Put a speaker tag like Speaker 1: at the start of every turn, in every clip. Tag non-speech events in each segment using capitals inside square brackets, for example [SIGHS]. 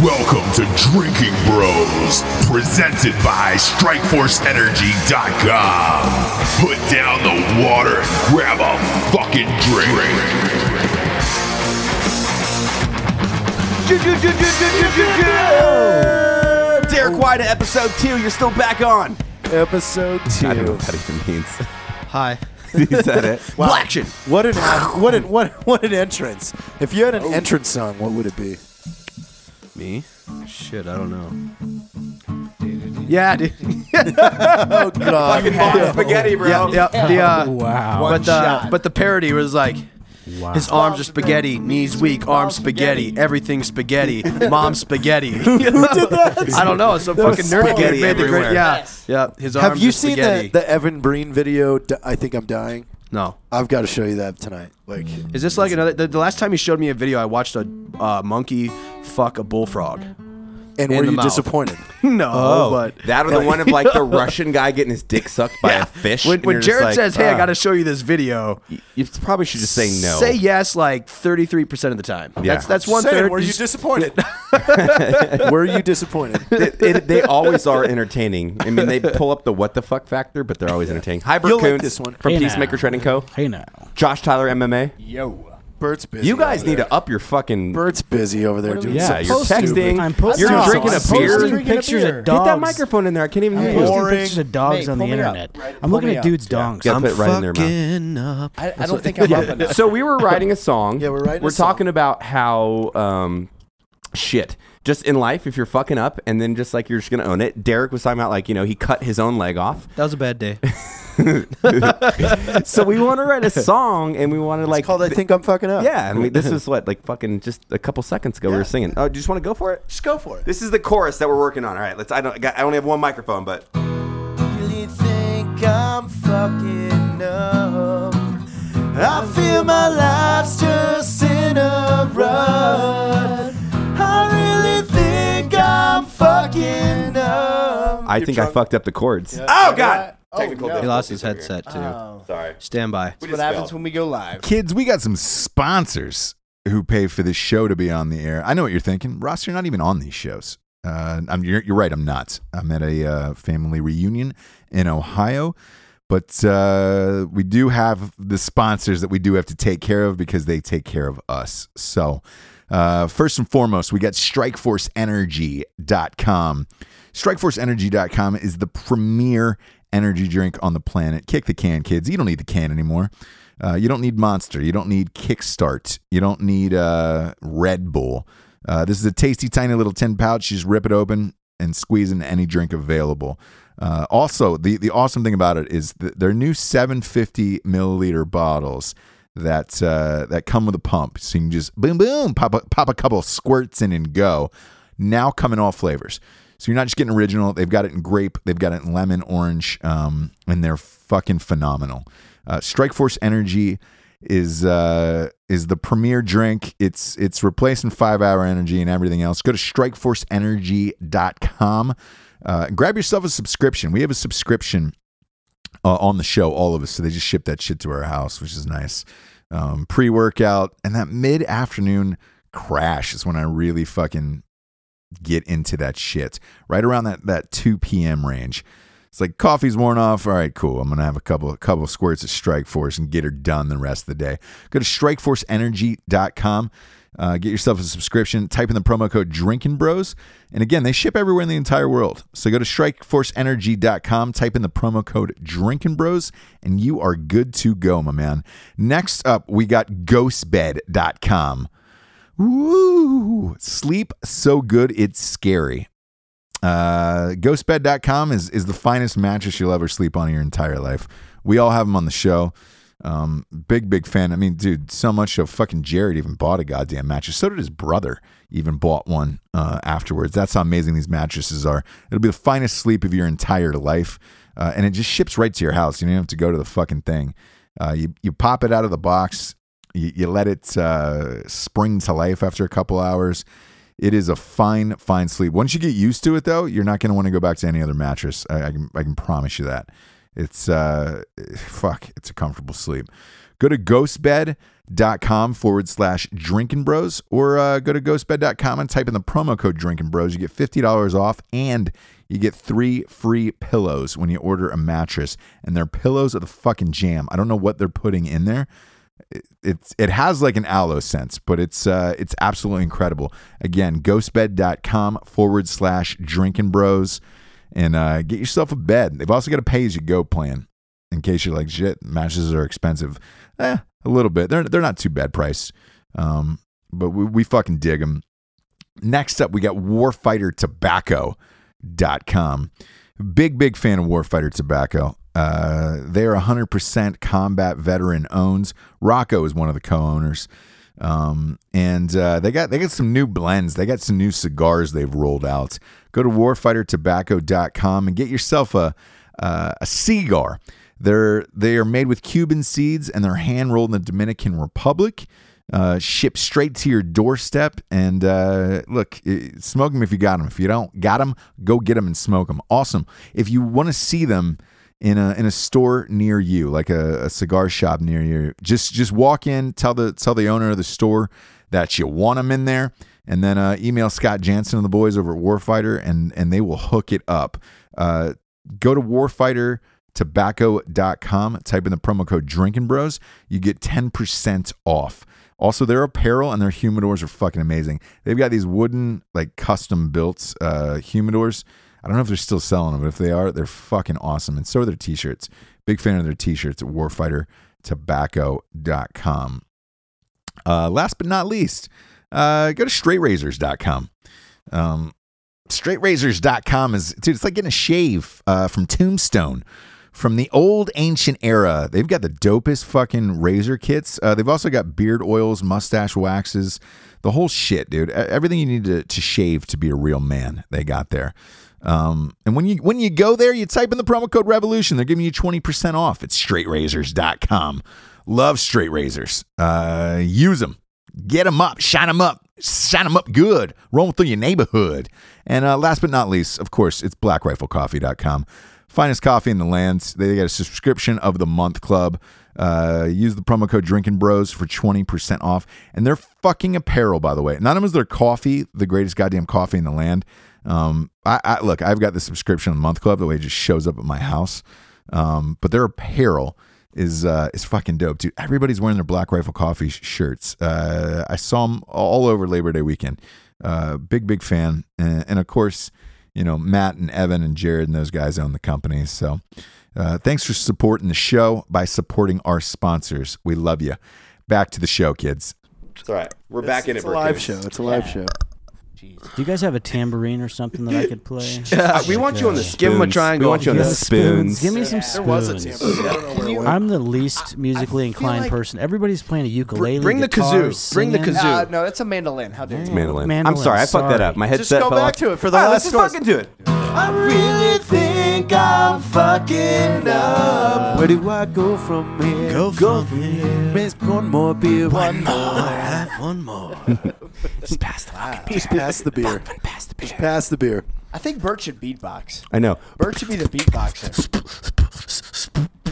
Speaker 1: Welcome to Drinking Bros, presented by StrikeForceEnergy.com. Put down the water and grab a fucking drink.
Speaker 2: Derek White, episode two. You're still back on.
Speaker 3: episode
Speaker 4: I don't know
Speaker 3: two.
Speaker 4: what that even means.
Speaker 3: Hi.
Speaker 4: Is that it?
Speaker 2: Blaction.
Speaker 3: What an
Speaker 4: [SIGHS]
Speaker 3: what an what what an entrance! If you had
Speaker 4: Oh.
Speaker 3: an entrance song, what would it be?
Speaker 4: Me?
Speaker 5: Shit, I don't know.
Speaker 3: Yeah,
Speaker 4: [LAUGHS]
Speaker 3: dude. oh God.
Speaker 2: Spaghetti, bro.
Speaker 5: Yeah, yeah. The, uh,
Speaker 3: Wow.
Speaker 5: but the but the parody was like. His arms are spaghetti, knees weak, arms spaghetti, everything spaghetti, mom spaghetti. Who did that? [LAUGHS] I don't know. Some fucking nerd
Speaker 4: spaghetti
Speaker 5: spaghetti made the
Speaker 4: everywhere.
Speaker 5: great, yeah, yeah. His arms
Speaker 3: Have you
Speaker 5: are
Speaker 3: seen
Speaker 5: spaghetti.
Speaker 3: the, the Evan Breen video? D- I think I'm dying.
Speaker 5: no.
Speaker 3: I've got to show you that tonight. Like,
Speaker 5: Is this like another? The, the last time you showed me a video, I watched a uh, monkey fuck a bullfrog.
Speaker 3: and were
Speaker 5: the
Speaker 3: you
Speaker 5: mouth.
Speaker 4: [LAUGHS]
Speaker 3: disappointed?
Speaker 5: No, Oh, but
Speaker 4: Oh, That or the one of like the Russian guy getting his dick sucked by a fish.
Speaker 5: When,
Speaker 4: and
Speaker 5: when
Speaker 4: you're just
Speaker 5: Jared
Speaker 4: like,
Speaker 5: says, "Hey, I
Speaker 4: "Ah."
Speaker 5: got to show you this video,"
Speaker 4: you probably should just say no.
Speaker 5: Say yes like 33% of the time. That's that's one third.
Speaker 4: [LAUGHS]
Speaker 3: disappointed? [LAUGHS] were you disappointed?
Speaker 4: It- it- they always are entertaining. I mean, they pull up the what the fuck factor, but they're always entertaining. Hi, Bert
Speaker 3: You'll like
Speaker 4: Koontz
Speaker 3: this one.
Speaker 4: from
Speaker 6: Hey now.
Speaker 4: Peacemaker Trading Co.
Speaker 6: Hey now.
Speaker 4: Josh Tyler MMA.
Speaker 3: Bert's busy.
Speaker 4: You guys
Speaker 3: over
Speaker 4: need
Speaker 3: there.
Speaker 4: to up your fucking.
Speaker 3: Bert's busy over there doing
Speaker 4: yeah,
Speaker 3: something.
Speaker 4: you're
Speaker 6: supposed to,
Speaker 4: texting.
Speaker 6: but I'm posting
Speaker 4: you're
Speaker 6: something.
Speaker 4: drinking
Speaker 6: I'm
Speaker 4: a beer.
Speaker 6: posting pictures of
Speaker 4: Get that
Speaker 6: dogs.
Speaker 4: microphone in there. I can't even hear you.
Speaker 6: Posting
Speaker 3: Boring.
Speaker 6: pictures of dogs on the internet. I'm looking at dudes' dongs.
Speaker 4: Yeah, put it right in their mouth.
Speaker 6: I,
Speaker 5: [LAUGHS]
Speaker 6: I don't think I'm up
Speaker 4: [LAUGHS]
Speaker 6: enough.
Speaker 4: so we were writing a song.
Speaker 3: Yeah, we're writing
Speaker 4: We're
Speaker 3: a song.
Speaker 4: talking about how um, shit. Just in life, if you're fucking up, and then just like you're just gonna own it. Derek was talking about like you know he cut his own leg off.
Speaker 5: That was a bad [LAUGHS] day.
Speaker 4: So we want
Speaker 3: [LAUGHS]
Speaker 4: to write a song, and we want to like
Speaker 3: It's called I
Speaker 4: th-
Speaker 3: think I'm fucking up.
Speaker 4: yeah. And we, this is what like fucking just a couple seconds ago we were singing. Oh, do you just want to go for it?
Speaker 3: just go for it.
Speaker 4: This is the chorus that we're working on. All right, let's. I don't. I, got, I only have one microphone, but
Speaker 3: really think I'm fucking numb. I feel my life's just in a rut. I really think I'm fucking numb.
Speaker 4: I think I fucked up the chords. Oh God! Technical.
Speaker 5: He
Speaker 4: difficulties
Speaker 5: lost his
Speaker 4: over here.
Speaker 5: headset too.
Speaker 7: Oh.
Speaker 4: Sorry.
Speaker 5: Stand by.
Speaker 4: We
Speaker 7: what
Speaker 4: just
Speaker 7: happens
Speaker 4: fell.
Speaker 7: when we go live.
Speaker 8: Kids, we got some sponsors who pay for this show to be on the air. I know what you're thinking, Ross. You're not even on these shows. Uh, I'm, you're, you're right. I'm not. I'm at a uh, family reunion in Ohio, but uh, we do have the sponsors that we do have to take care of because they take care of us. So, uh, first and foremost, we got StrikeForceEnergy.com. StrikeForceEnergy.com is the premier energy drink on the planet. Kick the can, kids. You don't need the can anymore. Uh, you don't need Monster. You don't need Kickstart. You don't need uh, Red Bull. Uh, this is a tasty, tiny little tin pouch. You just rip it open and squeeze in any drink available. Uh, also, the, the awesome thing about it is th- their new 750 milliliter bottles that uh, that come with a pump. So you can just boom, boom, pop a, pop a couple squirts in and go. Now come in all flavors. So you're not just getting original. They've got it in grape. They've got it in lemon, orange, um, and they're fucking phenomenal. Uh, Strikeforce Energy is uh, is the premier drink. It's it's replacing Five Hour Energy and everything else. Go to StrikeforceEnergy.com. Uh, grab yourself a subscription. We have a subscription uh, on the show, all of us. So they just ship that shit to our house, which is nice. Um, Pre workout and that mid afternoon crash is when I really fucking get into that shit. Right around that that two p.m. range. It's like coffee's worn off. All right, cool. I'm gonna have a couple a couple squirts of Strike Force and get her done the rest of the day. Go to StrikeForceEnergy.com. Uh, get yourself a subscription. Type in the promo code Drinking Bros, and again, they ship everywhere in the entire world. So go to StrikeForceEnergy.com. Type in the promo code Drinking Bros, and you are good to go, my man. Next up, we got GhostBed.com. Ooh, sleep so good it's scary. Uh, ghostbed.com is is the finest mattress you'll ever sleep on in your entire life. We all have them on the show. Um, big big fan. I mean, dude, so much so fucking Jared even bought a goddamn mattress. So did his brother. Even bought one uh, afterwards. That's how amazing these mattresses are. It'll be the finest sleep of your entire life, uh, and it just ships right to your house. You don't have to go to the fucking thing. Uh, you you pop it out of the box. You, you let it uh, spring to life after a couple hours. It is a fine, fine sleep. Once you get used to it, though, you're not going to want to go back to any other mattress. I, I can, I can promise you that. It's uh fuck, it's a comfortable sleep. Go to ghostbed.com forward slash drinking bros or uh, go to ghostbed.com and type in the promo code drinking bros. You get $50 off and you get three free pillows when you order a mattress. And their pillows are the fucking jam. I don't know what they're putting in there it's it has like an aloe sense, but it's uh it's absolutely incredible. Again, ghostbed.com forward slash drinking bros and uh get yourself a bed. They've also got a pay as you go plan in case you're like shit, mattresses are expensive. Eh, a little bit. They're they're not too bad priced. Um but we, we fucking dig them. Next up, we got warfightertobacco.com. Big, big fan of Warfighter Tobacco. Uh, they are 100% combat veteran owns. Rocco is one of the co-owners. Um, and uh, they got they got some new blends. They got some new cigars they've rolled out. Go to warfightertobacco.com and get yourself a uh, a cigar. They're they are made with Cuban seeds and they're hand rolled in the Dominican Republic. Uh, shipped straight to your doorstep. And uh, look, i- smoke them if you got them. If you don't got them, go get them and smoke them. Awesome. If you want to see them in a in a store near you, like a, a cigar shop near you, just just walk in, tell the tell the owner of the store that you want them in there, and then uh, email Scott Jansen and the boys over at Warfighter, and and they will hook it up. Uh, go to Warfighter tobacco.com type in the promo code drinking bros you get 10% off also their apparel and their humidors are fucking amazing they've got these wooden like custom built uh humidors i don't know if they're still selling them but if they are they're fucking awesome and so are their t-shirts big fan of their t-shirts at warfightertobacco.com uh last but not least uh go to straightrazors.com um straightrazors.com is dude it's like getting a shave uh from tombstone from the old ancient era. They've got the dopest fucking razor kits. Uh, they've also got beard oils, mustache waxes, the whole shit, dude. E- Everything you need to, to shave to be a real man, they got there. Um, and when you when you go there, you type in the promo code revolution. They're giving you 20% off. It's straightrazors.com. Love straight razors. Uh, use them. Get them up, shine them up, shine them up good. Roll 'em through your neighborhood. And uh, last but not least, of course, it's blackriflecoffee.com. Finest coffee in the land. They got a subscription of the month club. Uh, use the promo code Drinking Bros for 20% off. And their fucking apparel, by the way. Not only is their coffee the greatest goddamn coffee in the land, um, I, I look, I've got the subscription of the month club. The way it just shows up at my house. Um, but their apparel is uh, is fucking dope, dude. Everybody's wearing their Black Rifle Coffee sh- shirts. Uh, I saw them all over Labor Day weekend. Uh, big big fan, and, and of course, you know Matt and Evan and Jared and those guys own the company. So, uh, thanks for supporting the show by supporting our sponsors. We love you. Back to the show, kids.
Speaker 2: It's all right. We're back in it,
Speaker 3: It's a live
Speaker 2: Brookings.
Speaker 3: show. It's a live show.
Speaker 6: Do you guys have a tambourine or something that I could [LAUGHS] play?
Speaker 2: Uh, we want you on the
Speaker 4: Spoons.
Speaker 2: stage.
Speaker 5: Give 'em a triangle.
Speaker 4: We want you on the
Speaker 6: Yeah,
Speaker 4: spoons.
Speaker 6: Give me some
Speaker 3: There was a
Speaker 6: spoons.
Speaker 3: tambourine. I don't know where it went.
Speaker 6: I'm the least musically inclined person. Everybody's playing a
Speaker 5: [LAUGHS]
Speaker 6: ukulele.
Speaker 5: bring the
Speaker 6: guitar,
Speaker 5: kazoo. Bring the
Speaker 6: singing.
Speaker 5: kazoo. Mm.
Speaker 7: Uh, no, that's a mandolin. How dare you?
Speaker 4: mandolin. I'm
Speaker 6: Mandolin,
Speaker 4: sorry, I fucked that
Speaker 6: sorry.
Speaker 4: up. My
Speaker 3: Just
Speaker 4: headset
Speaker 3: go
Speaker 4: fell
Speaker 3: back
Speaker 4: off.
Speaker 3: to it for the
Speaker 4: All right,
Speaker 3: last
Speaker 4: Let's
Speaker 3: chorus.
Speaker 4: just fucking do it.
Speaker 3: I really think I'm fucking up. Where do I go from here? Go, from here. Miss one more beer. One, more.
Speaker 5: One
Speaker 9: [LAUGHS]
Speaker 5: more.
Speaker 4: Just pass the
Speaker 9: Ah,
Speaker 4: fucking
Speaker 3: Just pass the beer.
Speaker 4: pass the beer.
Speaker 3: Pass the beer.
Speaker 7: I think Bert should beatbox.
Speaker 4: I know.
Speaker 7: Bert should be the beatboxer.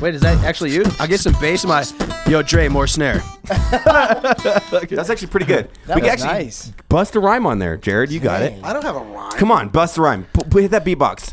Speaker 5: Wait, is that actually you? I'll get some bass in my. Yo, Dre, more snare.
Speaker 4: That's actually pretty good.
Speaker 7: [LAUGHS] That
Speaker 4: we can
Speaker 7: was
Speaker 4: actually
Speaker 7: nice.
Speaker 4: bust a rhyme on there, Jared. You got it.
Speaker 3: I don't have a rhyme.
Speaker 4: Come on, bust a rhyme. P- p- hit that beatbox.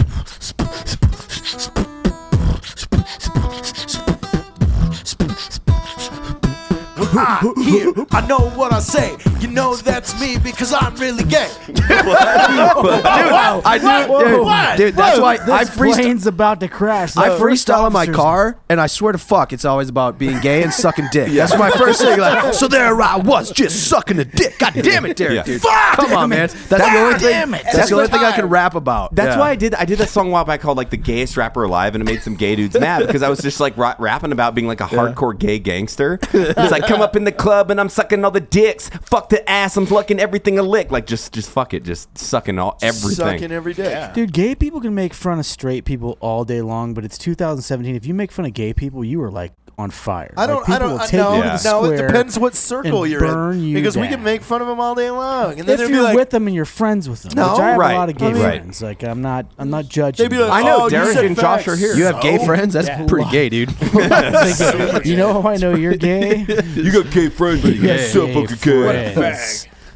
Speaker 3: I hear, I know what I say. You know that's me because I'm really
Speaker 5: [LAUGHS]
Speaker 3: gay.
Speaker 5: I do, dude, dude, that's why I
Speaker 6: This
Speaker 5: freestyle.
Speaker 6: plane's about to crash.
Speaker 5: I
Speaker 6: The first
Speaker 5: freestyle in my
Speaker 6: officer's-
Speaker 5: car, and I swear to fuck, it's always about being gay and sucking dick. That's my first thing. Like, so there I was, just sucking a dick. God damn it, Derek,
Speaker 4: Yeah.
Speaker 5: dude.
Speaker 4: Fuck,
Speaker 5: Come on, man. That's the only thing. That's
Speaker 7: Every
Speaker 5: the only thing I
Speaker 7: time.
Speaker 5: can rap about.
Speaker 4: That's
Speaker 5: Yeah.
Speaker 4: why I did. I did that song a while back called like the gayest rapper alive, and it made some gay dudes mad because I was just like ra- rapping about being like a hardcore gay gangster. It's like come up in the club and I'm sucking all the dicks. Fuck the ass, I'm fucking everything a lick. Like just, just fuck it, just sucking all everything.
Speaker 3: Sucking every day.
Speaker 6: Dude, gay people can make fun of straight people all day long, but it's 2017. If you make fun of gay people, you are like on fire.
Speaker 9: I don't.
Speaker 6: Like, people
Speaker 9: I don't.
Speaker 6: will
Speaker 9: I-
Speaker 6: take you
Speaker 9: No,
Speaker 6: to the
Speaker 9: no. It
Speaker 6: square.
Speaker 9: depends what circle
Speaker 6: and
Speaker 9: you're
Speaker 6: burn
Speaker 9: in.
Speaker 6: you
Speaker 9: because we
Speaker 6: down.
Speaker 9: can make fun of them all day long, and then
Speaker 6: If
Speaker 9: they'd be
Speaker 6: you're
Speaker 9: like,
Speaker 6: with them and you're friends with them,
Speaker 9: No,
Speaker 6: which I have
Speaker 4: right,
Speaker 6: a lot of gay
Speaker 4: I mean-
Speaker 6: friends. Like I'm not. I'm not judging.
Speaker 9: they'd be like,
Speaker 4: I know,
Speaker 9: oh, you
Speaker 4: Derek
Speaker 9: said
Speaker 4: and Josh
Speaker 9: facts. Oh,
Speaker 4: are here.
Speaker 5: You have gay
Speaker 9: So-
Speaker 5: friends? That's
Speaker 7: Yeah.
Speaker 5: pretty gay, dude. [LAUGHS]
Speaker 9: "Oh,
Speaker 6: Thinking, you know how I know
Speaker 9: [LAUGHS]
Speaker 6: you're gay?
Speaker 4: You got gay friends, but you
Speaker 5: got
Speaker 6: so fucking gay.
Speaker 7: Bang.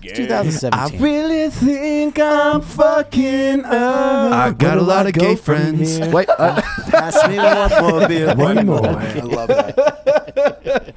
Speaker 6: It's 2017.
Speaker 4: really think I'm fucking up.
Speaker 5: I got a lot of gay friends. Wait, uh,
Speaker 3: Pass me one more
Speaker 4: [LAUGHS]
Speaker 3: beer. One more.
Speaker 9: I love that.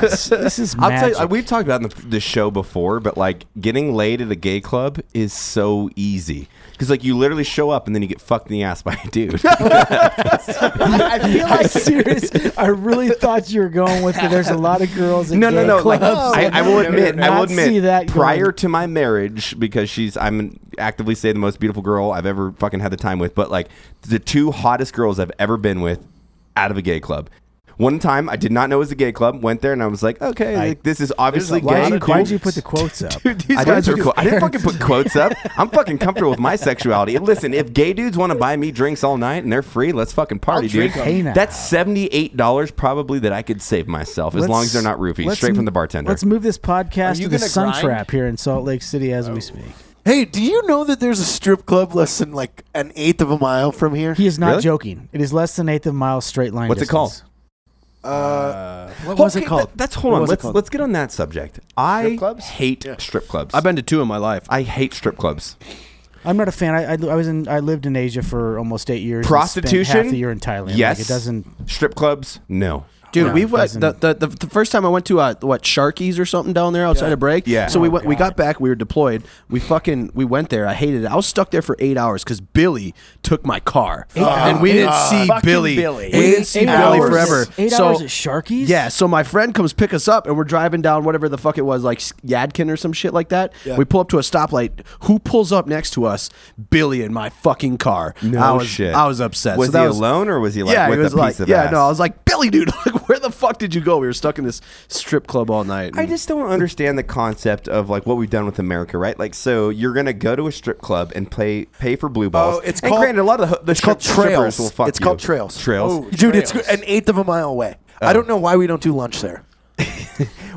Speaker 6: this is
Speaker 4: I'll tell you,
Speaker 6: magic.
Speaker 4: I- we've talked about it in the, the show before, but like getting laid at a gay club is so easy because like you literally show up and then you get fucked in the ass by a
Speaker 6: [LAUGHS]
Speaker 4: dude.
Speaker 7: I, I feel
Speaker 4: [LAUGHS]
Speaker 7: like
Speaker 6: serious. I really thought you were going with it. There's a lot of girls. At
Speaker 4: no, no,
Speaker 6: gay
Speaker 4: no. Like
Speaker 6: Clubs.
Speaker 4: I, I will admit, I will
Speaker 6: Not see
Speaker 4: admit,
Speaker 6: that
Speaker 4: prior
Speaker 6: going-
Speaker 4: to my marriage, because she's I'm actively saying the most beautiful girl I've ever fucking had the time with, but like the two hottest girls I've ever been with out of a gay club. One time, I did not know it was a gay club. Went there and I was like, okay, like, this is obviously
Speaker 6: Why'd
Speaker 4: gay.
Speaker 6: you-
Speaker 4: cool.
Speaker 6: why'd you put the quotes up?
Speaker 4: [LAUGHS] I
Speaker 5: these
Speaker 4: didn't,
Speaker 5: guys
Speaker 4: put
Speaker 5: are
Speaker 4: qu- I didn't fucking
Speaker 5: [LAUGHS]
Speaker 4: put quotes up. I'm fucking comfortable with my sexuality. And listen, if gay dudes want to buy me drinks all night and they're free, let's fucking party, dude.
Speaker 6: drink 'em. Hey, now.
Speaker 4: That's seventy eight dollars probably that I could save myself as
Speaker 6: Let's-
Speaker 4: long as they're not roofies,
Speaker 6: let's
Speaker 4: straight from
Speaker 6: m-
Speaker 4: the bartender.
Speaker 6: Let's move this
Speaker 7: Are
Speaker 6: podcast
Speaker 7: you
Speaker 6: to the
Speaker 7: gonna
Speaker 6: Sun
Speaker 7: grind?
Speaker 6: Trap here in Salt Lake City as
Speaker 4: Oh.
Speaker 6: we speak.
Speaker 9: Hey, do you know that there's a strip club less than like an eighth of a mile from here?
Speaker 6: He is not
Speaker 4: Really?
Speaker 6: joking. It is less than eighth of a mile straight line.
Speaker 4: What's it called?
Speaker 6: distance.
Speaker 9: Uh, what
Speaker 4: Oh,
Speaker 9: was it
Speaker 4: okay,
Speaker 9: called?
Speaker 4: that- that's hold
Speaker 9: What
Speaker 4: on.
Speaker 9: was it
Speaker 4: Let's
Speaker 9: called?
Speaker 4: let's get on that subject. I
Speaker 7: clubs?
Speaker 4: hate strip clubs.
Speaker 5: I've been to two in my life.
Speaker 4: I hate strip clubs.
Speaker 6: I'm not a fan. I, I, I was in. I lived in Asia for almost eight years. and
Speaker 4: Prostitution?
Speaker 6: Spent half the year in Thailand. Like,
Speaker 4: Yes.
Speaker 6: it doesn't.
Speaker 4: Strip clubs, no.
Speaker 5: Dude,
Speaker 6: No,
Speaker 5: we
Speaker 6: it
Speaker 5: went the,
Speaker 6: doesn't.
Speaker 5: the, the, the first time I went to uh, what Sharkies or something down there outside of break.
Speaker 4: Yeah.
Speaker 5: So we
Speaker 4: Oh,
Speaker 5: went. We got back. We were deployed. We fucking we went there. I hated it. I was stuck there for eight hours because Billy took my car, and we didn't see
Speaker 7: Fucking
Speaker 5: Billy.
Speaker 7: Billy.
Speaker 5: We didn't see Billy
Speaker 6: hours-
Speaker 5: forever.
Speaker 6: Eight
Speaker 5: so,
Speaker 6: hours at Sharkies.
Speaker 5: Yeah, so my friend comes pick us up, and we're driving down whatever the fuck it was, like Yadkin or some shit like that. We pull up to a stoplight. Who pulls up next to us? Billy in my fucking car.
Speaker 4: No
Speaker 5: I was,
Speaker 4: shit.
Speaker 5: I was upset.
Speaker 4: Was
Speaker 5: so that
Speaker 4: he
Speaker 5: was,
Speaker 4: alone or was he like
Speaker 5: yeah,
Speaker 4: with
Speaker 5: he was
Speaker 4: a piece
Speaker 5: like,
Speaker 4: of
Speaker 5: yeah,
Speaker 4: ass?
Speaker 5: no, I was like, Billy, dude, [LAUGHS] like, where the fuck did you go? We were stuck in this strip club all night.
Speaker 4: I
Speaker 5: and-
Speaker 4: just don't understand the concept of like what we've done with America, right? Like, so you're gonna go to a strip club and play, pay for blue balls.
Speaker 9: Oh, it's
Speaker 4: and
Speaker 9: called-
Speaker 4: granted, a lot of the, the
Speaker 9: it's called
Speaker 4: strip- strippers
Speaker 9: trails.
Speaker 4: Will fuck
Speaker 9: It's called
Speaker 4: you.
Speaker 9: trails. Oh,
Speaker 4: Trails. Oh.
Speaker 9: Dude, it's an eighth of a mile away. I don't know why we don't do lunch there.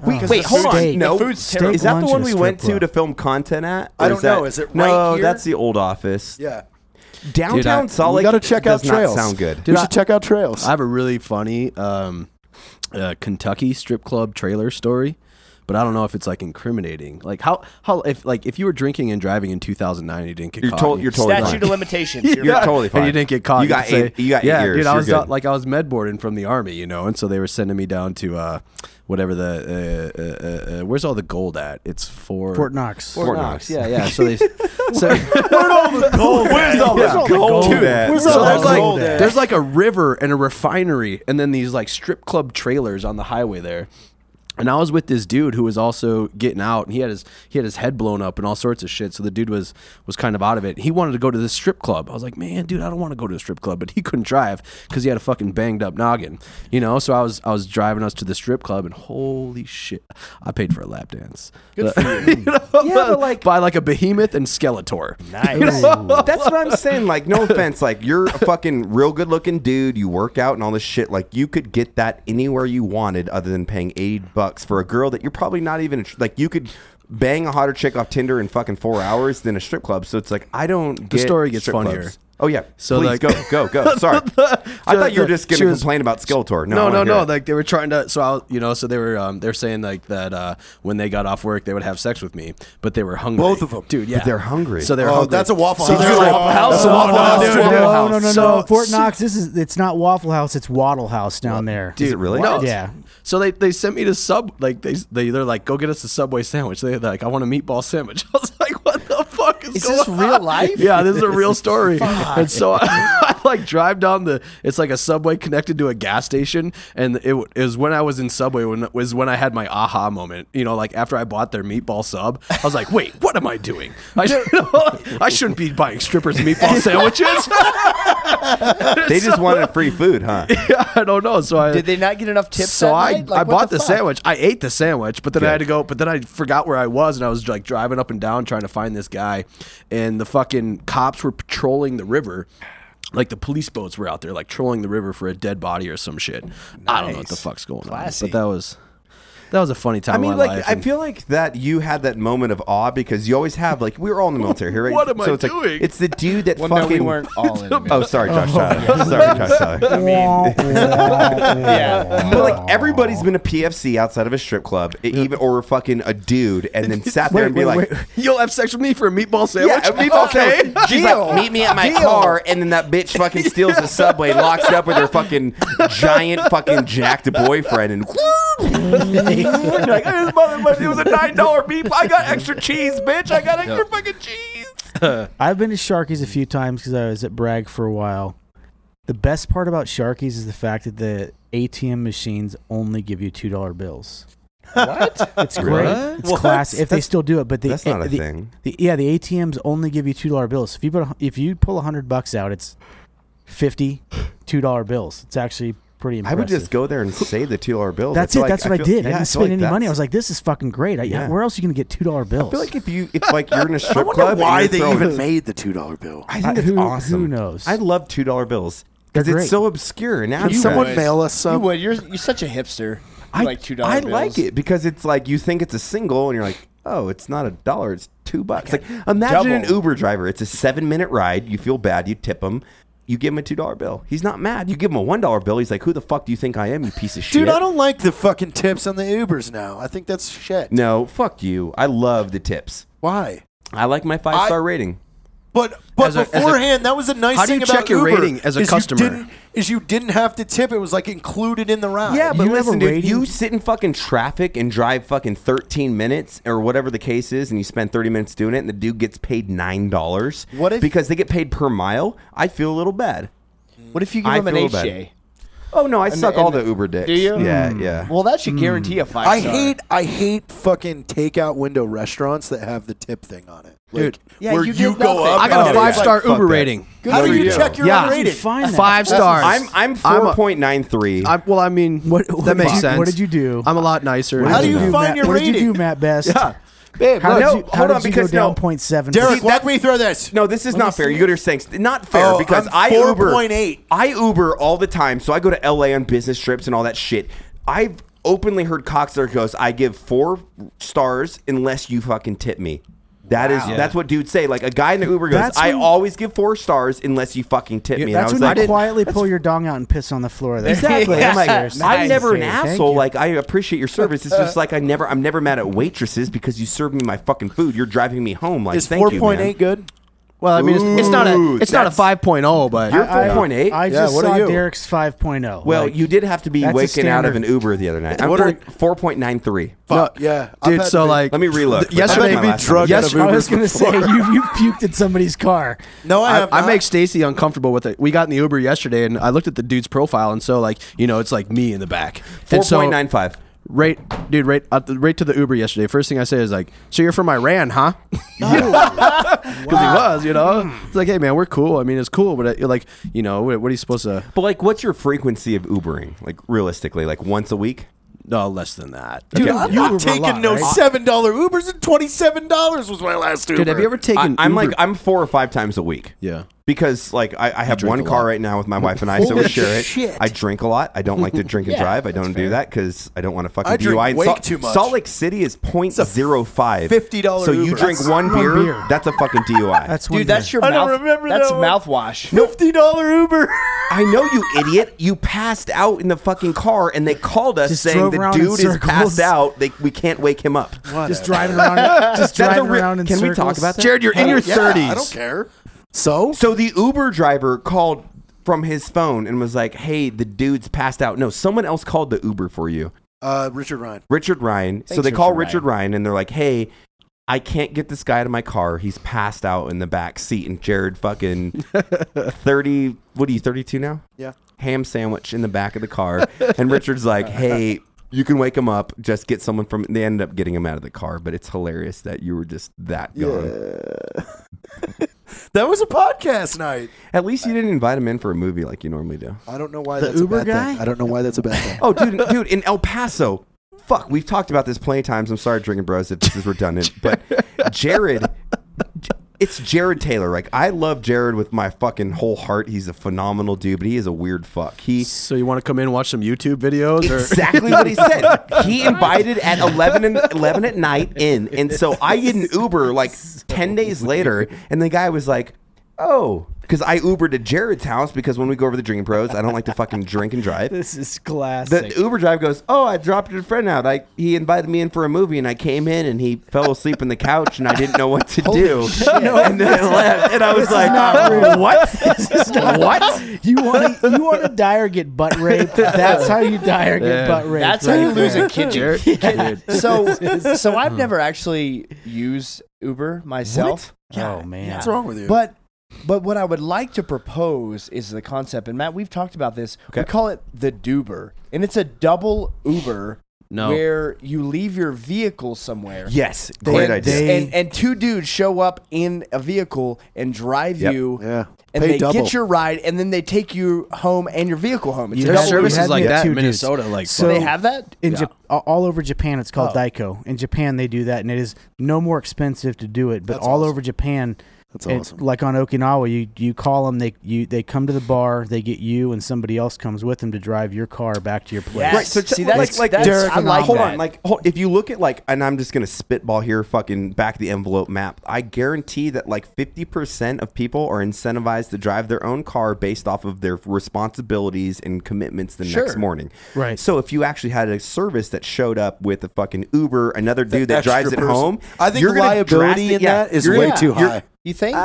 Speaker 4: we, wait, hold
Speaker 6: steak-
Speaker 4: on. No,
Speaker 6: the food's terrible.
Speaker 4: is that the
Speaker 6: Lunch
Speaker 4: one
Speaker 6: at a
Speaker 4: we
Speaker 6: strip
Speaker 4: went to
Speaker 6: club.
Speaker 4: to film content at?
Speaker 9: I
Speaker 4: Or
Speaker 9: don't know. Is it
Speaker 4: no?
Speaker 9: right here?
Speaker 4: That's the old office.
Speaker 9: Yeah.
Speaker 4: Downtown
Speaker 5: Dude, I-
Speaker 4: Salt
Speaker 9: You
Speaker 4: Lake.
Speaker 9: got to check out
Speaker 4: does not
Speaker 9: trails.
Speaker 4: Sound good.
Speaker 9: You
Speaker 5: Dude, I-
Speaker 9: should check out trails.
Speaker 5: I have a really funny um, uh, Kentucky strip club trailer story, but I don't know if it's like incriminating. Like how how if like if you were drinking and driving in 2009, and you didn't get
Speaker 4: You're
Speaker 5: caught.
Speaker 4: told.
Speaker 5: and
Speaker 4: You're totally
Speaker 7: statute
Speaker 4: fine. [LAUGHS]
Speaker 7: of limitations. You're
Speaker 4: You're
Speaker 7: right.
Speaker 4: totally fine.
Speaker 5: And you didn't get caught.
Speaker 4: You got
Speaker 5: could say,
Speaker 4: eight. You got eight
Speaker 5: yeah,
Speaker 4: years.
Speaker 5: dude. I
Speaker 4: You're
Speaker 5: was
Speaker 4: good.
Speaker 5: uh, like I was med boarding from the army, you know, and so they were sending me down to uh, whatever the uh, uh, uh, uh, where's all the gold at? It's for
Speaker 6: Fort Knox.
Speaker 5: Fort,
Speaker 4: Fort Knox.
Speaker 5: Knox. Yeah, yeah.
Speaker 4: [LAUGHS]
Speaker 5: So they so [LAUGHS]
Speaker 4: Where's all
Speaker 5: Yeah.
Speaker 4: the gold? at?
Speaker 6: Where's
Speaker 5: So
Speaker 6: all
Speaker 5: there's
Speaker 6: that
Speaker 5: like
Speaker 6: gold
Speaker 5: there's like a river and a refinery, and then these like strip club trailers on the highway there. And I was with this dude who was also getting out, and he had his he had his head blown up and all sorts of shit. So the dude was was kind of out of it. He wanted to go to this strip club. I was like, man, dude, I don't want to go to a strip club, but he couldn't drive because he had a fucking banged up noggin, you know. So I was I was driving us to the strip club, and holy shit, I paid for a lap dance. Good for [LAUGHS] you. know,
Speaker 4: but like-
Speaker 5: by like a behemoth and Skeletor.
Speaker 7: nice.
Speaker 4: That's what I'm saying. Like, no offense. Like, you're a fucking real good looking dude. You work out and all this shit. Like, you could get that anywhere you wanted other than paying 80 bucks for a girl that you're probably not even, like, you could bang a hotter chick off Tinder in fucking four hours than a strip club. So it's like, I don't get
Speaker 5: story gets
Speaker 4: strip
Speaker 5: funnier.
Speaker 4: clubs. Oh, yeah.
Speaker 5: So,
Speaker 4: So, Please
Speaker 5: like-
Speaker 4: go, go, go.
Speaker 5: [LAUGHS]
Speaker 4: Sorry. I
Speaker 5: so
Speaker 4: thought you were
Speaker 5: the-
Speaker 4: just going
Speaker 5: she
Speaker 4: to
Speaker 5: was-
Speaker 4: complain about Skeletor. No, I
Speaker 5: No,
Speaker 4: wanna
Speaker 5: no,
Speaker 4: hear
Speaker 5: no.
Speaker 4: it.
Speaker 5: Like they were trying to. So I, you know, so they were. Um, they're saying like that uh, when they got off work, they would have sex with me, but they were hungry.
Speaker 9: Both of 'em.
Speaker 5: dude. Yeah,
Speaker 4: they're hungry.
Speaker 5: So they're
Speaker 9: Oh,
Speaker 5: hungry.
Speaker 9: that's a Waffle
Speaker 5: So
Speaker 9: House
Speaker 5: they're
Speaker 9: trip.
Speaker 5: like,
Speaker 9: That's
Speaker 5: "Oh,
Speaker 9: a Waffle
Speaker 5: no,
Speaker 9: House
Speaker 5: dude,
Speaker 9: trip."
Speaker 5: no,
Speaker 6: No, no, no, no.
Speaker 5: So-
Speaker 6: Fort Knox. This is. It's not Waffle House. It's Waddle House down there.
Speaker 4: Is it really?
Speaker 5: No.
Speaker 6: Yeah.
Speaker 5: So they, they sent me to sub like they they they're like go get us a Subway sandwich. They are like I want a meatball sandwich. [LAUGHS] I was like what the fuck is,
Speaker 7: Is
Speaker 5: going
Speaker 7: this
Speaker 5: on?
Speaker 7: real life?
Speaker 5: Yeah, this is a real
Speaker 7: [LAUGHS]
Speaker 5: story. and so I, [LAUGHS] I like drive down the. It's like a subway connected to a gas station, and it w- is when I was in Subway when was when I had my aha moment. You know, like after I bought their meatball sub, I was like, wait, what am I doing? I, [LAUGHS] I shouldn't be buying strippers meatball sandwiches. [LAUGHS]
Speaker 4: They just wanted free food, huh?
Speaker 5: [LAUGHS] I don't know. So I
Speaker 7: Did they not get enough tips?
Speaker 5: so
Speaker 7: that
Speaker 5: I,
Speaker 7: night? Like,
Speaker 5: I
Speaker 7: what
Speaker 5: bought the,
Speaker 7: fuck?
Speaker 5: sandwich. I ate the sandwich, but then I had
Speaker 4: Good.
Speaker 5: to go. But then I forgot where I was, and I was like driving up and down trying to find this guy, and the fucking cops were patrolling the river. like the police boats were out there like trolling the river for a dead body or some shit. I don't know what the fuck's going
Speaker 7: Classy.
Speaker 5: on, but that was that was a funny time.
Speaker 4: I mean,
Speaker 5: of my
Speaker 4: like
Speaker 5: life,
Speaker 4: I
Speaker 5: and-
Speaker 4: feel like that you had that moment of awe because you always have like we were all in the
Speaker 5: [LAUGHS]
Speaker 4: military here, right?
Speaker 5: What am I
Speaker 4: it's
Speaker 5: doing?
Speaker 4: Like, it's the dude that
Speaker 7: Well, no,
Speaker 4: fucking.
Speaker 7: we weren't all in. it.
Speaker 4: [LAUGHS] oh, sorry, Josh Tyler. Sorry, Josh
Speaker 7: [LAUGHS]
Speaker 4: Tyler. [LAUGHS]
Speaker 7: yeah.
Speaker 4: But like everybody's been a PFC outside of a strip club, i- even or fucking a dude, and
Speaker 5: [LAUGHS]
Speaker 4: then sat there and be like.
Speaker 5: you'll have sex with me for a meatball sandwich.
Speaker 4: Yeah, a meatball
Speaker 5: okay.
Speaker 4: sandwich. [LAUGHS] She's like, meet me at my car, and then that bitch fucking steals the [LAUGHS] subway, locks it up with her fucking giant fucking jacked boyfriend, [LAUGHS] and You're like, "Hey, this motherfucker, it was a nine dollar meatball. I got extra cheese, bitch. I got extra fucking cheese.
Speaker 6: I've been to Sharky's a few times because I was at Bragg for a while. The best part about Sharky's is the fact that the ATM machines only give you two dollar bills.
Speaker 7: What?
Speaker 6: [LAUGHS] It's great. It's class if they still do it, but the,
Speaker 4: That's not a
Speaker 6: the-
Speaker 4: thing.
Speaker 6: the- yeah, the ATMs only give you two dollar bills. If you put a, if you pull a hundred bucks out, it's fifty two dollar bills. It's actually pretty
Speaker 4: I
Speaker 6: impressive.
Speaker 4: would just go there and save the two dollar bills.
Speaker 6: That's
Speaker 4: I feel
Speaker 6: it.
Speaker 4: like-
Speaker 6: that's what I,
Speaker 4: feel-
Speaker 6: did. I
Speaker 4: yeah,
Speaker 6: didn't
Speaker 4: feel
Speaker 6: spend
Speaker 4: like
Speaker 6: any money.
Speaker 4: that's-
Speaker 6: I was like, this is fucking great. I,
Speaker 4: Yeah.
Speaker 6: Where else are you gonna get two dollar bills?
Speaker 4: I feel like if you if like
Speaker 6: [LAUGHS]
Speaker 4: you're in a strip
Speaker 9: wonder
Speaker 4: club,
Speaker 9: why
Speaker 4: and
Speaker 9: they
Speaker 4: you're throwing-
Speaker 9: even made the two dollar bill.
Speaker 4: I think
Speaker 6: I-
Speaker 4: it's
Speaker 6: who- who
Speaker 4: awesome.
Speaker 6: knows?
Speaker 4: I love two dollar bills because
Speaker 6: They're
Speaker 4: it's
Speaker 6: great.
Speaker 4: so obscure and abstract.
Speaker 9: Someone mail us some.
Speaker 7: You would. You're you're such a hipster. You
Speaker 4: I
Speaker 7: like two dollars.
Speaker 4: I like it because it's like you think it's a single and you're like, oh, it's not a dollar, it's two bucks. Like imagine an
Speaker 7: double.
Speaker 4: Uber driver. It's a seven minute ride. You feel bad. You tip him. You give him a two dollar bill. He's not mad. You give him a one dollar bill. He's like, who the fuck do you think I am? You piece of shit.
Speaker 9: Dude, I don't like the fucking tips on the Ubers now. I think that's shit.
Speaker 4: No, fuck you. I love the tips.
Speaker 9: Why?
Speaker 4: I like my five star rating.
Speaker 9: But but
Speaker 5: As a- as a-
Speaker 9: beforehand, that was a nice
Speaker 5: How do
Speaker 9: thing
Speaker 5: you
Speaker 9: about
Speaker 5: check your
Speaker 9: Uber,
Speaker 5: rating as a
Speaker 9: is
Speaker 5: customer?
Speaker 9: You didn't, is you didn't have to tip; it was like included in the ride.
Speaker 4: Yeah, but
Speaker 6: you have a
Speaker 4: listen, dude,
Speaker 6: rating?
Speaker 4: you sit in fucking traffic and drive fucking 13 minutes or whatever the case is, and you spend 30 minutes doing it, and the dude gets paid $9
Speaker 7: What if-
Speaker 4: because they get paid per mile. I feel a little bad.
Speaker 7: What if you give
Speaker 4: I
Speaker 7: him an
Speaker 4: feel bad.
Speaker 7: HA?
Speaker 4: Oh, no, I suck
Speaker 7: and-
Speaker 4: all the Uber dicks.
Speaker 7: Do you?
Speaker 4: Yeah, yeah.
Speaker 7: Well, that
Speaker 5: Hmm.
Speaker 7: should guarantee a five.
Speaker 9: I
Speaker 7: star.
Speaker 9: hate I hate fucking takeout window restaurants that have the tip thing on it. Like,
Speaker 5: Dude.
Speaker 7: Yeah,
Speaker 9: where
Speaker 7: you
Speaker 9: you,
Speaker 7: did
Speaker 9: go
Speaker 7: nothing.
Speaker 9: up.
Speaker 5: I got a
Speaker 9: and-
Speaker 4: yeah.
Speaker 5: five star
Speaker 4: Fuck
Speaker 5: Uber
Speaker 4: that.
Speaker 5: rating.
Speaker 9: Good How do you check your
Speaker 5: Yeah.
Speaker 9: own
Speaker 6: How did you
Speaker 9: rating?
Speaker 6: find that?
Speaker 5: Five stars.
Speaker 4: I'm, I'm
Speaker 5: I'm a-
Speaker 4: 4.93.
Speaker 5: I, well, I mean,
Speaker 6: [LAUGHS] What- what
Speaker 5: that
Speaker 6: did
Speaker 5: makes
Speaker 6: you-
Speaker 5: sense.
Speaker 6: what did you do?
Speaker 5: I'm a lot nicer.
Speaker 9: How do
Speaker 6: What
Speaker 9: you
Speaker 6: did
Speaker 9: find
Speaker 6: Matt-
Speaker 9: your
Speaker 6: what did you
Speaker 9: rating?
Speaker 6: do, Matt Best?
Speaker 5: Yeah. Babe,
Speaker 6: How
Speaker 5: look,
Speaker 6: did
Speaker 4: No,
Speaker 6: you, how
Speaker 4: hold
Speaker 6: did
Speaker 4: on,
Speaker 6: you
Speaker 4: because
Speaker 6: go down
Speaker 4: no-
Speaker 6: point seven?
Speaker 9: Derek,
Speaker 4: See,
Speaker 9: let
Speaker 4: that's-
Speaker 9: me throw this.
Speaker 4: no, this is not fair. You go to your saying not fair
Speaker 9: Oh,
Speaker 4: because
Speaker 9: I'm
Speaker 4: I Uber
Speaker 9: 4.8.
Speaker 4: I Uber all the time, so I go to LA on business trips and all that shit. I've openly heard Coxler goes, I give four stars unless you fucking tip me. That is that's what dudes say. Like a guy in the Uber goes,
Speaker 6: That's
Speaker 4: I
Speaker 6: when-
Speaker 4: always give four stars unless you fucking tip me. And I
Speaker 6: that's
Speaker 4: was
Speaker 6: when
Speaker 4: like,
Speaker 6: you quietly pull your dong out and piss on the floor. There.
Speaker 4: Exactly. I'm
Speaker 6: [LAUGHS]
Speaker 4: like,
Speaker 6: Upstairs.
Speaker 4: I'm never an
Speaker 6: Thank
Speaker 4: asshole.
Speaker 6: you.
Speaker 4: Like I appreciate your service. It's just like I never I'm never mad at waitresses because you served me my fucking food. You're driving me home. Like
Speaker 9: Is
Speaker 4: thank
Speaker 9: four
Speaker 4: you.
Speaker 9: point
Speaker 4: man.
Speaker 9: eight good?
Speaker 5: well, I mean, it's, it's not a
Speaker 4: Ooh,
Speaker 5: it's not a
Speaker 4: that's-
Speaker 5: 5.0, but
Speaker 4: You're
Speaker 6: I-
Speaker 4: 4.8?
Speaker 6: I
Speaker 9: Yeah,
Speaker 6: just
Speaker 9: what are
Speaker 6: saw
Speaker 9: you?
Speaker 6: Derek's 5.0.
Speaker 4: Well,
Speaker 6: Like,
Speaker 4: you did have to be
Speaker 6: That's a
Speaker 4: waking out of an
Speaker 6: standard.
Speaker 4: Uber the other night. I'm
Speaker 9: What are-
Speaker 4: four point nine three.
Speaker 9: Fuck yeah, I've
Speaker 5: dude.
Speaker 9: had
Speaker 5: So
Speaker 9: to-
Speaker 5: like,
Speaker 4: Let me reload.
Speaker 5: th- Yesterday,
Speaker 9: I've had to be drugged out of
Speaker 5: yesterday-
Speaker 6: I
Speaker 9: Ubers
Speaker 6: was going to say
Speaker 9: before.
Speaker 6: you you puked at somebody's car.
Speaker 9: no, Oh, I have.
Speaker 5: I, I
Speaker 9: not.
Speaker 5: make Stacy uncomfortable with it. We got in the Uber yesterday, and I looked at the dude's profile, and so like you know, it's like me in the back.
Speaker 4: Four
Speaker 5: And so-
Speaker 4: point nine five.
Speaker 5: Right, dude. Right, at the, right to the Uber yesterday. First thing I say is like, "So you're from
Speaker 9: [LAUGHS]
Speaker 5: Iran, huh?" [LAUGHS] Because he was, you know. It's like, hey man, we're cool. I mean, it's cool, but uh, like, you know, what, what are you supposed to?
Speaker 4: But like, what's your frequency of Ubering? Like realistically, like once a week?
Speaker 5: No, less than that.
Speaker 9: Dude,
Speaker 4: Okay.
Speaker 9: I'm
Speaker 4: You
Speaker 9: not
Speaker 6: Uber a
Speaker 9: taking
Speaker 6: lot,
Speaker 9: no
Speaker 6: right?
Speaker 9: seven dollar Ubers, and twenty seven dollars was my last Uber.
Speaker 5: Dude, have you ever
Speaker 4: I,
Speaker 5: taken?
Speaker 4: I'm
Speaker 5: Uber-
Speaker 4: like I'm four or five times a week.
Speaker 5: yeah.
Speaker 4: Because like I, I have one
Speaker 5: a
Speaker 4: car
Speaker 5: lot.
Speaker 4: right now with my wife and I, so we
Speaker 9: Holy
Speaker 4: share it.
Speaker 9: shit.
Speaker 4: I drink a lot. I don't like to drink and
Speaker 7: Yeah,
Speaker 4: drive. I
Speaker 7: that's
Speaker 4: don't
Speaker 7: fair.
Speaker 4: do that because I don't want to fucking
Speaker 9: I drink
Speaker 4: DUI. And
Speaker 9: way
Speaker 4: Salt-
Speaker 9: too much.
Speaker 4: Salt Lake City is point zero five.
Speaker 9: $50
Speaker 4: So you
Speaker 9: Uber.
Speaker 4: drink
Speaker 9: That's
Speaker 4: one,
Speaker 6: one
Speaker 4: beer,
Speaker 6: beer.
Speaker 4: That's a fucking DUI.
Speaker 6: That's one
Speaker 7: Dude, that's
Speaker 6: year.
Speaker 7: your.
Speaker 9: I don't
Speaker 7: mouth-
Speaker 9: remember
Speaker 7: That's
Speaker 9: that one.
Speaker 7: mouthwash.
Speaker 9: [LAUGHS] fifty dollar Uber?
Speaker 4: I know you idiot. You passed out in the fucking car and they called us
Speaker 6: Just
Speaker 4: saying
Speaker 6: drove
Speaker 4: the
Speaker 6: around in
Speaker 4: dude is
Speaker 6: circles.
Speaker 4: passed out. They, we can't wake him up.
Speaker 6: just driving around. Just
Speaker 4: That's a
Speaker 6: driving
Speaker 4: re-
Speaker 6: around in
Speaker 4: Can
Speaker 6: circles.
Speaker 4: we talk about that?
Speaker 5: Jared, you're in your
Speaker 9: I don't
Speaker 5: thirties.
Speaker 9: care. So
Speaker 4: So the Uber driver called from his phone and was like, "Hey, the dude's passed out." No, someone else called the Uber for you.
Speaker 9: Uh, Richard Ryan.
Speaker 4: Richard Ryan. so
Speaker 7: Thanks,
Speaker 4: they call
Speaker 7: Richard
Speaker 4: Richard Ryan. and they're like, "Hey, I can't get this guy to my car. He's passed out in the back seat." And Jared, [LAUGHS] fucking thirty, what are you, thirty-two now?
Speaker 9: Yeah.
Speaker 4: Ham sandwich in the back of the car, and Richard's [LAUGHS] like, "Hey." You can wake him up. Just get someone from. They ended up getting him out of the car, but it's hilarious that you were just that gone.
Speaker 9: That was a podcast night.
Speaker 4: At least you didn't invite him in for a movie like you normally do.
Speaker 9: I don't know why that's
Speaker 6: Uber
Speaker 9: a bad
Speaker 6: guy?
Speaker 9: thing. I don't know why that's a bad thing.
Speaker 4: Oh, dude, dude, in El Paso. Fuck, we've talked about this plenty of times. I'm sorry, drinking bros, if this is redundant, but Jared, it's Jared Taylor. Like I love Jared with my fucking whole heart. He's a phenomenal dude, but he is a weird fuck. He
Speaker 5: So you want to come in and watch some YouTube videos?
Speaker 7: [LAUGHS]
Speaker 5: Or?
Speaker 4: exactly what he said. He invited at 11 and 11 at night in. And so I get an Uber like 10 days later and the guy was like, "Oh, cuz I Ubered to Jared's house because when we go over the Dream Pros, I don't like to fucking drink and drive."
Speaker 6: This is classic.
Speaker 4: The Uber driver goes, "Oh, I dropped your friend out. I he invited me in for a movie, and I came in, and he fell asleep on the couch, and I didn't know what to do, and then I left." And I was like, "What? what?
Speaker 6: you want to you want to die or get butt raped? That's how you die or get butt raped.
Speaker 7: That's how
Speaker 6: right
Speaker 7: you lose
Speaker 6: there.
Speaker 7: a kid.
Speaker 5: Jared, dude,
Speaker 7: So, so I've never actually used Uber myself.
Speaker 6: Oh
Speaker 9: [LAUGHS]
Speaker 6: man,
Speaker 9: What's wrong with you?
Speaker 7: But but what I would like to propose is the concept, and Matt, we've talked about this. We call it the Duber, and it's a double Uber
Speaker 5: no.
Speaker 7: where you leave your vehicle somewhere.
Speaker 4: Yes,
Speaker 6: They-
Speaker 4: great idea.
Speaker 6: they-
Speaker 7: And, and two dudes show up in a vehicle and drive
Speaker 4: Yep.
Speaker 7: you,
Speaker 9: yeah,
Speaker 7: and
Speaker 9: Pay
Speaker 7: they
Speaker 9: double.
Speaker 7: get your ride, and then they take you home and your vehicle home. It's a
Speaker 5: Their
Speaker 7: double
Speaker 5: service
Speaker 7: Uber.
Speaker 5: is like
Speaker 6: had me at
Speaker 5: that
Speaker 6: two
Speaker 5: in
Speaker 6: dudes.
Speaker 5: Minnesota. Like,
Speaker 6: So-
Speaker 5: so,
Speaker 7: they have that.
Speaker 6: in Jap- a- all over Japan, it's called Daiko. In Japan, they do that, and it is no more expensive to do it. But
Speaker 9: That's
Speaker 6: all
Speaker 9: awesome.
Speaker 6: over Japan,
Speaker 9: that's
Speaker 6: it-
Speaker 9: awesome.
Speaker 6: like on Okinawa, you you call them. They you they come to the bar. They get you, and somebody else comes with them to drive your car back to your place.
Speaker 4: Right, so t-
Speaker 7: See,
Speaker 4: like-
Speaker 7: that's-
Speaker 4: like,
Speaker 7: that's
Speaker 4: Derek,
Speaker 7: I like
Speaker 4: hold
Speaker 7: that.
Speaker 4: on, like hold, if you look at like, and I'm just gonna spitball here, fucking back of the envelope map. I guarantee that like 50 percent of people are incentivized to drive their own car based off of their responsibilities and commitments the next
Speaker 7: Sure.
Speaker 4: morning.
Speaker 6: Right.
Speaker 4: So if you actually had a service that showed up with a fucking Uber, another dude that
Speaker 9: extra
Speaker 4: drives it
Speaker 9: person.
Speaker 4: home,
Speaker 9: I think
Speaker 4: you're gonna
Speaker 9: liability
Speaker 4: drastic-
Speaker 9: in
Speaker 4: yeah,
Speaker 9: that is
Speaker 4: you're
Speaker 9: way
Speaker 4: gonna-
Speaker 9: too
Speaker 4: you're-
Speaker 9: high.
Speaker 7: You think?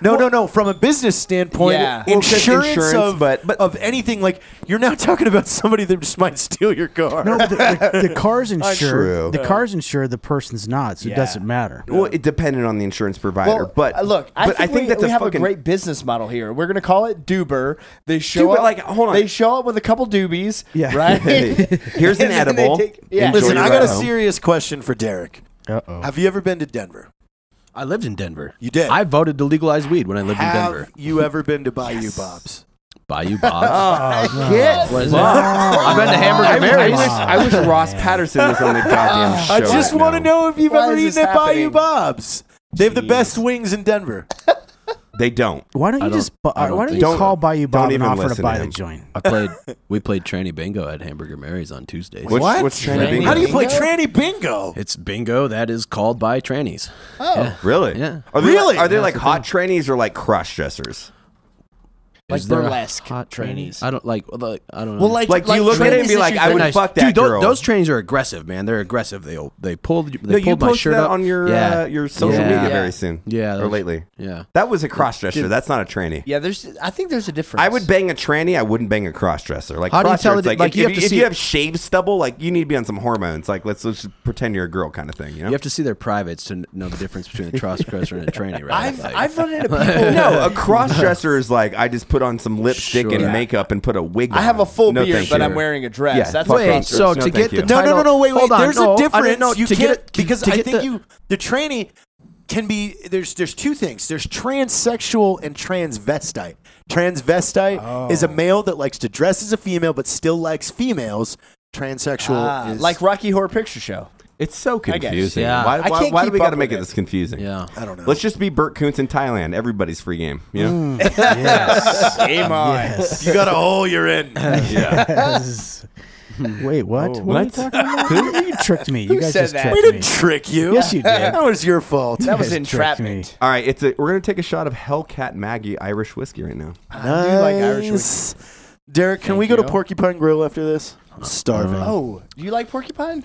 Speaker 9: No, no, no. From a business standpoint,
Speaker 7: Yeah.
Speaker 4: Well, 'cause
Speaker 9: insurance,
Speaker 4: insurance,
Speaker 9: of,
Speaker 4: but- but-
Speaker 9: of anything, like you're now [LAUGHS] talking about somebody that just might steal your car. [LAUGHS]
Speaker 6: No, but the, the, the car's
Speaker 4: True.
Speaker 6: insured. The car's insured. The person's not, so
Speaker 7: Yeah.
Speaker 6: it doesn't matter.
Speaker 4: Well, it depended on the insurance provider, but
Speaker 7: uh, look, I
Speaker 4: but
Speaker 7: think, we,
Speaker 4: that's
Speaker 7: we
Speaker 4: a
Speaker 7: have
Speaker 4: fucking
Speaker 7: a great business model here. We're gonna call it Duber. They show
Speaker 4: Dude, but
Speaker 7: up
Speaker 4: like, hold on.
Speaker 7: They show up with a couple doobies.
Speaker 4: Yeah.
Speaker 7: Right. [LAUGHS]
Speaker 4: Here's an
Speaker 7: And then they
Speaker 4: edible.
Speaker 7: take- yeah.
Speaker 4: Enjoy
Speaker 9: Listen,
Speaker 4: your
Speaker 9: I got a
Speaker 4: ride home.
Speaker 9: serious question for Derek.
Speaker 6: Uh oh.
Speaker 9: Have you ever been to Denver?
Speaker 5: I lived in Denver.
Speaker 9: You did.
Speaker 5: I voted to legalize weed when I lived
Speaker 9: Have
Speaker 5: in Denver.
Speaker 9: you ever been to Bayou Bob's?
Speaker 5: Bayou
Speaker 4: [LAUGHS] Oh,
Speaker 5: Bob's.
Speaker 4: Get
Speaker 5: What is it?
Speaker 6: [LAUGHS]
Speaker 5: I've been to Hamburger
Speaker 4: I wish,
Speaker 5: Mary's.
Speaker 4: I wish Ross Patterson was [LAUGHS] on the goddamn show.
Speaker 9: I just
Speaker 4: right
Speaker 9: want to
Speaker 4: now.
Speaker 9: know if you've
Speaker 7: Why
Speaker 9: ever
Speaker 7: is this
Speaker 9: eaten at
Speaker 7: happening?
Speaker 9: Bayou Bob's. They have the best wings in Denver.
Speaker 4: They don't.
Speaker 6: Why don't you
Speaker 5: don't-
Speaker 6: just bu-
Speaker 5: I don't
Speaker 6: why don't you
Speaker 5: think
Speaker 4: so.
Speaker 6: just call Bayou
Speaker 4: Don't
Speaker 6: Bob and
Speaker 4: even
Speaker 6: offer
Speaker 4: listen to
Speaker 6: to buy the
Speaker 4: him.
Speaker 6: joint?
Speaker 5: I played. We played tranny bingo at Hamburger Mary's on Tuesdays.
Speaker 4: What's, What's trying to be?
Speaker 9: How do you play
Speaker 7: Bingo?
Speaker 9: tranny bingo?
Speaker 5: It's bingo that is called by trannies.
Speaker 4: Really?
Speaker 5: Yeah.
Speaker 4: Are they
Speaker 9: Really?
Speaker 4: Like, are they like hot trainees or like cross dressers?
Speaker 7: Like
Speaker 5: Is there a
Speaker 7: burlesque
Speaker 5: hot
Speaker 7: trannies.
Speaker 5: trannies. I don't like. like I don't know.
Speaker 7: Well, like,
Speaker 4: Like, do you look at it and be
Speaker 7: trannies
Speaker 4: like,
Speaker 7: that
Speaker 4: I
Speaker 7: you
Speaker 4: would
Speaker 7: think-
Speaker 4: fuck that
Speaker 5: Dude, tho-
Speaker 4: girl?
Speaker 5: those trainers are aggressive, man. They're aggressive. They they pulled they
Speaker 4: no, you
Speaker 5: pulled my
Speaker 4: posted
Speaker 5: shirt
Speaker 4: that
Speaker 5: up
Speaker 4: on your
Speaker 5: yeah.
Speaker 4: uh, your social
Speaker 5: Yeah.
Speaker 4: media
Speaker 5: Yeah.
Speaker 4: very soon.
Speaker 5: Yeah,
Speaker 4: or
Speaker 5: those-
Speaker 4: lately.
Speaker 5: Yeah.
Speaker 4: That was a cross dresser. That's not a tranny.
Speaker 7: Yeah, there's. I think there's a difference.
Speaker 4: I would bang a tranny. I wouldn't bang a cross dresser. Like
Speaker 5: How do you
Speaker 4: cross
Speaker 5: tell
Speaker 4: dress,
Speaker 5: it-
Speaker 4: Like,
Speaker 5: like,
Speaker 4: if,
Speaker 5: you
Speaker 4: if
Speaker 5: have
Speaker 4: you,
Speaker 5: to
Speaker 4: if
Speaker 5: see
Speaker 4: you
Speaker 5: it-
Speaker 4: have shaved stubble, like you need to be on some hormones. Like let's, let's just pretend you're a girl kind of thing. You know.
Speaker 5: You have to see their privates to kn- know the difference between [LAUGHS] a cross dresser and a tranny, right?
Speaker 7: I've
Speaker 5: Like-
Speaker 7: I've run
Speaker 5: [LAUGHS]
Speaker 7: into people.
Speaker 4: no, a
Speaker 7: [LAUGHS]
Speaker 4: cross dresser is like I just put on some lipstick
Speaker 5: Sure.
Speaker 4: and makeup and put a wig.
Speaker 7: I have
Speaker 4: on.
Speaker 7: a full
Speaker 4: No,
Speaker 7: beard,
Speaker 4: thank
Speaker 7: but
Speaker 4: you.
Speaker 7: I'm wearing a dress.
Speaker 4: Yeah,
Speaker 7: That's
Speaker 4: fuck
Speaker 7: my
Speaker 5: Wait,
Speaker 4: cross
Speaker 7: cross
Speaker 5: so
Speaker 4: dresser. No,
Speaker 5: to get
Speaker 4: thank
Speaker 5: the
Speaker 4: you.
Speaker 5: ti-
Speaker 9: No, no, no,
Speaker 5: Title-
Speaker 9: no. Wait, wait.
Speaker 5: hold on,
Speaker 9: There's
Speaker 5: no, I
Speaker 9: a
Speaker 5: didn't
Speaker 9: difference.
Speaker 5: know.
Speaker 9: You
Speaker 5: To get
Speaker 9: can't
Speaker 5: it- to-
Speaker 9: because
Speaker 5: to
Speaker 9: I
Speaker 5: get
Speaker 9: think
Speaker 5: the-
Speaker 9: you there can be can be there's there's two things. There's transsexual and transvestite. Transvestite
Speaker 7: Oh.
Speaker 9: is a male that likes to dress as a female but still likes females. Transsexual
Speaker 7: Ah,
Speaker 9: is
Speaker 7: like Rocky Horror Picture Show.
Speaker 4: It's so
Speaker 7: guess.
Speaker 4: confusing.
Speaker 5: Yeah.
Speaker 4: Why,
Speaker 7: I
Speaker 4: why,
Speaker 7: can't
Speaker 4: why do
Speaker 7: keep
Speaker 4: we got to
Speaker 7: up
Speaker 4: make
Speaker 7: with
Speaker 4: it
Speaker 7: it.
Speaker 4: this confusing?
Speaker 5: yeah.
Speaker 9: I don't know.
Speaker 4: Let's just be Burt Koontz in Thailand. Everybody's free game. You know?
Speaker 6: [LAUGHS]
Speaker 7: Mm.
Speaker 6: Yes.
Speaker 7: Game on.
Speaker 6: yes.
Speaker 9: you got a hole you're
Speaker 7: [LAUGHS]
Speaker 9: in.
Speaker 6: [LAUGHS] Wait, what? what? are you
Speaker 4: what?
Speaker 6: talking about? you tricked me. You guys
Speaker 7: said
Speaker 6: just
Speaker 7: that?
Speaker 6: tricked
Speaker 9: we
Speaker 6: me.
Speaker 9: didn't trick you.
Speaker 6: Yes, you did.
Speaker 9: That was your fault.
Speaker 7: That was
Speaker 6: guys tricked me.
Speaker 7: entrapment.
Speaker 4: All right, it's a, we're gonna take a shot of Hellcat Maggie Irish whiskey right now.
Speaker 7: I do like Irish whiskey.
Speaker 9: Nice. Derek, can we go
Speaker 7: you.
Speaker 9: to Porcupine Grill after this? I'm starving.
Speaker 7: Oh, do you like porcupine?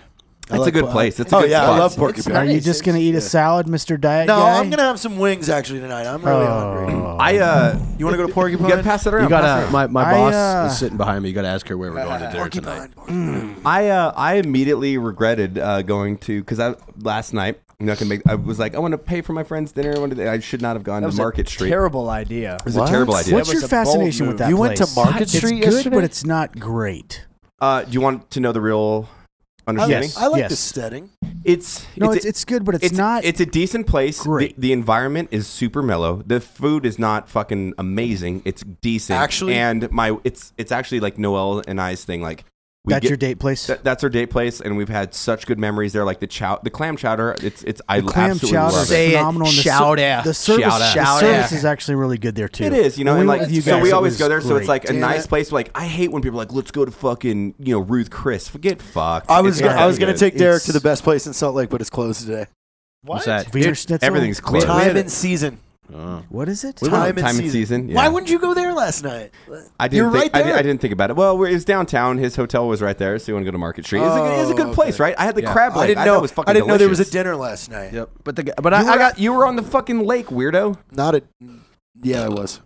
Speaker 4: It's a good place. It's a
Speaker 9: oh
Speaker 4: good
Speaker 9: yeah,
Speaker 4: spot.
Speaker 9: I love
Speaker 7: It's
Speaker 9: porcupine.
Speaker 6: Are you
Speaker 7: Nice,
Speaker 6: just gonna eat a salad, Mr. Diet
Speaker 9: No,
Speaker 6: Guy?
Speaker 9: I'm gonna have some wings actually tonight. I'm really hungry.
Speaker 6: Oh.
Speaker 4: I uh,
Speaker 9: You want to go
Speaker 4: [LAUGHS]
Speaker 9: to
Speaker 4: you
Speaker 9: Porcupine?
Speaker 4: gotta pass it around.
Speaker 5: You
Speaker 4: pass it
Speaker 5: gotta.
Speaker 4: around.
Speaker 5: My, my
Speaker 6: I,
Speaker 5: boss
Speaker 6: uh,
Speaker 5: is sitting behind me. You gotta ask her where we're going to dinner tonight.
Speaker 9: Porcupine.
Speaker 4: I uh, I immediately regretted uh, going to because I last night. I'm not gonna make. I was like, I want to pay for my friend's dinner. I, wanna do- I should not have gone
Speaker 7: That
Speaker 4: to
Speaker 7: was
Speaker 4: Market
Speaker 7: a
Speaker 4: Street.
Speaker 7: Terrible idea.
Speaker 4: it was a terrible idea.
Speaker 6: What's
Speaker 7: That
Speaker 6: your
Speaker 7: was a bold
Speaker 6: fascination
Speaker 7: move.
Speaker 6: with that?
Speaker 9: You went to
Speaker 6: place?
Speaker 9: Market
Speaker 6: it's
Speaker 9: Street
Speaker 6: good,
Speaker 9: yesterday?
Speaker 6: but it's not great.
Speaker 4: Uh, do you want to know the real understanding?
Speaker 6: Yes.
Speaker 9: I like
Speaker 6: Yes.
Speaker 9: this setting.
Speaker 4: It's
Speaker 6: No, it's
Speaker 4: a-
Speaker 6: it's, good, but it's, not.
Speaker 4: It's a decent place.
Speaker 6: great.
Speaker 4: The, the environment is super mellow. The food is not fucking amazing. It's decent.
Speaker 9: Actually-
Speaker 4: and my it's it's actually like Noel and I's thing. Like We
Speaker 6: That's
Speaker 4: get-
Speaker 6: your date place.
Speaker 4: That, that's our date place, and we've had such good memories there. Like the chow, the clam chowder. It's it's I
Speaker 6: the clam
Speaker 4: absolutely
Speaker 6: chowder
Speaker 4: love
Speaker 6: is
Speaker 4: it.
Speaker 3: Say it.
Speaker 6: phenomenal. and the
Speaker 3: Shout
Speaker 6: ser-
Speaker 3: out.
Speaker 6: The service,
Speaker 4: Shout out.
Speaker 6: the
Speaker 3: Shout
Speaker 6: service
Speaker 3: out.
Speaker 6: is actually really good there too.
Speaker 4: It is, you know,
Speaker 6: When
Speaker 4: and
Speaker 6: we
Speaker 4: like
Speaker 6: went with you
Speaker 4: so
Speaker 6: guys,
Speaker 4: we
Speaker 6: it
Speaker 4: always
Speaker 6: was
Speaker 4: go there. So it's
Speaker 6: great.
Speaker 4: like a nice place. Like I hate when people are like, let's go to fucking you know Ruth Chris. Forget fuck.
Speaker 9: I was
Speaker 4: It's
Speaker 9: gonna,
Speaker 4: not
Speaker 9: I was
Speaker 4: that
Speaker 9: gonna
Speaker 4: good.
Speaker 9: take Derek
Speaker 6: It's-
Speaker 9: to the best place in Salt Lake, but it's closed today.
Speaker 5: What's that?
Speaker 6: Wiener Schnitzel.
Speaker 4: Everything's closed.
Speaker 9: Time and season.
Speaker 6: What is it?
Speaker 4: We went on
Speaker 9: Time and
Speaker 4: time and
Speaker 9: season.
Speaker 4: season. yeah.
Speaker 9: Why wouldn't you go there last night?
Speaker 4: I
Speaker 9: You're
Speaker 4: didn't think,
Speaker 9: right
Speaker 4: I, di-
Speaker 9: there.
Speaker 4: I didn't think about it. Well, we're, it was downtown. His hotel was right there, so you want to go to Market Street. It's a, good- it's a good place, right? I had the crab leg.
Speaker 9: Oh, I didn't
Speaker 4: thought
Speaker 9: know.
Speaker 4: it was fucking
Speaker 9: I didn't know there was a
Speaker 4: delicious.
Speaker 9: dinner last night.
Speaker 5: Yep. But the g- but I,
Speaker 4: You were,
Speaker 5: I got
Speaker 4: you were on the fucking lake, weirdo.
Speaker 9: Not a. Yeah, I was.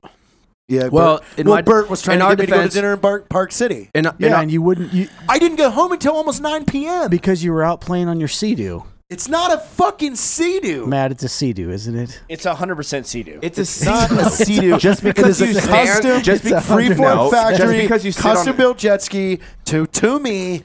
Speaker 9: Yeah.
Speaker 5: Well,
Speaker 9: Bert,
Speaker 5: in
Speaker 9: well,
Speaker 5: my-
Speaker 9: Bert was trying
Speaker 5: in
Speaker 9: to
Speaker 5: our
Speaker 9: get me to go to
Speaker 5: defense-
Speaker 9: dinner in Park, Park City.
Speaker 5: and, I-
Speaker 6: yeah,
Speaker 5: and I-
Speaker 6: and you wouldn't you
Speaker 9: I didn't get home until almost 9 p.m.
Speaker 6: because you were out playing on your Sea-Doo.
Speaker 9: It's not a fucking sea-doo.
Speaker 6: Matt, it's a Sea-Doo, isn't it?
Speaker 7: It's 100% sea
Speaker 4: It's a [LAUGHS]
Speaker 9: Not a sea-doo. just
Speaker 4: because
Speaker 9: it's
Speaker 4: you
Speaker 9: a
Speaker 4: stand-
Speaker 9: custom,
Speaker 4: just be-
Speaker 9: freeform
Speaker 4: no, just
Speaker 9: factory,
Speaker 4: because you sit on-
Speaker 9: custom-built jet ski to to me.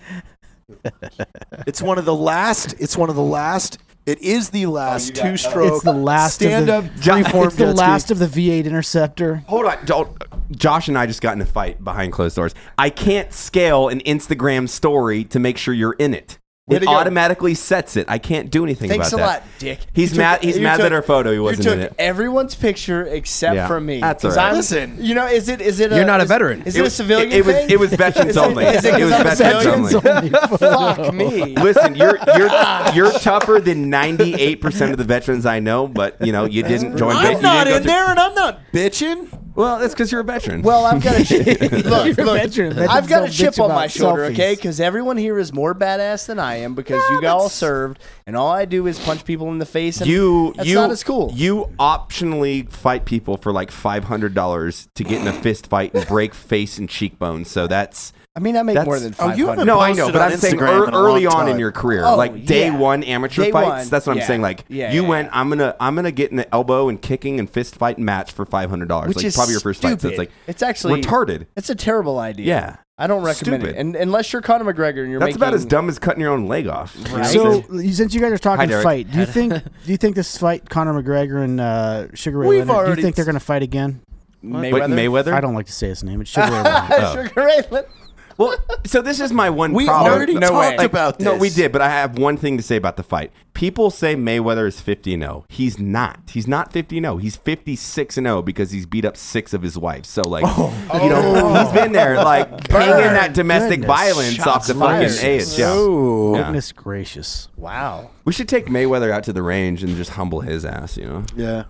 Speaker 9: it's one of the last. It's one of the last. It is the last two-stroke.
Speaker 6: It's the last of the-
Speaker 9: stand-up freeform
Speaker 6: It's the
Speaker 9: jet
Speaker 6: last
Speaker 9: ski.
Speaker 6: of the V8 Interceptor.
Speaker 4: Hold on, don't, Josh and I just got in a fight behind closed doors. I can't scale an Instagram story to make sure you're in it.
Speaker 7: Way
Speaker 4: It
Speaker 7: to go.
Speaker 4: automatically sets it. I can't do anything
Speaker 7: Thanks
Speaker 4: about
Speaker 7: a
Speaker 4: that.
Speaker 7: lot, Dick.
Speaker 4: He's
Speaker 7: You
Speaker 4: mad.
Speaker 7: took-
Speaker 4: he's
Speaker 7: you
Speaker 4: mad
Speaker 7: took-
Speaker 4: that our photo
Speaker 7: You
Speaker 4: wasn't
Speaker 7: took
Speaker 4: in it.
Speaker 7: everyone's picture except
Speaker 4: Yeah,
Speaker 7: for me.
Speaker 4: that's all
Speaker 7: 'Cause
Speaker 4: right.
Speaker 7: I'm-
Speaker 9: Listen.
Speaker 7: you know, is it is it?
Speaker 5: You're not a
Speaker 7: is-
Speaker 5: veteran.
Speaker 7: Is it, a
Speaker 4: was-
Speaker 7: civilian?
Speaker 4: It, was.
Speaker 7: thing?
Speaker 4: It was veterans
Speaker 7: it-
Speaker 4: only.
Speaker 7: is it
Speaker 4: It was
Speaker 7: 'cause I'm
Speaker 4: veterans
Speaker 7: veterans
Speaker 4: only.
Speaker 7: [LAUGHS] [LAUGHS] Fuck me.
Speaker 4: Listen, you're
Speaker 7: [LAUGHS]
Speaker 4: you're
Speaker 7: Ah.
Speaker 4: you're tougher than 98 percent of the veterans I know, but you know you
Speaker 7: [LAUGHS]
Speaker 4: didn't join. you
Speaker 9: I'm
Speaker 4: didn't
Speaker 9: not
Speaker 4: go
Speaker 9: in
Speaker 4: to-
Speaker 9: there, and I'm not bitching.
Speaker 4: Well, that's because you're a veteran.
Speaker 7: Well, I've [LAUGHS] got a chip.
Speaker 6: You're
Speaker 7: look,
Speaker 6: a
Speaker 7: look,
Speaker 6: veteran. Veterans
Speaker 7: I've got
Speaker 6: don't
Speaker 7: a chip
Speaker 6: bitch
Speaker 7: on my
Speaker 6: about
Speaker 7: shoulder,
Speaker 6: selfies.
Speaker 7: okay? Because everyone here is more badass than I am because you got all served, and all I do is punch people in the face. And
Speaker 4: you
Speaker 7: that's
Speaker 4: you
Speaker 7: not as cool.
Speaker 4: you optionally fight people for like five hundred dollars to get in a fist fight and
Speaker 7: [LAUGHS]
Speaker 4: break face and cheekbones. So that's
Speaker 7: I mean, I make
Speaker 4: That's-
Speaker 7: more than
Speaker 9: Oh,
Speaker 7: five
Speaker 9: you
Speaker 7: hundred.
Speaker 9: haven't
Speaker 4: no, I
Speaker 9: posted
Speaker 4: know, but
Speaker 9: on
Speaker 4: I'm saying
Speaker 9: Instagram
Speaker 4: ear-
Speaker 9: in a long
Speaker 4: early on in
Speaker 9: time.
Speaker 4: your career,
Speaker 7: Oh,
Speaker 4: like day
Speaker 7: yeah.
Speaker 4: one amateur
Speaker 7: Day
Speaker 4: fights.
Speaker 7: one,
Speaker 4: That's what I'm
Speaker 7: yeah.
Speaker 4: saying. Like
Speaker 7: Yeah,
Speaker 4: you
Speaker 7: yeah,
Speaker 4: went,
Speaker 7: yeah.
Speaker 4: I'm gonna I'm gonna get an elbow and kicking and fist fight match for five hundred dollars.
Speaker 7: Which
Speaker 4: Like
Speaker 7: is
Speaker 4: probably your first fight. So it's
Speaker 7: stupid.
Speaker 4: like
Speaker 7: It's actually-
Speaker 4: retarded.
Speaker 7: It's a terrible idea.
Speaker 4: Yeah.
Speaker 7: I don't recommend
Speaker 4: Stupid.
Speaker 7: it. And unless you're Conor McGregor and you're
Speaker 4: That's
Speaker 7: making
Speaker 4: about as dumb as cutting your own leg off. you know what I'm
Speaker 6: So
Speaker 4: saying?
Speaker 6: since you guys are talking
Speaker 4: Derek.
Speaker 6: fight, do you think do you think this fight Conor McGregor and uh, Sugar Ray
Speaker 9: We've
Speaker 6: Leonard? do
Speaker 9: already-
Speaker 6: you think they're going to fight again?
Speaker 4: But
Speaker 7: [LAUGHS]
Speaker 4: Mayweather.
Speaker 6: I don't like to say his name. It's Sugar Ray Leonard. [LAUGHS]
Speaker 7: Sugar Ray Leonard.
Speaker 4: Well, so this is my one.
Speaker 9: We
Speaker 4: problem.
Speaker 9: already
Speaker 7: No way.
Speaker 9: talked about this.
Speaker 4: No, we did, but I have one thing to say about the fight. People say Mayweather is 50 and 0. He's not. He's not 50 and 0. He's 56 and 0 because he's beat up six of his wives. So like, you know, he's been there like paying in that domestic
Speaker 6: Goodness.
Speaker 4: violence off the fucking
Speaker 6: fired.
Speaker 4: edge. Yeah.
Speaker 6: Oh,
Speaker 4: Yeah.
Speaker 6: Goodness gracious!
Speaker 7: Wow.
Speaker 4: We should take Mayweather out to the range and just humble his ass, you know.
Speaker 9: Yeah,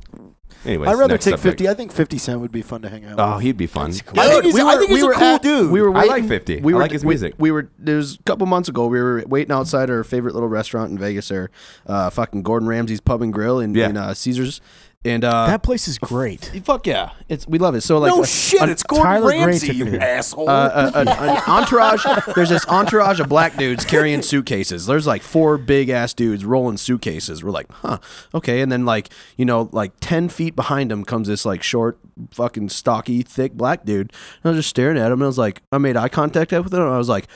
Speaker 4: Anyways,
Speaker 9: I'd rather
Speaker 4: next
Speaker 9: take
Speaker 4: subject.
Speaker 9: fifty. I think Fifty Cent would be fun to hang out. with.
Speaker 6: Ah,
Speaker 4: Oh, he'd be fun.
Speaker 9: I think he's,
Speaker 5: we
Speaker 9: I
Speaker 5: were-
Speaker 9: think
Speaker 5: we
Speaker 9: he's a
Speaker 5: were
Speaker 9: cool
Speaker 5: at-
Speaker 9: dude.
Speaker 5: We were
Speaker 4: I like
Speaker 5: waiting,
Speaker 4: 50.
Speaker 5: We
Speaker 4: I
Speaker 5: were,
Speaker 4: like his
Speaker 5: we-
Speaker 4: music.
Speaker 5: We, were there was a couple months ago. We were waiting outside our favorite little restaurant in Vegas, there, uh, fucking Gordon Ramsay's Pub and Grill in,
Speaker 4: Yeah.
Speaker 5: in uh, Caesars, and uh,
Speaker 6: That place is great.
Speaker 5: fuck yeah, it's we love it. So like
Speaker 9: no
Speaker 5: uh,
Speaker 9: shit.
Speaker 5: an-
Speaker 9: it's Gordon
Speaker 6: Tyler Gray
Speaker 9: Ramsay,
Speaker 6: took me
Speaker 9: you
Speaker 6: there.
Speaker 9: asshole.
Speaker 5: uh, a- a- an entourage. There's this entourage of black dudes carrying suitcases. There's like four big ass dudes rolling suitcases. We're like, huh, okay. And then like you know, like ten feet behind him comes this like short, fucking stocky, thick black dude. And I was just staring at him. And I was like, I made eye contact with him. And I was like,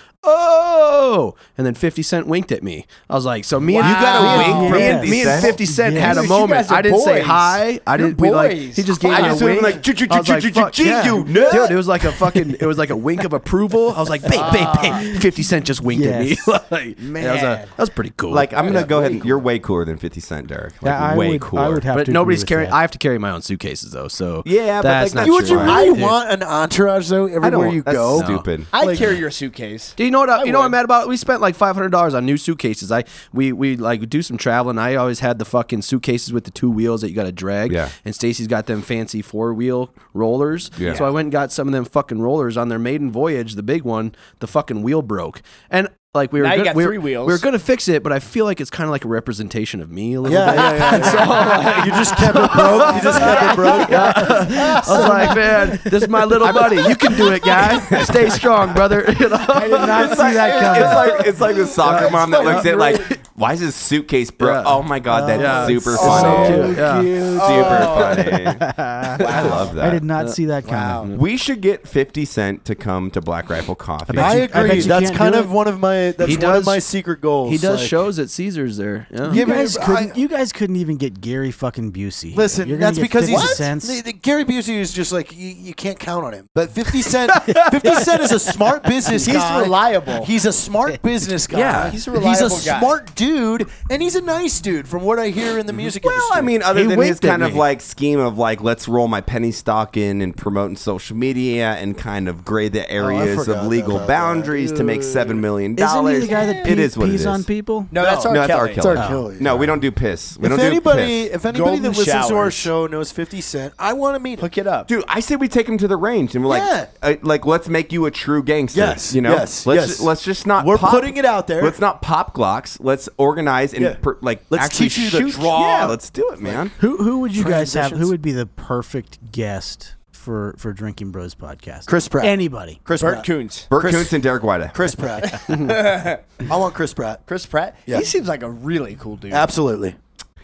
Speaker 5: oh. And then Fifty Cent winked at me. I was like, so me and
Speaker 4: You got a
Speaker 5: me and-
Speaker 4: wink from
Speaker 5: Me and,
Speaker 4: 50
Speaker 5: me and
Speaker 4: Cent?
Speaker 5: Fifty Cent
Speaker 6: Yes.
Speaker 5: had a
Speaker 7: Dude, you
Speaker 5: moment.
Speaker 7: guys are
Speaker 5: I didn't say
Speaker 7: boys.
Speaker 5: hi. I
Speaker 7: You're
Speaker 5: didn't. We like
Speaker 7: boys.
Speaker 5: he just gave
Speaker 4: I
Speaker 5: me
Speaker 4: just
Speaker 5: a
Speaker 4: went
Speaker 5: wink.
Speaker 4: like, "Ju- ju-
Speaker 5: I was
Speaker 4: ju-
Speaker 5: like,
Speaker 4: ju-
Speaker 5: "Fuck
Speaker 4: ju-
Speaker 5: yeah."
Speaker 4: you nut.
Speaker 5: dude. It was like a fucking. It was like a wink of approval. I was like, babe, babe, babe. Fifty Cent just winked
Speaker 6: Yes.
Speaker 5: at me. [LAUGHS] like, man, that was, a, that was pretty cool.
Speaker 4: Like I'm gonna go ahead. and You're way cooler than 50 Cent, Derek. Like,
Speaker 6: Yeah, I
Speaker 4: way
Speaker 6: would,
Speaker 4: cooler.
Speaker 6: I would have
Speaker 5: but
Speaker 6: to.
Speaker 5: nobody's
Speaker 6: agree with
Speaker 5: carrying.
Speaker 6: that.
Speaker 5: I have to carry my own suitcases though. So
Speaker 4: Yeah, but,
Speaker 5: that's
Speaker 4: like,
Speaker 5: not
Speaker 4: that's
Speaker 9: would you
Speaker 5: true.
Speaker 4: right.
Speaker 9: really
Speaker 5: Dude.
Speaker 9: want an entourage though? Everywhere
Speaker 4: I don't.
Speaker 9: you
Speaker 4: that's
Speaker 9: go,
Speaker 4: stupid.
Speaker 7: I carry your suitcase.
Speaker 5: Do you know what? I,
Speaker 7: I
Speaker 5: you know what I'm
Speaker 7: would.
Speaker 5: mad about? We spent like five hundred dollars on new suitcases. I we we like do some traveling. I always had the fucking suitcases with the two wheels that you got to drag.
Speaker 4: Yeah.
Speaker 5: And Stacy's got them fancy four wheel rollers.
Speaker 4: Yeah.
Speaker 5: So I went and got some of them fucking rollers on their maiden voyage. The big one, the fucking wheel broke, and like we were
Speaker 7: Now you
Speaker 5: gonna-
Speaker 7: got
Speaker 5: we were-
Speaker 7: three wheels.
Speaker 5: We were gonna fix it, but I feel like it's kind of like a representation of me a little
Speaker 9: Yeah,
Speaker 5: bit.
Speaker 9: yeah,
Speaker 5: [LAUGHS]
Speaker 9: yeah, yeah. you just kept it broke. You just kept it broke.
Speaker 5: I was like, man, this is my little buddy. You can do it, guy. Stay strong, brother. [LAUGHS] You know?
Speaker 4: It's like, it's like it's like the soccer mom that looks at like Why is his suitcase bro?
Speaker 5: Yeah.
Speaker 4: Oh my god, that's
Speaker 5: Yeah, it's
Speaker 4: super
Speaker 5: so
Speaker 4: funny.
Speaker 5: cute. Yeah.
Speaker 4: Super
Speaker 9: Oh.
Speaker 4: funny. I love
Speaker 6: I did
Speaker 4: that.
Speaker 6: not see that coming.
Speaker 4: We should get 50 Cent to come to Black Rifle Coffee.
Speaker 9: I
Speaker 6: you- I bet
Speaker 9: agree.
Speaker 6: you
Speaker 9: That's
Speaker 6: can't
Speaker 9: kind
Speaker 6: do
Speaker 9: of
Speaker 6: it.
Speaker 9: one of my that's
Speaker 5: He
Speaker 9: one of
Speaker 5: does-
Speaker 9: my secret goals.
Speaker 5: He does
Speaker 9: Like,
Speaker 5: shows at Caesars there. Yeah.
Speaker 9: Yeah,
Speaker 6: You
Speaker 9: but
Speaker 6: guys,
Speaker 9: I-
Speaker 6: couldn't, you guys couldn't even get Gary fucking Busey. You're
Speaker 9: Listen,
Speaker 6: gonna
Speaker 9: that's
Speaker 6: get
Speaker 9: because
Speaker 6: 50
Speaker 9: he's
Speaker 6: cents.
Speaker 9: The, the- Gary Busey is just like you, you can't count on him. But Fifty [LAUGHS] Cent, Fifty Cent is a smart business
Speaker 7: He's
Speaker 9: guy.
Speaker 7: reliable.
Speaker 9: He's a [LAUGHS] smart business guy.
Speaker 4: Yeah.
Speaker 7: He's a reliable
Speaker 9: He's a
Speaker 7: guy.
Speaker 9: smart dude, and he's a nice dude, from what I hear in the music
Speaker 4: Well,
Speaker 9: industry.
Speaker 4: I mean, other
Speaker 5: He
Speaker 4: than his
Speaker 5: winked at
Speaker 4: kind of
Speaker 5: me.
Speaker 4: like scheme of like, let's roll my penny stock in and promoting social media and kind of gray the areas
Speaker 9: Oh, forgot
Speaker 4: of legal
Speaker 9: about that.
Speaker 4: boundaries to make seven million
Speaker 6: Isn't
Speaker 4: dollars.
Speaker 6: he the guy that
Speaker 4: it
Speaker 6: pee-
Speaker 4: is what it
Speaker 6: pees
Speaker 4: is.
Speaker 6: on people?
Speaker 7: No, that's
Speaker 4: No,
Speaker 7: our
Speaker 4: that's R.
Speaker 7: Kelly.
Speaker 4: Kelly.
Speaker 9: R. Kelly,
Speaker 4: No, we don't do piss. We
Speaker 9: if
Speaker 4: don't
Speaker 9: anybody,
Speaker 4: do piss.
Speaker 9: if anybody
Speaker 7: Golden
Speaker 9: that listens to our
Speaker 7: showers.
Speaker 9: show knows Fifty Cent, I want to meet him.
Speaker 7: Hook it up.
Speaker 4: Dude, I say we take him to the range and we're
Speaker 9: Yeah.
Speaker 4: like, uh, like let's make you a true gangster.
Speaker 9: Yes,
Speaker 4: you know,
Speaker 9: yes,
Speaker 4: let's
Speaker 9: yes.
Speaker 4: let's just not.
Speaker 9: We're
Speaker 4: pop-
Speaker 9: putting it out there.
Speaker 4: Let's not pop Glocks. Let's organize and
Speaker 9: Yeah.
Speaker 4: per- like
Speaker 9: Let's
Speaker 4: actually
Speaker 9: teach you the
Speaker 4: shoot-
Speaker 9: draw.
Speaker 4: Yeah, let's do it, man.
Speaker 6: Who who would you guys have? Who
Speaker 9: Transitions.
Speaker 6: would be the perfect guest for for Drinking Bros podcast?
Speaker 9: Chris Pratt.
Speaker 6: Anybody?
Speaker 9: Chris
Speaker 7: Bert
Speaker 9: Pratt.
Speaker 7: Coons.
Speaker 4: Burt Koontz and Derek White.
Speaker 9: Chris [LAUGHS] Pratt. I want Chris Pratt.
Speaker 7: Chris Pratt.
Speaker 9: Yeah.
Speaker 7: He seems like a really cool dude.
Speaker 9: Absolutely.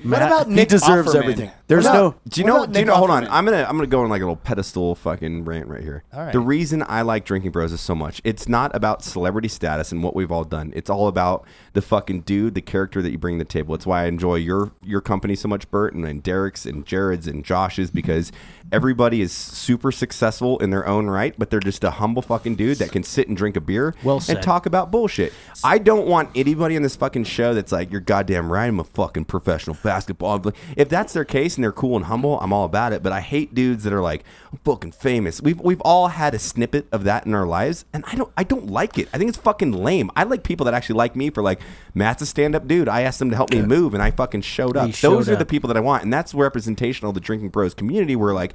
Speaker 7: What about
Speaker 9: he
Speaker 7: Nick
Speaker 9: deserves
Speaker 7: Offerman?
Speaker 9: everything. There's
Speaker 7: What
Speaker 9: no.
Speaker 7: about-
Speaker 4: Do you
Speaker 7: what
Speaker 4: know?
Speaker 7: about
Speaker 4: Do you
Speaker 7: Nick
Speaker 4: know? Hold on.
Speaker 7: Offerman?
Speaker 4: I'm gonna I'm gonna go on like a little pedestal fucking rant right here.
Speaker 7: All right.
Speaker 4: The reason I like drinking bros is so much. It's not about celebrity status and what we've all done. It's all about the fucking dude, the character that you bring to the table. It's why I enjoy your your company so much, Bert, and, and Derek's and Jared's and Josh's because everybody is super successful in their own right, but they're just a humble fucking dude that can sit and drink a beer
Speaker 6: Well
Speaker 4: and
Speaker 6: said.
Speaker 4: talk about bullshit. I don't want anybody on this fucking show that's like, you're goddamn right, I'm a fucking professional basketball. player." If that's their case and they're cool and humble, I'm all about it. But I hate dudes that are like, I'm fucking famous. We've we've all had a snippet of that in our lives, and I don't I don't like it. I think it's fucking lame. I like people that actually like me for like, Matt's a stand up dude. I asked him to help me move, and I fucking showed up.
Speaker 6: showed
Speaker 4: Those are
Speaker 6: up.
Speaker 4: the people that I want, and that's representational of the drinking bros community. Where like,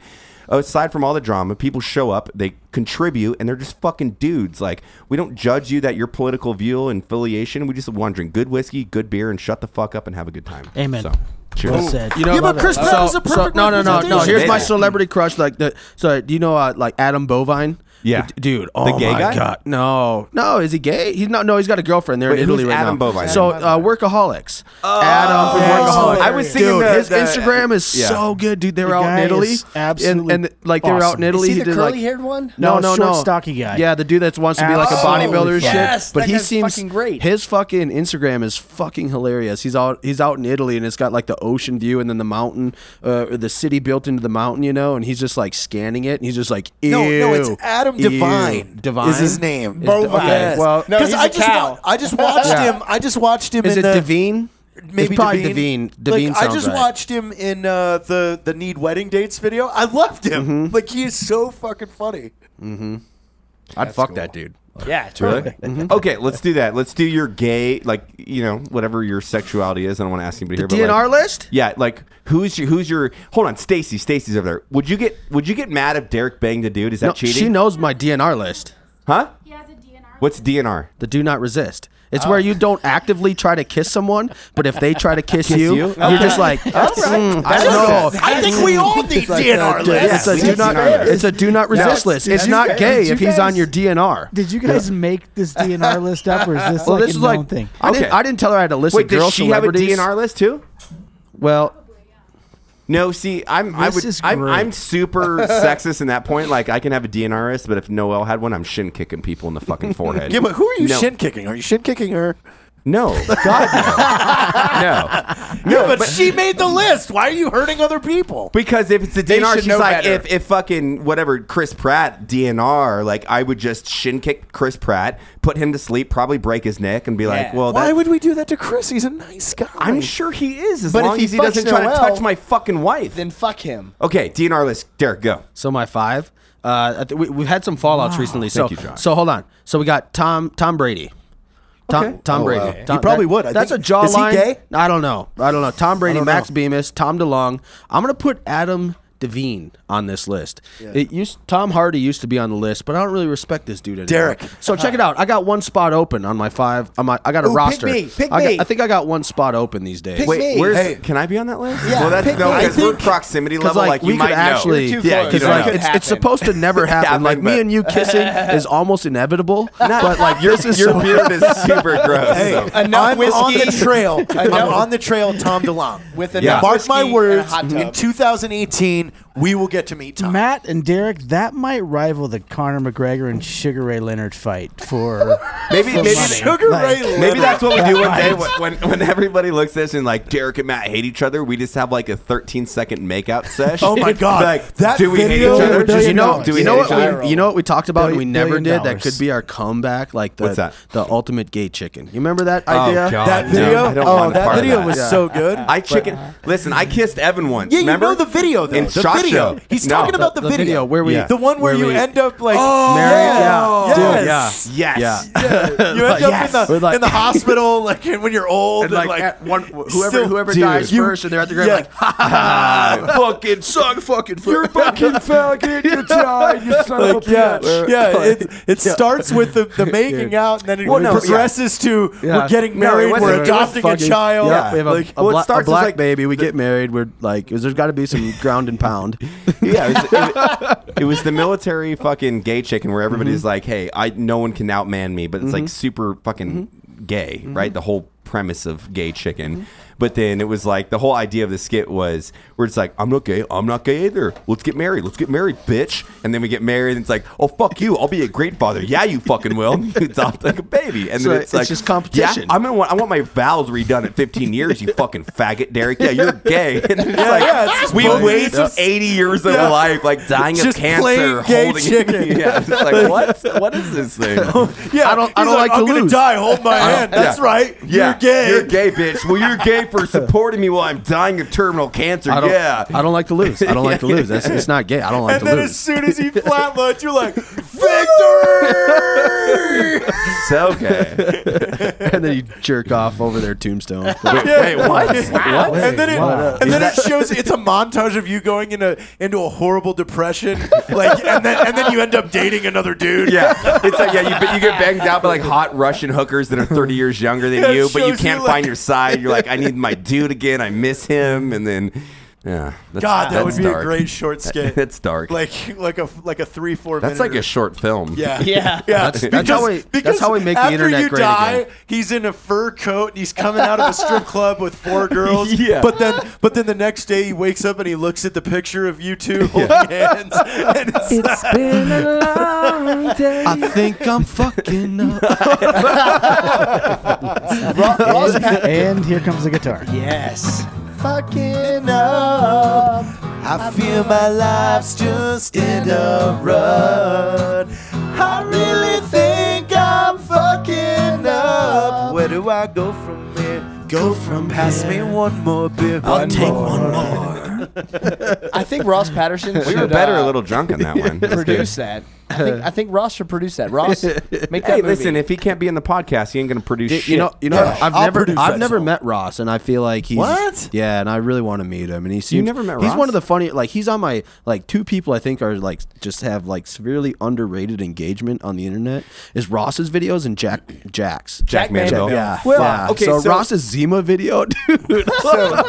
Speaker 4: aside from all the drama, people show up, they contribute, and they're just fucking dudes. Like, we don't judge you that your political view and affiliation. We just want to drink good whiskey, good beer, and shut the fuck up and have a good time.
Speaker 6: Amen.
Speaker 4: So,
Speaker 6: Well
Speaker 4: cheers.
Speaker 6: said.
Speaker 5: You know,
Speaker 9: Yeah, but Chris Pratt
Speaker 5: so,
Speaker 9: is a
Speaker 5: so-
Speaker 9: perfect
Speaker 5: no, no, no, no.
Speaker 9: representation.
Speaker 5: Here's my
Speaker 4: Yeah.
Speaker 5: celebrity crush, like the. So do you know, uh, like Adam Bovine.
Speaker 4: Yeah.
Speaker 5: D- dude. Oh
Speaker 4: gay
Speaker 5: my
Speaker 4: guy?
Speaker 5: god, no, no. Is he gay? He's not. No, he's got a girlfriend. They're
Speaker 4: Wait,
Speaker 5: in Italy
Speaker 4: who's
Speaker 5: right
Speaker 4: Adam
Speaker 5: now.
Speaker 4: Bovine? Oh,
Speaker 5: So uh, workaholics. Adam from
Speaker 9: yes.
Speaker 5: Workaholics.
Speaker 4: I was thinking
Speaker 5: dude,
Speaker 4: the-
Speaker 5: his
Speaker 4: the-
Speaker 5: Instagram is
Speaker 4: yeah.
Speaker 5: so good, dude. They were
Speaker 6: The
Speaker 5: out
Speaker 6: guy
Speaker 5: in Italy,
Speaker 6: is absolutely
Speaker 5: and, and like they were out
Speaker 6: awesome.
Speaker 5: in Italy.
Speaker 7: Is
Speaker 5: he
Speaker 7: he the
Speaker 5: did like
Speaker 7: curly-haired one?
Speaker 5: No,
Speaker 6: No,
Speaker 5: no,
Speaker 6: short,
Speaker 5: no.
Speaker 6: stocky guy.
Speaker 5: Yeah, the dude that wants to be like a bodybuilder
Speaker 6: Absolutely.
Speaker 5: and shit.
Speaker 7: Yes,
Speaker 5: but
Speaker 7: that
Speaker 5: he
Speaker 7: guy's
Speaker 5: seems
Speaker 7: fucking great.
Speaker 5: His fucking Instagram is fucking hilarious. He's out he's out in Italy and it's got like the ocean view and then the mountain, uh, or the city built into the mountain, you know. And he's just like scanning it. And he's just like, ew.
Speaker 9: No, no, it's Adam
Speaker 5: ew."
Speaker 9: Devine.
Speaker 5: Divine
Speaker 9: is his name.
Speaker 5: Is- okay,
Speaker 9: Yes.
Speaker 5: well-
Speaker 7: No,
Speaker 9: because
Speaker 7: he's
Speaker 9: I
Speaker 7: a
Speaker 9: just
Speaker 7: cow.
Speaker 9: wa- I just watched him. I just watched him.
Speaker 5: Is
Speaker 9: in
Speaker 5: it
Speaker 9: the,
Speaker 5: Devine?
Speaker 9: Maybe
Speaker 5: It's probably Devine. Devine
Speaker 9: Like, I
Speaker 5: sounds
Speaker 9: just
Speaker 5: right.
Speaker 9: watched him in uh, the the need wedding dates video. I loved him. Like he is so fucking funny.
Speaker 5: I'd fuck that dude.
Speaker 7: Yeah, it's
Speaker 4: Really? Mm-hmm. Okay, let's do that. Let's do your gay, like you know, whatever your sexuality is. I don't want to ask anybody here. but, like-
Speaker 5: DNR list?
Speaker 4: Yeah, like who's your who's your? Hold on, Stacy. Stacy's over there. Would you get Would you get mad if Derek banged a dude? Is that
Speaker 5: No,
Speaker 4: cheating?
Speaker 5: she knows my DNR list.
Speaker 4: Huh?
Speaker 10: He has a DNR.
Speaker 4: What's DNR?
Speaker 5: The do not resist. It's where you don't actively try to kiss someone, but if they try to kiss, you,
Speaker 4: you?
Speaker 5: you? are just like, mm, I don't know.
Speaker 9: I think we all need DNR
Speaker 5: Yeah, it's
Speaker 9: lists.
Speaker 5: a do not.
Speaker 4: fair.
Speaker 5: It's a do not resist list. It's not gay if he's on your DNR.
Speaker 6: Did you guys make this DNR list up, or is this
Speaker 5: Well,
Speaker 6: like
Speaker 5: this
Speaker 6: a
Speaker 5: is
Speaker 6: known
Speaker 5: like
Speaker 6: thing?
Speaker 5: I didn't.
Speaker 4: Okay.
Speaker 5: I didn't tell her I had a list
Speaker 4: Wait,
Speaker 5: of girl
Speaker 4: does she have a
Speaker 5: celebrities.
Speaker 4: DNR list too?
Speaker 5: Well,
Speaker 4: No, see, I'm I
Speaker 6: This
Speaker 4: would
Speaker 6: is
Speaker 4: I'm,
Speaker 6: great.
Speaker 4: I'm super sexist in that point. Like I can have a DNR list, but if Noel had one, I'm shin kicking people in the fucking forehead.
Speaker 9: Yeah, but who are you
Speaker 4: No.
Speaker 9: shin kicking? Are you shin kicking her?
Speaker 4: No, God, no, no, no.
Speaker 9: but, she made the list. Why are you hurting other people?
Speaker 4: Because if it's the
Speaker 7: They
Speaker 4: DNR,
Speaker 7: should
Speaker 4: she's
Speaker 7: know
Speaker 4: like,
Speaker 7: better.
Speaker 4: if, if fucking whatever Chris Pratt DNR, like I would just shin kick Chris Pratt, put him to sleep, probably break his neck, and be like,
Speaker 7: Yeah.
Speaker 4: well,
Speaker 9: Why
Speaker 4: that,
Speaker 9: would we do that to Chris? He's a nice guy.
Speaker 4: [LAUGHS] I'm sure he is, as
Speaker 7: But if
Speaker 4: long
Speaker 7: he
Speaker 4: as he doesn't
Speaker 7: fucks
Speaker 4: try to
Speaker 7: Noel-
Speaker 4: touch my fucking wife.
Speaker 7: Then fuck him.
Speaker 4: okay, DNR list, Derek, go.
Speaker 5: so my five. Uh, I th- we, we've had some fallouts recently. So,
Speaker 4: Thank you, John.
Speaker 5: so hold on. So we got Tom. Tom Brady. Tom, Tom Brady. Tom-
Speaker 9: He probably
Speaker 5: that-
Speaker 9: would, I
Speaker 5: that's
Speaker 9: think.
Speaker 5: a jawline.
Speaker 9: Is he gay?
Speaker 5: I don't know. I don't know. Tom Brady,
Speaker 9: don't
Speaker 5: Max
Speaker 9: know.
Speaker 5: Bemis, Tom DeLong. I'm gonna put Adam Devine on this list. It used Tom Hardy used to be on the list, but I don't really respect this dude anymore.
Speaker 9: Derek.
Speaker 5: So check it out. I got one spot open on my five. On my, I got a
Speaker 7: Ooh, pick
Speaker 5: roster.
Speaker 7: me, pick
Speaker 5: I, got-
Speaker 7: me.
Speaker 5: I think I got one spot open these days.
Speaker 7: Pick
Speaker 4: Wait,
Speaker 7: me.
Speaker 4: where's
Speaker 9: Hey.
Speaker 4: can I be on that list?
Speaker 7: Yeah,
Speaker 4: well, that's
Speaker 7: pick
Speaker 4: no
Speaker 7: me. I
Speaker 4: because we're
Speaker 7: think-
Speaker 4: proximity
Speaker 5: Because
Speaker 4: level.
Speaker 5: like,
Speaker 4: Like,
Speaker 5: we
Speaker 4: you
Speaker 5: could
Speaker 4: might
Speaker 5: actually,
Speaker 4: know.
Speaker 7: You're too Yeah, close.
Speaker 5: because
Speaker 7: you
Speaker 5: like
Speaker 4: [LAUGHS]
Speaker 5: it's,
Speaker 7: know. Could
Speaker 5: it's
Speaker 7: happen.
Speaker 5: supposed to never happen.
Speaker 4: happen,
Speaker 5: like me
Speaker 4: but- [LAUGHS]
Speaker 5: and you kissing is almost inevitable. but like yours is
Speaker 4: Your
Speaker 5: so
Speaker 4: beard is super gross. so.
Speaker 7: Enough
Speaker 9: I'm on the
Speaker 7: whiskey.
Speaker 9: trail. I'm
Speaker 7: Enough-
Speaker 9: on the trail, Tom DeLong.
Speaker 7: With
Speaker 9: a
Speaker 7: enough Yeah.
Speaker 9: Mark my
Speaker 7: whiskey and a
Speaker 9: words,
Speaker 7: hot tub.
Speaker 9: in 2018, we will get to meet Tom.
Speaker 6: Matt and Derek, that might rival the Conor McGregor and Sugar Ray Leonard fight for
Speaker 4: Maybe,
Speaker 6: for
Speaker 4: maybe,
Speaker 6: money.
Speaker 9: Sugar Ray
Speaker 4: maybe
Speaker 9: Leonard.
Speaker 4: that's what we do one day when, when, when everybody looks at us and like Derek and Matt hate each other. We just have like a 13 second makeout session.
Speaker 9: Oh my God.
Speaker 4: like,
Speaker 9: That
Speaker 4: do we hate each
Speaker 9: video
Speaker 4: other?
Speaker 9: would
Speaker 4: Just-
Speaker 5: you know,
Speaker 9: dollars.
Speaker 4: do we
Speaker 5: you know
Speaker 4: hate each
Speaker 5: what
Speaker 4: other?
Speaker 5: we, you know what we talked about and we
Speaker 3: Billion-
Speaker 5: never
Speaker 3: billion
Speaker 5: did. That could
Speaker 3: dollars.
Speaker 5: be our comeback, like the
Speaker 4: What's that? Oh,
Speaker 5: the ultimate gay chicken. You remember that idea?
Speaker 4: God,
Speaker 9: that
Speaker 4: no,
Speaker 9: video.
Speaker 4: I don't
Speaker 9: oh,
Speaker 4: want a
Speaker 9: that
Speaker 4: part of
Speaker 9: video
Speaker 4: that.
Speaker 9: was
Speaker 4: Yeah.
Speaker 9: so good.
Speaker 4: I chicken. listen, I kissed Evan once.
Speaker 9: yeah, you
Speaker 4: remember
Speaker 9: know the video though.
Speaker 4: In
Speaker 9: the
Speaker 4: Shot
Speaker 9: video.
Speaker 4: Show.
Speaker 9: He's
Speaker 4: No.
Speaker 9: talking about the,
Speaker 5: The
Speaker 9: video.
Speaker 5: video where we-
Speaker 9: the one where,
Speaker 5: where
Speaker 9: you
Speaker 5: we-
Speaker 9: end up like
Speaker 5: Married- yeah.
Speaker 9: yeah,
Speaker 5: Dude,
Speaker 9: yes.
Speaker 4: Yes.
Speaker 5: Yeah.
Speaker 9: You end up in the
Speaker 5: We're like-
Speaker 9: in the hospital, like and when you're old,
Speaker 5: And like, at one, whoever
Speaker 9: still-
Speaker 5: whoever
Speaker 9: Dude.
Speaker 5: dies
Speaker 9: You-
Speaker 5: first, and they're at the grave
Speaker 9: yeah.
Speaker 5: like, ha, ha, ha, fucking son, fucking fuck. You're
Speaker 9: fucking
Speaker 5: fucking, you died, you son
Speaker 9: Like, yeah, yeah. It, it starts with the, the making out, and then it
Speaker 4: Well, no,
Speaker 9: progresses to
Speaker 5: Yeah.
Speaker 9: we're getting
Speaker 4: No, it
Speaker 9: married,
Speaker 4: wasn't. It
Speaker 9: we're
Speaker 4: was
Speaker 9: adopting a
Speaker 5: fucking-
Speaker 9: child.
Speaker 5: Yeah, we have a,
Speaker 9: like,
Speaker 5: a,
Speaker 4: well, it
Speaker 5: bla- a
Speaker 4: starts as,
Speaker 5: black
Speaker 4: like,
Speaker 5: baby. We get married. We're like, there's got to be some ground and pound.
Speaker 4: Yeah, it was, it, it was the military fucking gay chicken where everybody's like, "Hey, I no one can outman me," but it's like super fucking gay, right? The whole premise of gay chicken. But then it was like the whole idea of the skit was where it's like, "I'm not gay. I'm not gay either. Let's get married. Let's get married, bitch." And then we get married, and it's like, "Oh fuck you. I'll be a great father. Yeah, you fucking
Speaker 9: [LAUGHS]
Speaker 4: will." And you adopt like a baby, and
Speaker 5: So
Speaker 4: then it's,
Speaker 5: it's
Speaker 4: like
Speaker 5: just competition.
Speaker 4: Yeah, I'm gonna want. I want my vows redone at 15 years. You fucking faggot, Derek. Yeah, you're gay. [LAUGHS] And it's like
Speaker 9: yeah, it's just
Speaker 4: we
Speaker 9: plain-
Speaker 4: waste
Speaker 9: Yeah.
Speaker 4: 80 years of life, like dying
Speaker 9: Just
Speaker 4: of
Speaker 9: plain
Speaker 4: cancer,
Speaker 9: gay
Speaker 4: holding [LAUGHS]
Speaker 9: chicken. Oh,
Speaker 4: yeah, it's
Speaker 9: [LAUGHS]
Speaker 4: like what? What is this thing?
Speaker 9: yeah,
Speaker 5: I don't- I
Speaker 9: he's
Speaker 5: don't like to
Speaker 9: I'm gonna
Speaker 5: lose."
Speaker 9: die. Hold my hand. That's
Speaker 4: yeah.
Speaker 9: right.
Speaker 4: Yeah,
Speaker 9: You're gay.
Speaker 4: You're gay, bitch. Well, you're gay for supporting me while I'm dying of terminal cancer.
Speaker 5: [LAUGHS] I
Speaker 9: [LAUGHS]
Speaker 5: don't,
Speaker 4: yeah.
Speaker 5: I don't like to lose. I don't like to lose. That's, it's not gay. I don't
Speaker 9: And
Speaker 5: like to
Speaker 9: then as
Speaker 5: lose.
Speaker 9: soon
Speaker 5: [LAUGHS]
Speaker 9: as he flatlined, you're like, "Victor!"
Speaker 4: so gay.
Speaker 5: [LAUGHS] and then you jerk off over
Speaker 9: [LAUGHS]
Speaker 5: their tombstone.
Speaker 4: Wait, what?
Speaker 9: And then it
Speaker 5: Wow.
Speaker 9: and then it shows it's a montage of you going into into a horrible depression, [LAUGHS] like and then and then you end up dating another dude.
Speaker 4: Yeah, [LAUGHS] it's like yeah, you, but you get banged out by like hot Russian hookers that are 30 years younger than
Speaker 9: [LAUGHS] Yeah, it
Speaker 4: you, but you
Speaker 9: shows you,
Speaker 4: can't
Speaker 9: like-
Speaker 4: find your side. You're like, I need my dude again. I miss him, and then yeah. That's,
Speaker 9: God, that would
Speaker 4: that's
Speaker 9: be
Speaker 4: dark. [LAUGHS]
Speaker 9: a great short skit.
Speaker 4: That's dark.
Speaker 9: like like a like a three four.
Speaker 4: that's
Speaker 9: minute
Speaker 4: like a short film.
Speaker 9: [LAUGHS]
Speaker 4: [LAUGHS]
Speaker 9: yeah
Speaker 7: Yeah.
Speaker 9: [LAUGHS] yeah.
Speaker 5: That's- that's how we- that's how we make the
Speaker 9: after
Speaker 5: internet
Speaker 9: you
Speaker 5: great
Speaker 9: die,
Speaker 5: again.
Speaker 9: he's in a fur coat and he's coming out of a
Speaker 5: [LAUGHS]
Speaker 9: strip club with four girls.
Speaker 4: Yeah.
Speaker 9: But then but then the next day he wakes up and he looks at the picture of you
Speaker 5: [LAUGHS]
Speaker 9: two holding hands. And it's,
Speaker 5: I think I'm fucking up.
Speaker 6: and here comes the guitar.
Speaker 7: Yes.
Speaker 9: fucking up. I feel my life's just in a rut. I really think I'm fucking up. Where do I go from here? Go from pass me one more beer. I'll take one more.
Speaker 7: I think Ross [LAUGHS] Patterson.
Speaker 4: We were
Speaker 7: should,
Speaker 4: better
Speaker 7: uh,
Speaker 4: a little drunk on [LAUGHS] that one. That's good.
Speaker 7: Produce that. I think, I think Ross should produce that. [LAUGHS] Ross, make that
Speaker 4: Hey,
Speaker 7: movie.
Speaker 4: listen, if he can't be in the podcast, he ain't gonna produce shit.
Speaker 5: You know, you know, I've
Speaker 9: I'll
Speaker 5: never,
Speaker 9: produce
Speaker 5: I've
Speaker 9: that
Speaker 5: never
Speaker 9: song.
Speaker 5: met Ross, and I feel like he's
Speaker 9: What?
Speaker 5: Yeah, and I really want to meet him. And he seems
Speaker 4: never met
Speaker 5: He's
Speaker 4: Ross?
Speaker 5: one of the funny. Like he's on my like two people I think are like just have like severely underrated engagement on the internet is Ross's videos and Jack Jack's.
Speaker 4: Jack, Mandel.
Speaker 5: Yeah.
Speaker 4: Well,
Speaker 5: yeah.
Speaker 4: okay,
Speaker 5: So,
Speaker 4: so-
Speaker 5: Ross's Zima video, [LAUGHS] dude.
Speaker 9: [LAUGHS]
Speaker 4: So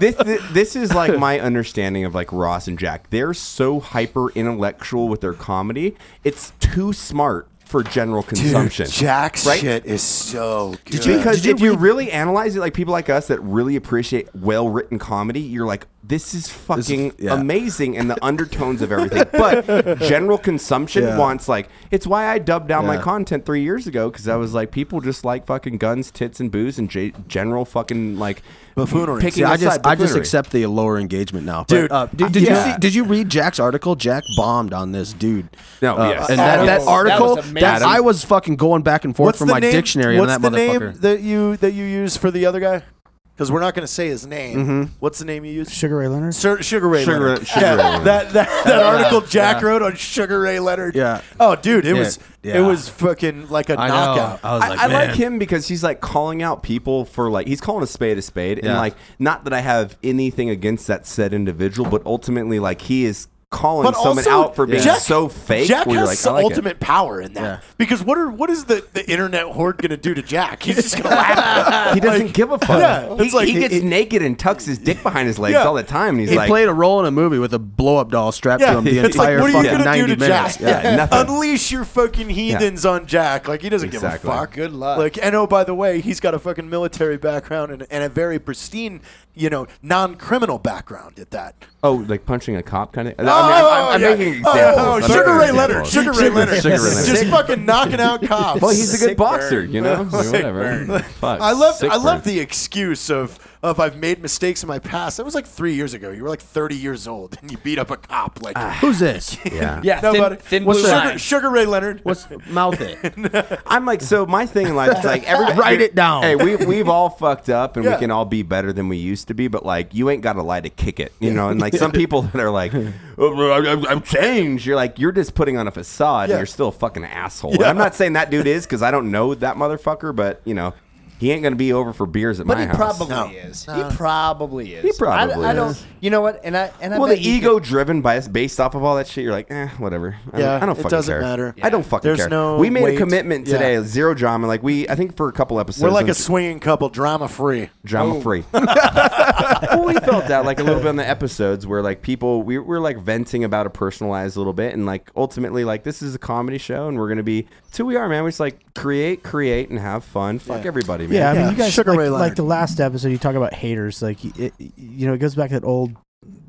Speaker 4: this, this this is like my understanding of like Ross and Jack. They're so hyper intellectual with their comedy. It's too smart for general consumption.
Speaker 9: Jack's
Speaker 4: Right?
Speaker 9: shit is so good.
Speaker 4: because if you really analyze it, like people like us that really appreciate well written comedy, you're like, this is fucking
Speaker 5: yeah.
Speaker 4: amazing and [LAUGHS] the undertones of everything. But general consumption
Speaker 5: Yeah.
Speaker 4: wants like it's why I dubbed down my
Speaker 5: Yeah.
Speaker 4: content three years ago because I was like, people just like fucking guns, tits, and booze and j- general fucking like
Speaker 9: Buffoonery.
Speaker 4: Picking
Speaker 5: See, I
Speaker 4: a
Speaker 5: just
Speaker 4: side,
Speaker 5: I just
Speaker 4: buffoonery.
Speaker 5: accept the lower engagement now. But,
Speaker 9: Dude,
Speaker 5: uh, did, did you
Speaker 9: yeah.
Speaker 5: see? Did you read Jack's article? Jack bombed on this dude.
Speaker 4: No,
Speaker 5: Uh,
Speaker 4: yes.
Speaker 5: and that,
Speaker 7: Adam.
Speaker 5: that
Speaker 7: That
Speaker 5: article
Speaker 7: was
Speaker 5: that,
Speaker 7: amazing.
Speaker 5: I was fucking going back and forth from my dictionary
Speaker 9: What's
Speaker 5: on that
Speaker 9: the
Speaker 5: motherfucker.
Speaker 9: name that you that you use for the other guy? because we're not going to say his name.
Speaker 5: Mm-hmm.
Speaker 9: What's the name you use?
Speaker 6: Sugar Ray Leonard.
Speaker 9: Sir, Sugar Ray
Speaker 4: Sugar-
Speaker 9: Leonard.
Speaker 4: Sugar
Speaker 9: yeah,
Speaker 4: Ray Leonard.
Speaker 9: That, that, that article Jack wrote on Sugar Ray Leonard.
Speaker 5: Yeah.
Speaker 9: Oh, dude, it
Speaker 5: Yeah.
Speaker 9: was
Speaker 5: Yeah.
Speaker 9: it was fucking like a
Speaker 5: I know.
Speaker 9: knockout.
Speaker 5: I was
Speaker 4: I,
Speaker 5: like,
Speaker 4: I
Speaker 5: man.
Speaker 4: like him because he's like calling out people for like he's calling a spade a spade, and
Speaker 5: Yeah.
Speaker 4: like not that I have anything against that said individual, but ultimately like he is calling
Speaker 9: But
Speaker 4: someone
Speaker 9: also,
Speaker 4: out for being
Speaker 9: Jack-
Speaker 4: so fake.
Speaker 9: Jack
Speaker 4: where you're
Speaker 9: has
Speaker 4: like, I
Speaker 9: some
Speaker 4: like it.
Speaker 9: ultimate power in that
Speaker 5: Yeah.
Speaker 9: because what are what is the, the internet horde going to do to Jack? He's just going
Speaker 4: [LAUGHS]
Speaker 9: to laugh. at him.
Speaker 4: He doesn't
Speaker 9: Like,
Speaker 4: give a fuck.
Speaker 9: Yeah,
Speaker 4: he,
Speaker 9: it's like-
Speaker 4: he gets
Speaker 9: it- it-
Speaker 4: naked and tucks his dick behind his legs
Speaker 9: Yeah.
Speaker 4: all the time, and he's
Speaker 5: He
Speaker 4: like,
Speaker 5: played a role in a movie with a blow up doll strapped
Speaker 9: Yeah,
Speaker 5: to him the
Speaker 9: it's like,
Speaker 5: entire
Speaker 9: what are you
Speaker 5: fucking
Speaker 9: gonna
Speaker 5: 90
Speaker 9: do to
Speaker 5: minutes.
Speaker 9: Jack?
Speaker 5: Yeah.
Speaker 4: Yeah, nothing.
Speaker 9: Unleash your fucking heathens on Jack. Like he doesn't
Speaker 4: Exactly.
Speaker 9: give a fuck.
Speaker 7: Good luck.
Speaker 9: Like and oh by the way, he's got a fucking military background and, and a very pristine, you know, non criminal background at that.
Speaker 4: "Oh, like punching a cop kind of." I mean, I'm, I'm, I'm
Speaker 9: Oh, yeah.
Speaker 4: making examples.
Speaker 9: Oh, oh,
Speaker 4: I'm
Speaker 9: Sugar
Speaker 4: making
Speaker 9: Ray
Speaker 4: examples.
Speaker 9: Leonard. Sugar Ray Leonard.
Speaker 4: Sugar Ray Leonard.
Speaker 9: Just fucking knocking out cops.
Speaker 4: Well, he's a good boxer, you know. Like,
Speaker 9: [LAUGHS] Sick
Speaker 4: whatever. Fuck.
Speaker 9: I love
Speaker 4: Sick
Speaker 9: I love
Speaker 4: burn.
Speaker 9: the excuse of of I've made mistakes in my past. That was like three years ago. You were like thirty years old and you beat up a cop. Like
Speaker 4: Ah.
Speaker 5: Who's this?
Speaker 7: Yeah,
Speaker 9: nobody.
Speaker 7: thin, thin
Speaker 9: What's
Speaker 7: blue
Speaker 9: Sugar,
Speaker 7: line.
Speaker 9: Sugar Ray Leonard?
Speaker 5: What's mouth it?
Speaker 4: [LAUGHS] I'm like, so my thing in life is like every
Speaker 5: [LAUGHS] Write it down.
Speaker 4: Hey, we we've all fucked up, and
Speaker 9: Yeah.
Speaker 4: we can all be better than we used to be. But like, you ain't got to lie to kick it, you know. And like
Speaker 7: [LAUGHS]
Speaker 4: some people that are like, "Oh, I- I- I'm changed. You're like, you're just putting on a facade,
Speaker 9: Yeah.
Speaker 4: and you're still a fucking asshole. And I'm not saying that dude is because I don't know that motherfucker, but you know, he ain't gonna be over for beers at
Speaker 7: But
Speaker 4: my
Speaker 7: he
Speaker 4: house.
Speaker 7: probably
Speaker 9: No.
Speaker 7: is. He probably is.
Speaker 4: He probably
Speaker 7: I, I don't.
Speaker 4: is.
Speaker 7: You know what? And I and I
Speaker 4: well,
Speaker 7: bet
Speaker 4: the
Speaker 7: you
Speaker 4: ego driven by based off of all that shit, you're like, eh, whatever. I
Speaker 9: Yeah,
Speaker 4: don't, I don't
Speaker 9: it
Speaker 4: fucking
Speaker 9: doesn't
Speaker 4: care.
Speaker 9: matter.
Speaker 4: I don't fucking
Speaker 9: There's
Speaker 4: care.
Speaker 9: no
Speaker 4: we made
Speaker 9: weight.
Speaker 4: a commitment
Speaker 9: Yeah.
Speaker 4: today, zero drama. Like we, I think for a couple episodes,
Speaker 9: We're like a oh.
Speaker 4: and-
Speaker 9: swinging couple, drama free.
Speaker 4: drama
Speaker 9: [LAUGHS]
Speaker 4: free. well, we felt that like a little bit on the episodes where like people we were like venting about a personalized a little bit, and like ultimately like this is a comedy show, and we're gonna be it's who we are, man. We just like create, create, and have fun. Fuck everybody, man.
Speaker 6: Yeah, I mean,
Speaker 9: Yeah,
Speaker 6: you guys
Speaker 9: Sugar
Speaker 6: like,
Speaker 9: Ray Leonard.
Speaker 6: like the last episode, you talk about haters. Like, y- it, you know, it goes back to that old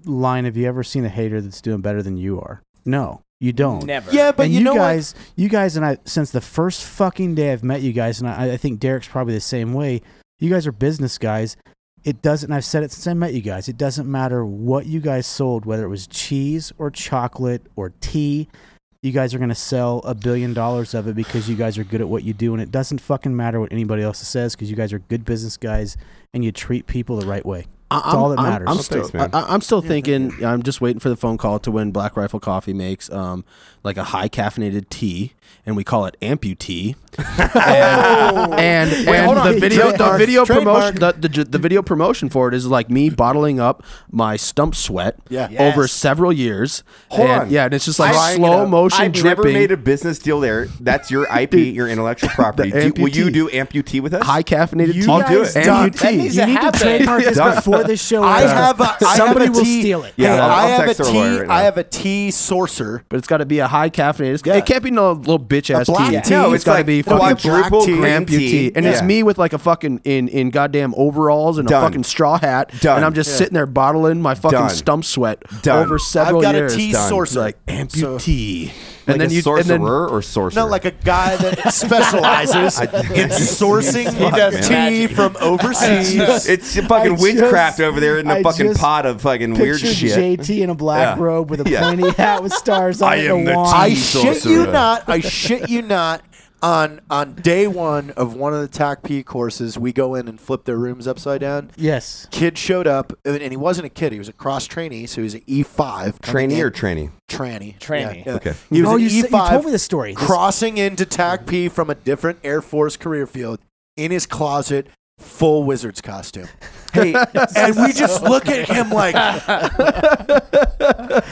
Speaker 6: line: Have you ever seen a hater that's doing better than you are? No, you don't.
Speaker 7: never.
Speaker 9: Yeah, but
Speaker 6: and
Speaker 9: you,
Speaker 6: you,
Speaker 9: know what?
Speaker 6: guys, you guys, and I, since the first fucking day I've met you guys, and I, I think Derek's probably the same way. You guys are business guys. It doesn't. I've said it since I met you guys. It doesn't matter what you guys sold, whether it was cheese or chocolate or tea. You guys are gonna sell a billion dollars of it because you guys are good at what you do, and it doesn't fucking matter what anybody else says because you guys are good business guys and you treat people the right way. That's all that matters.
Speaker 5: I'm still,
Speaker 4: Thanks, man.
Speaker 5: I, I- I'm still thinking. I'm just waiting for the phone call to when Black Rifle Coffee makes um like a high caffeinated tea, and we call it [LAUGHS] amputee. and and,
Speaker 9: hold on.
Speaker 5: the video, the
Speaker 9: Trademark.
Speaker 5: video
Speaker 9: Trademark.
Speaker 5: promotion, the, the, ju- the video promotion for it is like me bottling up my stump sweat
Speaker 9: Yeah.
Speaker 5: over
Speaker 7: Yes.
Speaker 5: several years.
Speaker 4: Hold
Speaker 5: and,
Speaker 4: on.
Speaker 5: Yeah, and it's just like
Speaker 4: I-
Speaker 5: slow motion
Speaker 4: I've
Speaker 5: dripping.
Speaker 4: never made a business deal there. That's your IP, your
Speaker 9: [LAUGHS]
Speaker 4: intellectual property.
Speaker 5: the
Speaker 4: Do, will you
Speaker 5: amputee.
Speaker 4: do amputee with us?
Speaker 5: High caffeinated
Speaker 4: You
Speaker 5: tea.
Speaker 4: I'll do guys it.
Speaker 7: done-
Speaker 5: Amputee.
Speaker 7: that needs
Speaker 6: you
Speaker 7: to
Speaker 6: need to
Speaker 5: [LAUGHS]
Speaker 7: happen.
Speaker 4: [LAUGHS]
Speaker 6: trademark this
Speaker 4: Done.
Speaker 6: before this show.
Speaker 9: I
Speaker 6: ends.
Speaker 9: have a, I
Speaker 6: uh, somebody
Speaker 9: have a
Speaker 6: will
Speaker 9: tea,
Speaker 6: steal it.
Speaker 4: Yeah,
Speaker 9: Hey,
Speaker 4: I'll-
Speaker 9: I
Speaker 4: I'll
Speaker 9: have a
Speaker 4: text her lawyer
Speaker 9: tea.
Speaker 4: right now.
Speaker 9: I have a tea sorcer.
Speaker 5: but it's got to be a high caffeinated. It can't be no little bitch ass
Speaker 9: black
Speaker 5: tea.
Speaker 9: tea. No,
Speaker 4: it's
Speaker 5: got to
Speaker 4: like
Speaker 5: be
Speaker 4: it'll be a
Speaker 5: fucking
Speaker 4: black
Speaker 5: black
Speaker 4: tea, green
Speaker 5: amputee,
Speaker 4: tea.
Speaker 5: and it's
Speaker 4: Yeah.
Speaker 5: me with like a fucking in in goddamn overalls and
Speaker 4: Done.
Speaker 5: a fucking straw hat,
Speaker 4: Done.
Speaker 5: and I'm just
Speaker 4: Yeah.
Speaker 5: sitting there bottling my fucking
Speaker 4: Done.
Speaker 5: stump sweat
Speaker 4: Done.
Speaker 5: over
Speaker 4: I've
Speaker 5: several
Speaker 9: got a
Speaker 5: years.
Speaker 9: tea
Speaker 5: Done.
Speaker 9: sorcer.
Speaker 5: like amputee,
Speaker 4: like a sorcerer or sorcerer?
Speaker 9: Not like a guy
Speaker 4: [LAUGHS]
Speaker 9: that specializes in sourcing
Speaker 7: does
Speaker 9: tea
Speaker 7: magic.
Speaker 9: from overseas.
Speaker 4: [LAUGHS] it's fucking
Speaker 9: [LAUGHS]
Speaker 6: I
Speaker 4: witchcraft
Speaker 6: just-
Speaker 4: over there in the
Speaker 6: I
Speaker 4: fucking
Speaker 6: just
Speaker 4: pot of fucking
Speaker 6: Picture
Speaker 4: weird shit.
Speaker 6: JT in a black
Speaker 4: Yeah.
Speaker 6: robe with a
Speaker 4: Yeah.
Speaker 6: pointy hat with stars on
Speaker 4: I
Speaker 6: it
Speaker 4: am
Speaker 6: and
Speaker 4: the
Speaker 6: a wand.
Speaker 9: I
Speaker 4: tea
Speaker 9: shit
Speaker 4: sorcerer.
Speaker 9: you not. I shit you not. On on day one of one of the TAC P courses, we go in and flip their rooms upside down.
Speaker 6: Yes.
Speaker 9: Kid showed up, and and he wasn't a kid. He was a cross trainee, so he was an E five
Speaker 4: Trainee or tranny?
Speaker 9: tranny.
Speaker 7: Tranny.
Speaker 4: Okay.
Speaker 9: He was
Speaker 6: Oh,
Speaker 9: an
Speaker 6: you
Speaker 9: E5,
Speaker 4: E
Speaker 6: said- you told me this story. This-
Speaker 9: Crossing into TAC P from a different Air Force career field in his closet, full wizard's
Speaker 6: [LAUGHS]
Speaker 9: costume.
Speaker 4: Hey,
Speaker 9: [LAUGHS] And we just look at him like,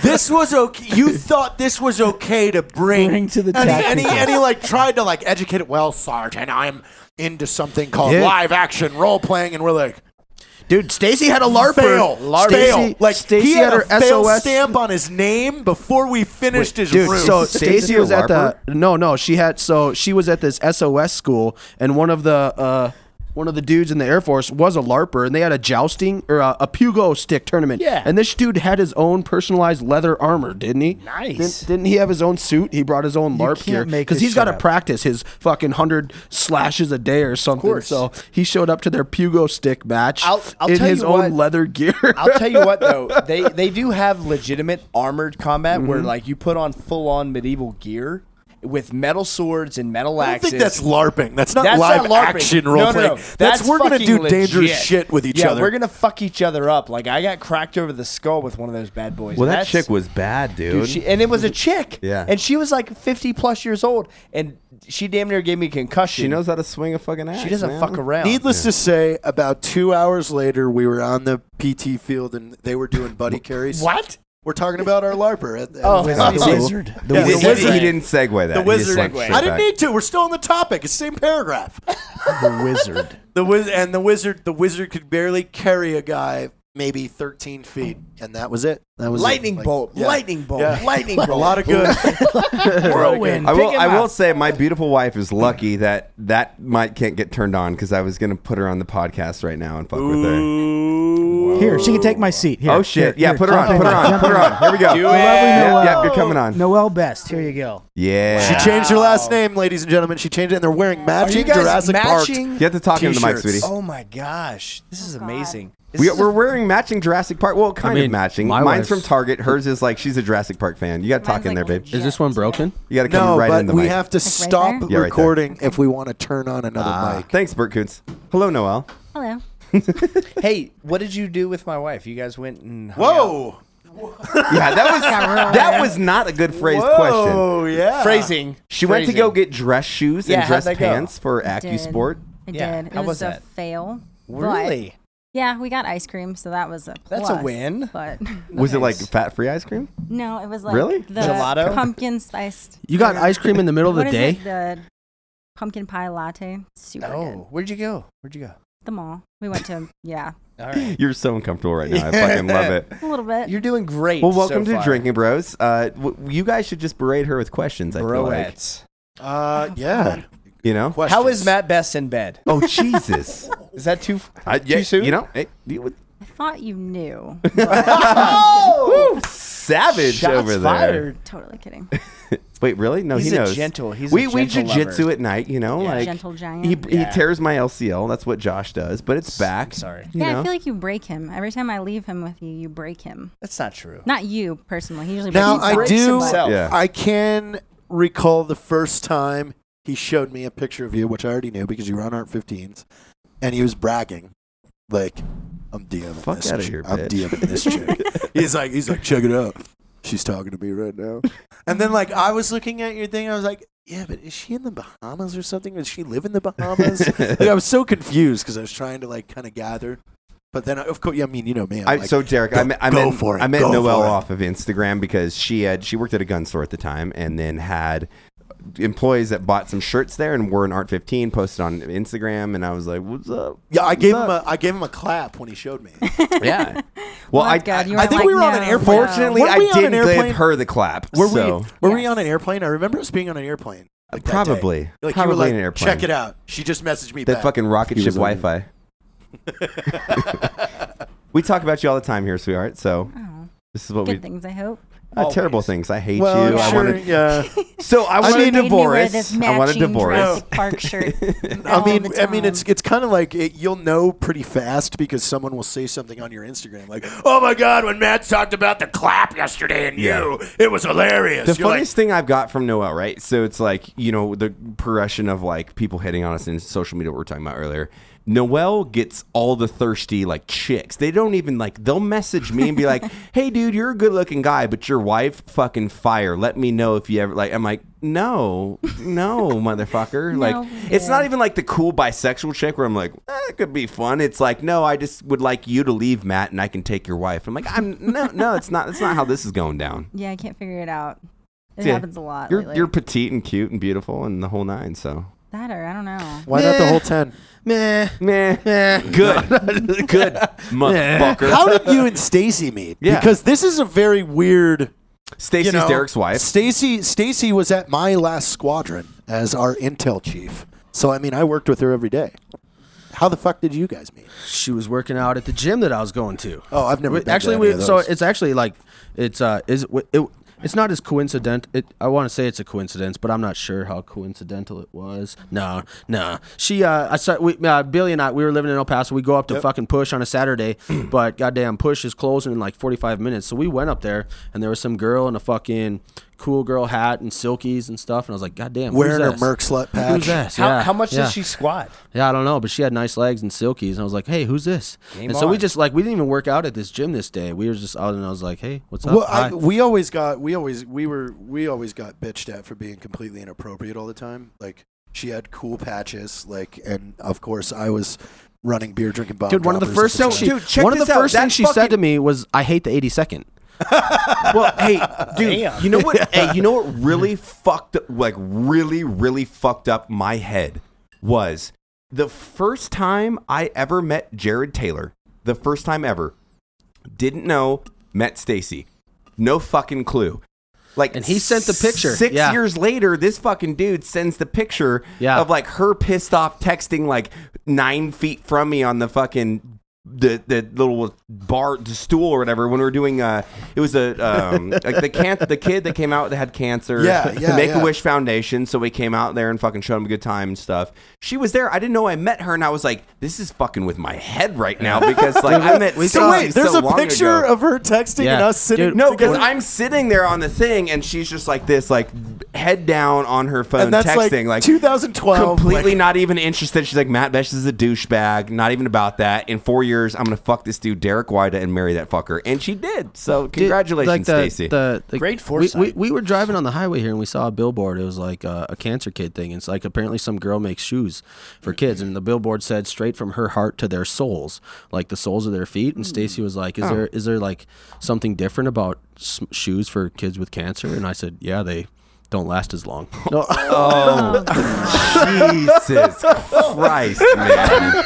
Speaker 9: this was okay. You thought this was okay to bring,
Speaker 6: Bring to the
Speaker 9: and he,
Speaker 6: TAC
Speaker 9: and, he,
Speaker 6: people.
Speaker 9: and he like tried to like educate it. Well, Sergeant, I'm into something called
Speaker 5: Yeah.
Speaker 9: live action role playing, and we're like,
Speaker 5: dude. Stacy had a larper.
Speaker 9: fail, fail.
Speaker 5: Stacy,
Speaker 9: Like
Speaker 5: Stacy
Speaker 9: he had,
Speaker 5: had,
Speaker 9: a
Speaker 5: her
Speaker 9: fail
Speaker 5: SOS
Speaker 9: stamp on his name before we finished his
Speaker 5: Dude,
Speaker 9: room.
Speaker 5: so
Speaker 4: Stacey
Speaker 5: Stacy was
Speaker 4: a
Speaker 5: at the no, no. She had so she was at this SOS school, and one of the uh, one of the dudes in the Air Force was a LARPer, and they had a jousting or a, a pugo stick tournament.
Speaker 7: Yeah.
Speaker 5: and this dude had his own personalized leather armor, didn't he?
Speaker 7: Nice.
Speaker 5: Didn't, didn't he have his own suit? He brought his own LARP
Speaker 6: can't
Speaker 5: gear
Speaker 6: make
Speaker 5: because
Speaker 6: this
Speaker 5: he's got to
Speaker 6: shit up.
Speaker 5: practice his fucking hundred slashes a day or something.
Speaker 7: course.
Speaker 5: So he showed up to their pugo stick match
Speaker 7: I'll- I'll
Speaker 5: in
Speaker 7: tell
Speaker 5: his
Speaker 7: you
Speaker 5: own
Speaker 7: what.
Speaker 5: leather gear.
Speaker 7: I'll tell you
Speaker 9: [LAUGHS]
Speaker 7: what though, they
Speaker 9: Mm-hmm.
Speaker 7: they do have legitimate armored combat where like you put on full on medieval gear with metal swords and metal
Speaker 9: I don't
Speaker 7: axes.
Speaker 9: think that's LARPing. That's not
Speaker 7: That's
Speaker 9: live
Speaker 7: not LARPing.
Speaker 9: action
Speaker 7: No,
Speaker 9: role
Speaker 7: no,
Speaker 9: playing.
Speaker 7: no.
Speaker 9: That's, we're gonna
Speaker 7: fucking
Speaker 9: do
Speaker 7: legit.
Speaker 9: dangerous shit with each
Speaker 7: yeah,
Speaker 9: other.
Speaker 7: We're gonna fuck each other up. Like I got cracked over the skull with one of those bad boys.
Speaker 4: Well, that
Speaker 7: That's-
Speaker 4: chick was bad, dude.
Speaker 7: Dude, she, and it was a chick.
Speaker 4: Yeah.
Speaker 7: And she was like 50 plus years old. And she damn near gave me a concussion.
Speaker 4: She knows how to swing a fucking axe.
Speaker 7: She doesn't
Speaker 4: man.
Speaker 7: fuck around.
Speaker 9: Needless to say, about two hours later, we were on the PT field and they were doing buddy carries.
Speaker 4: [LAUGHS]
Speaker 7: [LAUGHS] What?
Speaker 9: We're talking about our LARPer. At, at
Speaker 7: Oh.
Speaker 9: Wizard.
Speaker 6: The wizard. The
Speaker 9: Yeah,
Speaker 4: He, didn't-
Speaker 6: wizard.
Speaker 4: he
Speaker 7: wizard.
Speaker 4: didn't segue that.
Speaker 9: The
Speaker 4: He just
Speaker 9: wizard.
Speaker 4: went straight
Speaker 9: I didn't
Speaker 4: back.
Speaker 9: need to. We're still on the topic. It's the same paragraph.
Speaker 6: The wizard.
Speaker 9: The wiz- and the wizard. The wizard could barely carry a guy maybe 13 feet, and that was it. That was it.
Speaker 7: Lightning
Speaker 9: Like,
Speaker 7: bolt.
Speaker 9: yeah.
Speaker 7: Lightning bolt.
Speaker 9: Yeah.
Speaker 7: Lightning bolt.
Speaker 9: A lot of good.
Speaker 4: [LAUGHS]
Speaker 6: Whirlwind.
Speaker 4: I
Speaker 6: Pick
Speaker 4: will.
Speaker 6: him
Speaker 4: I
Speaker 6: up.
Speaker 4: will say, my beautiful wife is lucky that that mic can't get turned on because I was gonna put her on the podcast right now and fuck with her.
Speaker 6: Here, she can take my seat. Here,
Speaker 4: Oh shit!
Speaker 6: here,
Speaker 4: Yeah,
Speaker 6: here,
Speaker 4: put her
Speaker 6: jump
Speaker 4: on. Put her on.
Speaker 6: jump
Speaker 4: Put her on. Here we go.
Speaker 7: Do
Speaker 4: Yep,
Speaker 7: it.
Speaker 4: yep, you're coming on.
Speaker 6: Noel Best. Here you go.
Speaker 4: Yeah.
Speaker 9: She changed her last name, ladies and gentlemen. She changed it, and they're wering
Speaker 7: Are
Speaker 9: matching
Speaker 7: you guys
Speaker 9: Jurassic Park.
Speaker 7: matching?
Speaker 4: You have to talk into the mic,
Speaker 9: T-shirts.
Speaker 4: sweetie.
Speaker 7: Oh my gosh. This is amazing. This
Speaker 4: We,
Speaker 7: is a-
Speaker 4: we're wearing matching Jurassic Park. Well, kind
Speaker 5: mean,
Speaker 4: of matching.
Speaker 5: my
Speaker 4: Mine's
Speaker 5: wife's-
Speaker 4: from Target. Hers is like she's a Jurassic Park fan. You got to talk
Speaker 10: Mine's
Speaker 4: in
Speaker 10: like
Speaker 4: there, babe.
Speaker 10: legit.
Speaker 5: Is this one broken?
Speaker 4: You got to come
Speaker 9: No,
Speaker 4: right in
Speaker 9: but
Speaker 4: the
Speaker 9: we
Speaker 4: mic.
Speaker 9: have to
Speaker 10: right
Speaker 9: stop
Speaker 10: there?
Speaker 4: Yeah, right there. Ah.
Speaker 9: recording if we want to turn on another mic.
Speaker 4: Thanks, Bert Koontz. Hello, Noel.
Speaker 10: Hello.
Speaker 7: hey, what did you do with my wife? You guys went and. hung out.
Speaker 9: Whoa!
Speaker 4: Yeah, that was that was not a good phrased question.
Speaker 9: Oh yeah.
Speaker 7: Phrasing.
Speaker 4: She went to go get dress shoes
Speaker 7: Yeah,
Speaker 4: and
Speaker 7: how'd
Speaker 4: dress
Speaker 7: that go?
Speaker 4: pants for
Speaker 10: I did.
Speaker 4: AccuSport.
Speaker 10: I
Speaker 7: Yeah,
Speaker 10: did.
Speaker 7: how
Speaker 10: it was,
Speaker 7: was
Speaker 10: a
Speaker 7: that?
Speaker 10: fail. but-
Speaker 7: Really?
Speaker 10: yeah, we got ice cream, so that was a
Speaker 7: That's a
Speaker 10: plus,
Speaker 7: win.
Speaker 10: But [LAUGHS]
Speaker 4: Was it like
Speaker 7: Nice.
Speaker 4: fat free ice cream?
Speaker 10: no, it was like
Speaker 4: Really?
Speaker 10: the
Speaker 7: Gelato?
Speaker 10: pumpkin spiced.
Speaker 5: You got ice cream in the middle of the
Speaker 10: what
Speaker 5: day.
Speaker 10: is it? The pumpkin pie latte. Super
Speaker 7: Oh, where'd you go? Where'd you go?
Speaker 10: good. The mall. We went to yeah,
Speaker 7: All right.
Speaker 4: You're so uncomfortable right now. I fucking love it.
Speaker 10: a little bit.
Speaker 7: You're doing
Speaker 4: [LAUGHS]
Speaker 7: great.
Speaker 4: Well, welcome
Speaker 7: so
Speaker 4: to
Speaker 7: far.
Speaker 4: Drinking Bros. Uh, w- you guys should just berate her with questions. I feel like
Speaker 7: Broettes.
Speaker 9: Uh, yeah.
Speaker 4: you know.
Speaker 7: How is Matt Best in bed?
Speaker 4: Oh Jesus!
Speaker 7: Is that too,
Speaker 4: [LAUGHS] I,
Speaker 7: too
Speaker 4: yeah,
Speaker 7: soon? [LAUGHS]
Speaker 4: You know, it, you would-
Speaker 10: I thought you knew.
Speaker 7: Oh!
Speaker 4: savage
Speaker 7: Shots
Speaker 4: over there.
Speaker 7: fired.
Speaker 10: totally kidding.
Speaker 4: Wait, really? No,
Speaker 7: He's
Speaker 4: he
Speaker 7: a
Speaker 4: knows.
Speaker 7: gentle- he's a
Speaker 4: we we
Speaker 7: gentle
Speaker 4: jujitsu
Speaker 7: lover.
Speaker 4: at night, you know, like
Speaker 10: Gentle giant.
Speaker 4: He, he
Speaker 7: Yeah.
Speaker 4: tears my LCL. That's what Josh does, but it's back.
Speaker 7: sorry.
Speaker 4: you
Speaker 10: yeah,
Speaker 4: know?
Speaker 10: I feel like you break him every time I leave him with you. You break him.
Speaker 7: That's not true.
Speaker 10: Not you personally. He usually
Speaker 9: Now
Speaker 10: breaks
Speaker 9: I
Speaker 10: himself.
Speaker 9: do.
Speaker 7: himself.
Speaker 4: Yeah.
Speaker 9: I can recall the first time he showed me a picture of you, which I already knew because you were on Art 15s, and he was bragging, like, "I'm DMing
Speaker 4: Fuck
Speaker 9: this
Speaker 4: outta
Speaker 9: chick.
Speaker 4: here,
Speaker 9: I'm
Speaker 4: bitch."
Speaker 9: DMing
Speaker 4: [LAUGHS]
Speaker 9: this chick." he's like, he's like, check it out. She's talking to me right now. And then like I was looking at your thing, I was like. Yeah, but is she in the Bahamas or something? Does she live in
Speaker 4: [LAUGHS]
Speaker 9: the Bahamas? like, I was so confused because I was trying to like kind of gather, but then of course, yeah, I mean, you know me. I'm
Speaker 4: I,
Speaker 9: like,
Speaker 4: so Derek, I
Speaker 9: go-
Speaker 4: met I
Speaker 9: go
Speaker 4: met,
Speaker 9: for it,
Speaker 4: I met
Speaker 9: go
Speaker 4: Noelle
Speaker 9: for it.
Speaker 4: off of Instagram because she had she worked at a gun store at the time and then had employees that bought some shirts there and were in Art 15 posted on Instagram and I was like, "What's up?"
Speaker 9: Yeah, I
Speaker 4: What's
Speaker 9: gave him
Speaker 4: up?
Speaker 9: a I gave him a clap when he showed me.
Speaker 4: [LAUGHS]
Speaker 10: [LAUGHS]
Speaker 4: yeah. Well, I,
Speaker 10: my God, you
Speaker 4: I
Speaker 10: were
Speaker 4: think
Speaker 10: like,
Speaker 4: we were on
Speaker 10: no,
Speaker 4: an airplane.
Speaker 10: no.
Speaker 4: Fortunately,
Speaker 9: Weren't
Speaker 4: I
Speaker 9: we on an
Speaker 4: didn't
Speaker 9: airplane?
Speaker 4: give her the clap.
Speaker 9: Were
Speaker 4: so
Speaker 9: we were we
Speaker 10: Yes.
Speaker 9: on an airplane? I remember us being on an airplane. like, that day.
Speaker 4: Probably.
Speaker 9: Like you
Speaker 4: Probably
Speaker 9: were like,
Speaker 4: an airplane.
Speaker 9: check it out. She just messaged me
Speaker 4: that
Speaker 9: back.
Speaker 4: fucking rocket
Speaker 9: He
Speaker 4: ship
Speaker 9: was on
Speaker 4: Wi-Fi. [LAUGHS] we talk about you all the time here, sweetheart. So
Speaker 10: Oh,
Speaker 4: this is what
Speaker 10: good
Speaker 4: we
Speaker 10: things. I hope.
Speaker 4: Uh,
Speaker 7: Always.
Speaker 4: terrible things. I hate
Speaker 9: Well,
Speaker 4: you.
Speaker 9: I'm
Speaker 4: I
Speaker 9: sure,
Speaker 4: want to.
Speaker 9: yeah.
Speaker 10: [LAUGHS]
Speaker 4: So I
Speaker 9: I
Speaker 4: want a
Speaker 9: mean-
Speaker 10: Made me wear
Speaker 4: divorce.
Speaker 10: this
Speaker 4: I want a
Speaker 10: matching
Speaker 4: divorce.
Speaker 10: Jurassic
Speaker 4: [LAUGHS]
Speaker 10: Park shirt.
Speaker 9: I
Speaker 10: all
Speaker 9: mean,
Speaker 10: the
Speaker 9: I mean, it's
Speaker 10: time.
Speaker 9: it's kind of like it, you'll know pretty fast because someone will say something on your Instagram like, "Oh my god, when Matt talked about the clap yesterday and you, it was hilarious."
Speaker 4: The
Speaker 9: You're like,
Speaker 4: funniest thing I've got from Noel, right? So it's like you know the progression of like people hitting on us in social media. What we were talking about earlier. Noel gets all the thirsty like chicks. They don't even like. They'll message me and be
Speaker 9: [LAUGHS]
Speaker 4: like, "Hey, dude, you're a good looking guy, but your wife fucking fire. Let me know if you ever like." I'm like, "No,
Speaker 9: [LAUGHS]
Speaker 4: no, motherfucker. Like, it's not
Speaker 10: dude.
Speaker 4: even like the cool bisexual chick where I'm like, eh, it could be fun. It's like, no, I just would like you to leave, Matt, and I can take your wife. I'm like, I'm no, no, it's not. That's not how this is going down.
Speaker 10: Yeah, I can't figure it out. It
Speaker 4: Yeah.
Speaker 10: happens a lot.
Speaker 4: You're
Speaker 10: lately.
Speaker 4: you're petite and cute and beautiful and the whole nine. So
Speaker 10: that or I don't know.
Speaker 9: Why not the whole ten?
Speaker 5: Meh.
Speaker 4: meh, good, good motherfucker.
Speaker 9: How did you and Stacy meet?
Speaker 4: Yeah.
Speaker 9: Because this is a very weird.
Speaker 4: Stacy's
Speaker 9: you know,
Speaker 4: Derek's wife.
Speaker 9: Stacy Stacy was at my last squadron as our intel chief. So I mean, I worked with her every day. How the fuck did you guys meet?
Speaker 5: She was working out at the gym that I was going to.
Speaker 9: Oh, I've never
Speaker 5: We-
Speaker 9: been to
Speaker 5: actually.
Speaker 9: any
Speaker 5: we,
Speaker 9: of
Speaker 5: so
Speaker 9: those.
Speaker 5: it's actually like it's uh is it, it it's not as coincidental. It, I want to say it's a coincidence, but I'm not sure how coincidental it was. No, no. She uh I saw we uh, Billy and I we were living in El Paso. We go up to fucking Push on
Speaker 9: [CLEARS THROAT]
Speaker 5: a Saturday, but goddamn Push is closing in like 45 minutes. So we went up there and there was some girl in a fucking cool girl hat and silkies and stuff. And I was like, God damn,
Speaker 9: Wearing her
Speaker 5: who's this?
Speaker 9: Merc slut patch.
Speaker 5: Who's this?
Speaker 7: How,
Speaker 5: yeah,
Speaker 7: how much
Speaker 5: yeah.
Speaker 7: does she squat?
Speaker 5: Yeah, I don't know, but she had nice legs and silkies, and I was like, "Hey, who's this?"
Speaker 7: Game
Speaker 5: and so we
Speaker 7: on.
Speaker 5: just like we didn't even work out at this gym this day. We were just out, and I was like, "Hey, what's up?"
Speaker 9: Well, I,
Speaker 5: Hi.
Speaker 9: we always got we always we were we always got bitched at for being completely inappropriate all the time. Like she had cool patches, like and of course I was running beer drinking bomb.
Speaker 5: Dude, one of the
Speaker 9: droppers
Speaker 5: first
Speaker 9: at
Speaker 5: things she,
Speaker 4: Dude, check
Speaker 5: one of the
Speaker 4: this out.
Speaker 5: first
Speaker 4: That
Speaker 5: things she
Speaker 4: fucking-
Speaker 5: said to me was, "I hate the 82nd."
Speaker 4: [LAUGHS] Well, hey, dude,
Speaker 7: Damn.
Speaker 4: you know what? hey, you know what really fucked up, like really, really fucked up my head was the first time I ever met Jared Taylor. The first time ever, didn't know, met Stacy, no fucking clue. Like,
Speaker 5: And he sent the picture.
Speaker 4: Six
Speaker 5: Yeah.
Speaker 4: years later, this fucking dude sends the picture
Speaker 5: Yeah.
Speaker 4: of like her pissed off texting like nine feet from me on the fucking the the little bar the stool or whatever when we were doing uh it was a
Speaker 9: [LAUGHS]
Speaker 4: um like the can the kid that came out that had cancer
Speaker 9: Yeah,
Speaker 4: the
Speaker 9: yeah,
Speaker 4: Make a
Speaker 9: yeah.
Speaker 4: Wish Foundation so we came out there and fucking showed him a good time and stuff she was there I didn't know I met her and I was like this is fucking with my head right
Speaker 9: [LAUGHS]
Speaker 4: now because like I met
Speaker 9: the time. So wait, there's a picture
Speaker 4: of.
Speaker 9: of her texting and
Speaker 5: Yeah.
Speaker 9: us sitting.
Speaker 5: Dude,
Speaker 4: No, because I'm sitting there on the thing, and she's just like this, like head down on her phone,
Speaker 9: and that's
Speaker 4: texting, like,
Speaker 9: like 2012.
Speaker 4: completely
Speaker 9: like-
Speaker 4: not even interested. She's like, Matt Besh is a douchebag, not even about that. In four years, I'm gonna fuck this dude, Derek Wida, and marry that fucker, and she did. So
Speaker 5: Dude,
Speaker 4: congratulations,
Speaker 5: like the-
Speaker 4: Stacy.
Speaker 5: the- the-
Speaker 7: Great
Speaker 5: we-
Speaker 7: foresight.
Speaker 5: We, we, were driving on the highway here and we saw a billboard. It was like uh, a cancer kid thing. It's like apparently some girl makes shoes for kids, and the billboard said straight from her heart to their souls, like the soles of their feet. And Stacy was like, "Is there is there like something different about s- shoes for kids with cancer?" And I said, "Yeah, they." Don't last as long. [LAUGHS] No,
Speaker 10: Um,
Speaker 4: [LAUGHS] Jesus Christ, man!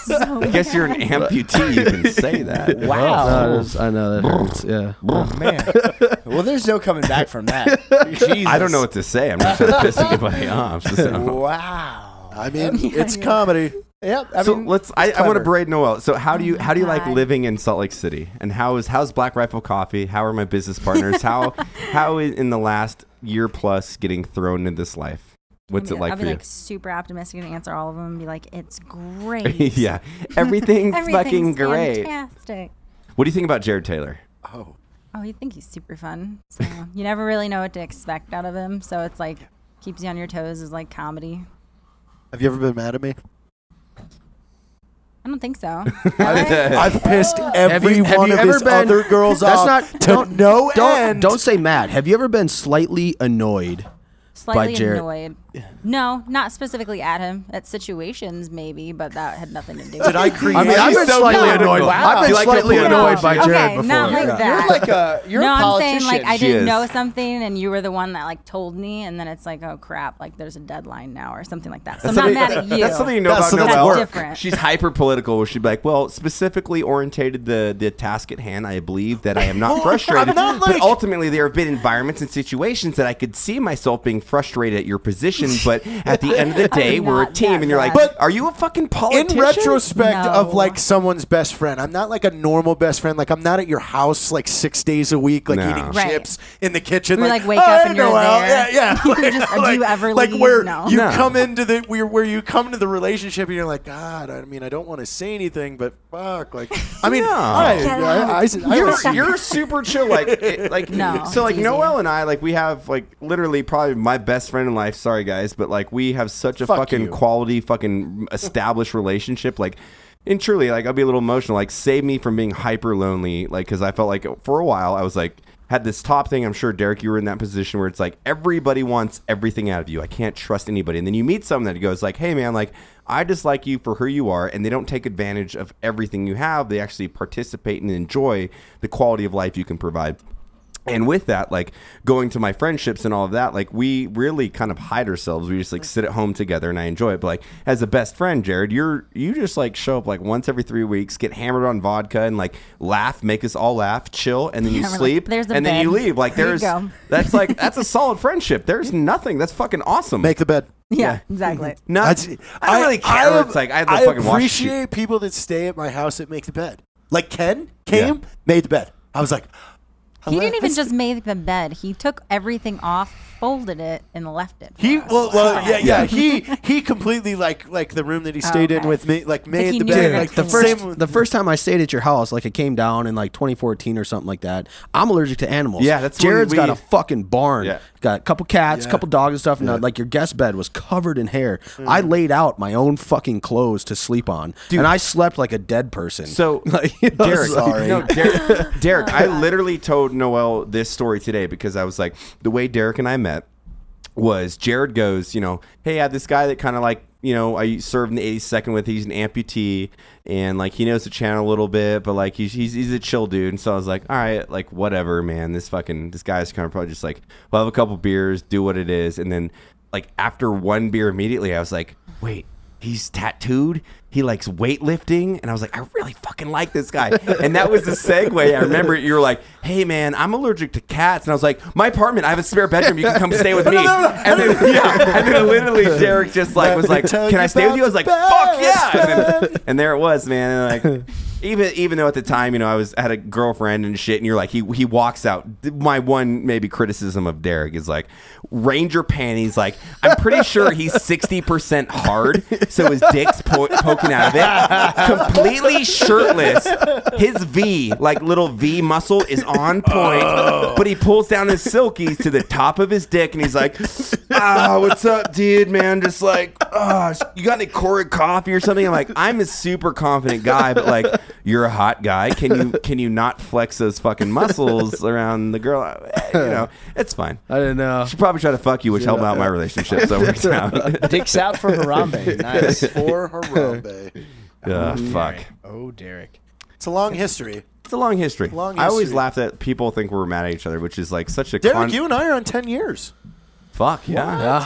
Speaker 10: So
Speaker 4: I guess you're an amputee. You can say
Speaker 5: [LAUGHS]
Speaker 4: that.
Speaker 7: Wow.
Speaker 5: No, it was- I know that hurts. Yeah,
Speaker 7: Man. well, there's no coming back
Speaker 9: [LAUGHS]
Speaker 7: from that. Jesus.
Speaker 4: I don't know what to say. I'm not trying to piss anybody off. so.
Speaker 7: Wow.
Speaker 9: I mean,
Speaker 10: [LAUGHS] Yeah,
Speaker 9: it's
Speaker 10: yeah.
Speaker 9: comedy.
Speaker 7: Yep. I
Speaker 4: so
Speaker 7: mean,
Speaker 4: let's. I, I want to
Speaker 7: clever.
Speaker 4: braid Noel. So how do you how do you like
Speaker 10: Hi.
Speaker 4: living in Salt Lake City? And how is how's Black Rifle Coffee? How are my business partners?
Speaker 10: [LAUGHS]
Speaker 4: how how is in the last year plus getting thrown into this life? What's it
Speaker 10: I'll be-
Speaker 4: like
Speaker 10: I'll
Speaker 4: for
Speaker 10: be
Speaker 4: you?
Speaker 10: like super optimistic and answer all of them and be like,
Speaker 4: [LAUGHS]
Speaker 10: it's great.
Speaker 4: yeah, everything's, fucking
Speaker 10: Everything's
Speaker 4: great.
Speaker 10: Fantastic.
Speaker 4: What do you think about Jared Taylor?
Speaker 9: Oh,
Speaker 10: Oh, you think he's super fun. So you never really know what to expect out of him. So it's like keeps you on your toes is like comedy.
Speaker 9: have you ever been mad at
Speaker 7: [LAUGHS]
Speaker 9: me?
Speaker 10: I don't think so.
Speaker 4: [LAUGHS]
Speaker 9: I've
Speaker 10: [LAUGHS]
Speaker 9: pissed every
Speaker 5: you- have
Speaker 9: one
Speaker 5: you
Speaker 9: of
Speaker 5: ever
Speaker 9: his
Speaker 5: been-
Speaker 9: other girls
Speaker 5: that's
Speaker 9: off
Speaker 5: not-
Speaker 9: to
Speaker 5: don't-
Speaker 9: no
Speaker 5: don't
Speaker 9: end.
Speaker 5: don't say mad. Have you ever been slightly annoyed?
Speaker 10: Slightly
Speaker 5: Jared.
Speaker 10: annoyed. No, not specifically at him. At situations maybe, but that had nothing to do. with
Speaker 9: Did I
Speaker 10: it.
Speaker 9: create?
Speaker 5: I mean, I've been slightly
Speaker 9: political.
Speaker 5: annoyed.
Speaker 9: Wow.
Speaker 5: I've been
Speaker 9: Do you like
Speaker 5: slightly
Speaker 9: to
Speaker 10: No,
Speaker 5: annoyed by
Speaker 10: okay,
Speaker 5: Jared before.
Speaker 10: Not like that.
Speaker 7: you're like a you're
Speaker 10: no,
Speaker 7: a
Speaker 10: I'm
Speaker 7: politician.
Speaker 10: saying like I
Speaker 4: She
Speaker 10: didn't
Speaker 4: is.
Speaker 10: know something, and you were the one that like told me, and then it's like, oh crap, like there's a deadline now or something like that. So I'm not mad at you.
Speaker 4: That's something you know
Speaker 9: That's-
Speaker 4: about
Speaker 9: so that's
Speaker 4: Noel.
Speaker 10: work. different.
Speaker 4: Oh, [LAUGHS] She's hyper political. Where she'd be like, "Well, specifically orientated the the task at hand. I believe that I am
Speaker 10: [LAUGHS]
Speaker 4: not frustrated,
Speaker 9: not
Speaker 4: but
Speaker 9: like-
Speaker 4: ultimately there have been environments and situations that I could see myself being frustrated at your position. But at the end of the
Speaker 10: [LAUGHS]
Speaker 4: day,
Speaker 10: I'm
Speaker 4: we're a
Speaker 10: not
Speaker 4: team,
Speaker 10: that
Speaker 4: and you're like,
Speaker 10: bad.
Speaker 4: "But are you a fucking
Speaker 9: in
Speaker 4: politician?"
Speaker 9: retrospect of
Speaker 10: No.
Speaker 9: like someone's best friend, I'm not like a normal best friend. Like I'm not at your house like six days a week, like
Speaker 4: No.
Speaker 9: eating
Speaker 10: Right.
Speaker 9: chips in the kitchen.
Speaker 10: We, like, wake
Speaker 9: "Oh,
Speaker 10: up
Speaker 9: hey,
Speaker 10: and you're
Speaker 9: Noelle."
Speaker 10: there. [LAUGHS]
Speaker 9: Yeah, yeah. Like, [LAUGHS]
Speaker 10: Just, uh, do
Speaker 9: like-
Speaker 10: you ever
Speaker 9: like
Speaker 10: leave?
Speaker 9: where
Speaker 10: No.
Speaker 9: you
Speaker 4: No.
Speaker 9: come into the where, where you come into the relationship and you're like, God, I mean, I don't want to say anything, but fuck, like, I mean,
Speaker 4: No.
Speaker 9: I,
Speaker 10: Get
Speaker 9: I,
Speaker 10: out.
Speaker 9: I, I,
Speaker 4: you're,
Speaker 9: was-
Speaker 4: you're super chill like it- like
Speaker 10: [LAUGHS] No,
Speaker 4: so like
Speaker 10: it's easy.
Speaker 4: noel and i like we have like literally probably my best friend in life sorry guys but like we have such a
Speaker 9: Fuck
Speaker 4: fucking
Speaker 9: you.
Speaker 4: quality fucking established relationship like and truly like i'll be a little emotional like save me from being hyper lonely like because i felt like for a while i was like had this top thing i'm sure derek you were in that position where it's like everybody wants everything out of you i can't trust anybody and then you meet someone that goes like hey man like I just like you for who you are, and they don't take advantage of everything you have. They actually participate and enjoy the quality of life you can provide. And with that, like going to my friendships and all of that, like we really kind of hide ourselves. We just like sit at home together and I enjoy it. But like as a best friend, Jared, you're you just like show up like once every three weeks, get hammered on vodka and like laugh, make us all laugh, chill, and then you
Speaker 10: Yeah, [LAUGHS] we're like,
Speaker 4: sleep.
Speaker 10: "There's the
Speaker 4: and then
Speaker 10: bed.
Speaker 4: you leave. Like
Speaker 10: There you
Speaker 4: there's
Speaker 10: go.
Speaker 4: that's
Speaker 10: [LAUGHS]
Speaker 4: like that's a solid friendship. There's nothing. That's fucking awesome.
Speaker 9: make the bed.
Speaker 10: yeah,
Speaker 4: [LAUGHS]
Speaker 10: exactly.
Speaker 4: no, I, don't really care.
Speaker 9: I,
Speaker 4: it's like I have to
Speaker 9: I
Speaker 4: fucking wash the sheet.
Speaker 9: appreciate people that stay at my house that make the bed. Like Ken came, made the bed. I was like,
Speaker 10: He didn't even just make the bed. He took everything off, folded it, and left it. for
Speaker 9: He
Speaker 10: us.
Speaker 9: well, well yeah, yeah.
Speaker 8: Yeah.
Speaker 9: He he completely like like the room that he stayed in
Speaker 10: okay.
Speaker 9: with me, like made
Speaker 10: he
Speaker 9: the
Speaker 10: knew
Speaker 9: bed.
Speaker 10: you
Speaker 9: Like
Speaker 10: were
Speaker 5: the
Speaker 10: Same
Speaker 5: first the first time I stayed at your house, like I came down in like 2014 or something like that. I'm allergic to animals.
Speaker 4: Yeah, that's when
Speaker 5: Jared's got
Speaker 4: we-
Speaker 5: a fucking barn.
Speaker 4: Yeah.
Speaker 5: Got a couple cats, a couple dogs and stuff. And uh, like your guest bed was covered in hair. I laid out my own fucking clothes to sleep on, and I slept like a dead person.
Speaker 4: So,
Speaker 5: [LAUGHS] like, you know,
Speaker 4: Derek,
Speaker 5: it's like-
Speaker 4: no,
Speaker 5: [LAUGHS]
Speaker 4: Derek, Derek, I literally told Noel this story today because I was like, the way Derek and I met was Jared goes, you know, hey, I had this guy that kind of like, you know, I served in the 82nd with. He's an amputee, and like he knows the channel a little bit, but like he's he's, he's a chill dude. And so I was like, all right, like whatever, man. This fucking this guy's kind of probably just like, we'll have a couple beers, do what it is, and then like after one beer, immediately I was like, wait, he's tattooed. He likes weightlifting, and I was like, I really fucking like this guy. And that was the segue. I remember you were like, "Hey man, I'm allergic to cats," and I was like, "My apartment, I have a spare bedroom. You can come stay with
Speaker 9: [LAUGHS]
Speaker 4: me." And then yeah, and then literally Derek just like was like,
Speaker 9: tell
Speaker 4: "Can I
Speaker 9: you
Speaker 4: stay with you?" I was like,
Speaker 9: about
Speaker 4: "Fuck
Speaker 9: the
Speaker 4: yeah!" And, then, and there it was, man. And like. [LAUGHS] Even even though at the time you know I was I had a girlfriend and shit and you're like he he walks out my one maybe criticism of Derek is like ranger panties like I'm pretty sure he's sixty percent hard so his dick's po- poking out of it completely shirtless his V like little V muscle is on point but he pulls down his silkies to the top of his dick and he's like ah what's up dude man just like ah you got any Corey coffee or something I'm like I'm a super confident guy but like you're a hot guy can you can you not flex those fucking muscles around the girl Eh, you know it's fine
Speaker 5: I don't know.
Speaker 4: she probably tried to fuck you, which helped out my relationship. So it worked out.
Speaker 7: [LAUGHS] [LAUGHS] Dicks out for Harambe. Nice.
Speaker 4: [LAUGHS]
Speaker 9: for [LAUGHS] Harambe.
Speaker 4: Ah, fuck.
Speaker 7: Oh, Derek.
Speaker 9: It's a long history.
Speaker 4: It's a long history.
Speaker 9: Long
Speaker 4: I always
Speaker 9: history.
Speaker 4: laugh that people think we're mad at each other, which is like such a
Speaker 9: Derek,
Speaker 4: con-
Speaker 9: you and I are on ten years.
Speaker 4: fuck. Yeah.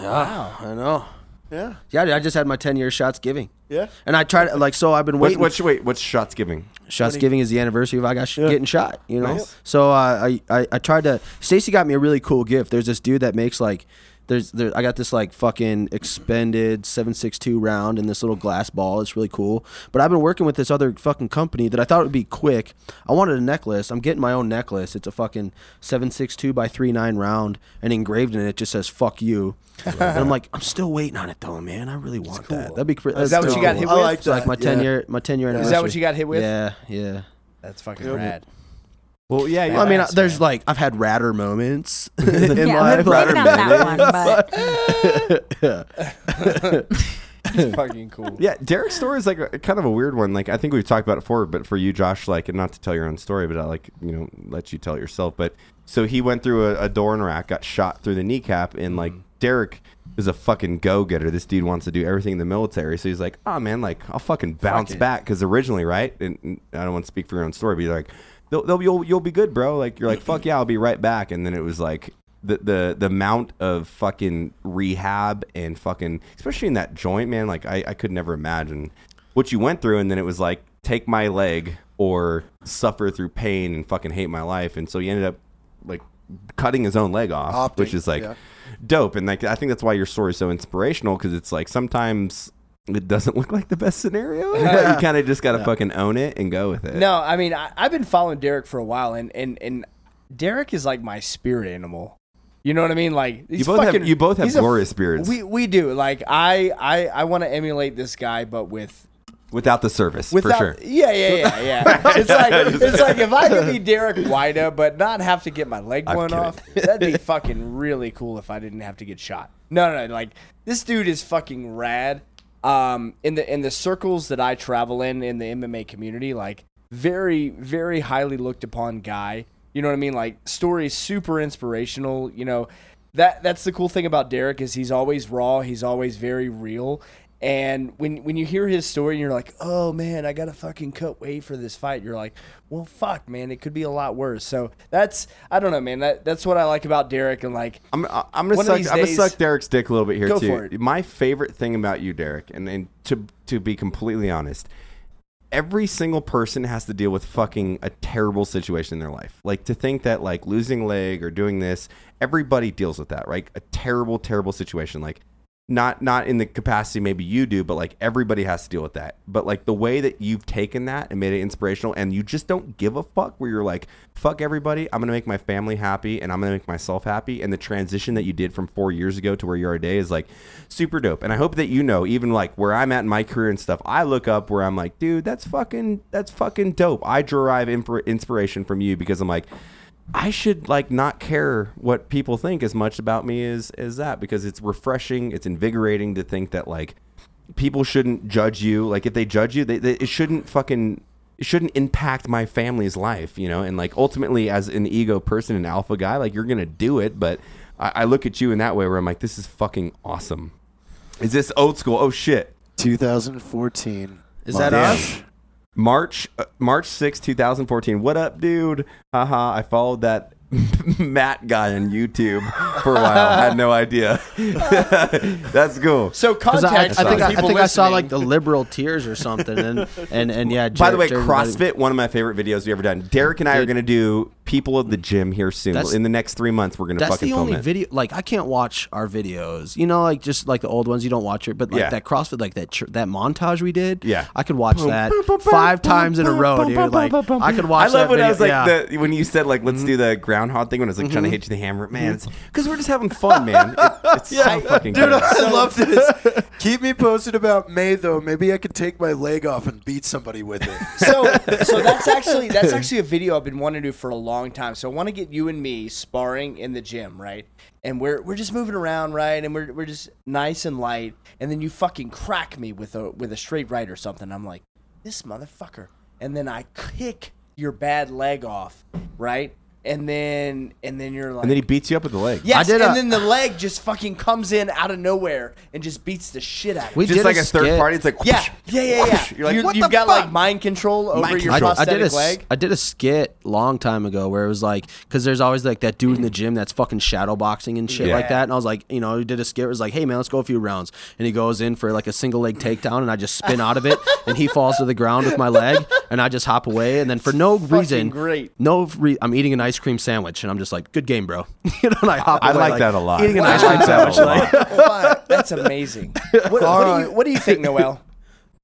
Speaker 5: I know.
Speaker 9: Yeah,
Speaker 5: Yeah, dude, I just had my 10 year shots giving.
Speaker 9: yeah.
Speaker 5: And I tried to like so I've been
Speaker 4: What,
Speaker 5: waiting.
Speaker 4: what's wait? What's shots giving?
Speaker 5: Shots giving is the anniversary of I got sh- getting shot. You know,
Speaker 4: Nice.
Speaker 5: so uh, I, I I tried to. Stacy got me a really cool gift. There's this dude that makes like. There's, there, I got this like fucking expended 762 round in this little glass ball. It's really cool. But I've been working with this other fucking company that I thought would be quick. I wanted a necklace. I'm getting my own necklace. It's a fucking 762 by 39 round and engraved in it just says fuck
Speaker 7: [LAUGHS]
Speaker 5: you. and I'm like, I'm still waiting on it though, man. I really want that. That'd be pretty.
Speaker 7: Is that what you got hit
Speaker 9: I
Speaker 7: with?
Speaker 9: like
Speaker 5: It's like
Speaker 9: that.
Speaker 5: my
Speaker 9: yeah.
Speaker 5: ten year, my ten year anniversary.
Speaker 7: Is that what you got hit with?
Speaker 5: Yeah, yeah.
Speaker 7: That's fucking rad.
Speaker 4: Well, yeah.
Speaker 5: I mean,
Speaker 7: Badass,
Speaker 5: there's
Speaker 7: man.
Speaker 5: like I've had ratter moments [LAUGHS] in
Speaker 10: yeah,
Speaker 5: my
Speaker 10: I'm
Speaker 5: life.
Speaker 10: not that one, but
Speaker 7: It's fucking cool.
Speaker 4: Yeah, Derek's story is like a, kind of a weird one. Like I think we've talked about it before, but for you, Josh, like and not to tell your own story, but I like you know let you tell it yourself. But so he went through a, a door and rack, got shot through the kneecap, and like Derek is a fucking go getter. This dude wants to do everything in the military, so he's like, oh man, like I'll fucking bounce back because originally, right? And, and I don't want to speak for your own story, but you're like, they'll, they'll, you'll you'll be good, bro. Like [CLEARS THROAT] you're like, fuck yeah, I'll be right back. And then it was like the the the amount of fucking rehab and fucking especially in that joint, man. Like I, I could never imagine what you went through, and then it was like take my leg or suffer through pain and fucking hate my life. And so he ended up like cutting his own leg off,
Speaker 9: Opting,
Speaker 4: which is like
Speaker 9: yeah.
Speaker 4: dope. And like I think that's why your story is so inspirational because it's like sometimes. It doesn't look like the best scenario. but you kind of just got to fucking own it and go with it.
Speaker 7: [LAUGHS] No, I mean I, I've been following Derek for a while, and and and Derek is like my spirit animal. You know what I mean? Like he's
Speaker 4: both have-
Speaker 7: fucking-
Speaker 4: you both have
Speaker 7: he's a-
Speaker 4: glorious spirits.
Speaker 7: We we do. Like I I I want to emulate this guy, but with
Speaker 4: Without the service,
Speaker 7: without.
Speaker 4: for sure.
Speaker 7: Yeah yeah yeah yeah.
Speaker 4: [LAUGHS]
Speaker 7: it's like it's like if I could be Derek Wida, but not have to get my leg
Speaker 4: I'm
Speaker 7: blown
Speaker 4: kidding.
Speaker 7: off, that'd be fucking really cool if I didn't have to get shot. No no no. Like this dude is fucking rad. Um, in the in the circles that I travel in in the MMA community, like very very highly looked upon guy. You know what I mean? Like stories super inspirational. You know that that's the cool thing about Derek is he's always raw. He's always very real. And when when you hear his story and you're like, oh man, I gotta fucking cut weight for this fight. You're like, well, fuck, man, it could be a lot worse. So that's I don't know, man. That that's what I like about Derek and like
Speaker 4: I'm, I- I'm gonna
Speaker 7: One of
Speaker 4: suck. I'm
Speaker 7: these
Speaker 4: gonna
Speaker 7: days-
Speaker 4: suck Derek's dick a little bit here
Speaker 7: Go
Speaker 4: too.
Speaker 7: for it.
Speaker 4: My favorite thing about you, Derek, and, and to to be completely honest, every single person has to deal with fucking a terrible situation in their life. Like to think that like losing a leg or doing this, everybody deals with that, right? A terrible, terrible situation. Like not not in the capacity maybe you do, but like everybody has to deal with that. But like the way that you've taken that and made it inspirational, and you just don't give a fuck. Where you're like, fuck everybody, I'm gonna make my family happy, and I'm gonna make myself happy. And the transition that you did from four years ago to where you are today is like super dope. And I hope that you know, even like where I'm at in my career and stuff, I look up where I'm like, dude, that's fucking that's fucking dope. I derive impr- inspiration from you because I'm like. I should like not care what people think as much about me as as that because it's refreshing, it's invigorating to think that like people shouldn't judge you. Like if they judge you, they, they it shouldn't fucking it shouldn't impact my family's life, you know. And like ultimately, as an ego person, an alpha guy, like you're gonna do it. But I, I look at you in that way where I'm like, this is fucking awesome. Is this old school? Oh shit!
Speaker 9: 2014.
Speaker 5: Is that
Speaker 9: Damn.
Speaker 5: us?
Speaker 4: March uh, March 6, 2014. What up, dude? Haha, I followed that [LAUGHS] Matt guy on YouTube for a while. I had no idea. [LAUGHS] That's cool.
Speaker 7: So
Speaker 5: 'Cause I, I
Speaker 7: contact.
Speaker 5: think, I, I,
Speaker 7: people
Speaker 5: think I saw like
Speaker 7: listening.
Speaker 5: the liberal tears or
Speaker 4: [LAUGHS]
Speaker 5: something, and and and yeah.
Speaker 4: By the way,
Speaker 5: jerked everybody-
Speaker 4: CrossFit, one of my favorite videos we've ever done. Derek and I are
Speaker 5: Dude.
Speaker 4: going to do People of the Gym here soon.
Speaker 5: That's-
Speaker 4: In the next three months, we're going to
Speaker 5: That's
Speaker 4: fucking
Speaker 5: the
Speaker 4: film
Speaker 5: only
Speaker 4: it.
Speaker 5: video. Like I can't watch our videos. You know, like just like the old ones. You don't watch it, but like
Speaker 4: Yeah.
Speaker 5: that CrossFit, like that tr- that montage we did.
Speaker 4: Yeah.
Speaker 5: I could watch
Speaker 4: Boom,
Speaker 5: that
Speaker 4: boom, boom,
Speaker 5: five
Speaker 4: boom,
Speaker 5: times in a
Speaker 4: boom,
Speaker 5: row,
Speaker 4: boom,
Speaker 5: dude.
Speaker 4: boom,
Speaker 5: Like
Speaker 4: boom, boom,
Speaker 5: I could
Speaker 4: boom.
Speaker 5: watch.
Speaker 4: I love
Speaker 5: that
Speaker 4: when
Speaker 5: video.
Speaker 4: I was like
Speaker 5: yeah. Mm-hmm.
Speaker 4: the, when you said like let's do the groundhog thing when I was like trying to hit you with the hammer, man. Because we're just having fun, man. It,
Speaker 5: [LAUGHS]
Speaker 4: it's so fucking
Speaker 9: Dude,
Speaker 4: good.
Speaker 9: [LAUGHS] I love this. Keep me posted about May though. Maybe I could take my leg off and beat somebody with it.
Speaker 7: so so that's actually that's actually a video I've been wanting to do for a long time. So I want to get you and me sparring in the gym, right? [LAUGHS] And we're we're just moving around, right? And we're we're just nice and light. And then you fucking crack me with a with a straight right or something. I'm like, this motherfucker. And then I kick your bad leg off, right? And then and then you're like
Speaker 4: And then he beats you up with the leg.
Speaker 7: Yes,
Speaker 5: I did
Speaker 7: and
Speaker 5: a-
Speaker 7: then the leg just fucking comes in out of nowhere and just beats the shit out of
Speaker 5: We
Speaker 7: you.
Speaker 5: did
Speaker 4: Just like a, third
Speaker 5: skit.
Speaker 4: party, it's like
Speaker 7: Yeah, yeah, yeah, yeah.
Speaker 4: You're like, what
Speaker 7: have
Speaker 4: the
Speaker 7: got
Speaker 4: fuck?
Speaker 7: like mind control over
Speaker 4: Mind
Speaker 7: your
Speaker 4: control.
Speaker 5: I, I
Speaker 7: prosthetic
Speaker 5: did a, s-
Speaker 7: leg.
Speaker 5: I did a skit long time ago where it was like, because there's always like that dude in the gym that's fucking shadow boxing and shit
Speaker 4: Yeah.
Speaker 5: like that. And I was like, you know, he did a skit. It was like, hey man, let's go a few rounds. And he goes in for like a single leg takedown, and I just spin
Speaker 4: [LAUGHS]
Speaker 5: out of it, and he falls to the ground with my leg, and I just hop away. And then for no reason,
Speaker 7: great.
Speaker 5: no, re- I'm eating an ice cream sandwich, and I'm just like, good game, bro. [LAUGHS] you know, and I hop.
Speaker 4: I
Speaker 5: away,
Speaker 4: like that a lot.
Speaker 5: Eating an
Speaker 4: I
Speaker 5: ice
Speaker 4: like
Speaker 5: cream
Speaker 4: that a
Speaker 5: sandwich. like-
Speaker 4: lot.
Speaker 7: Wow, that's amazing. What, what do you, what do you think, Noel?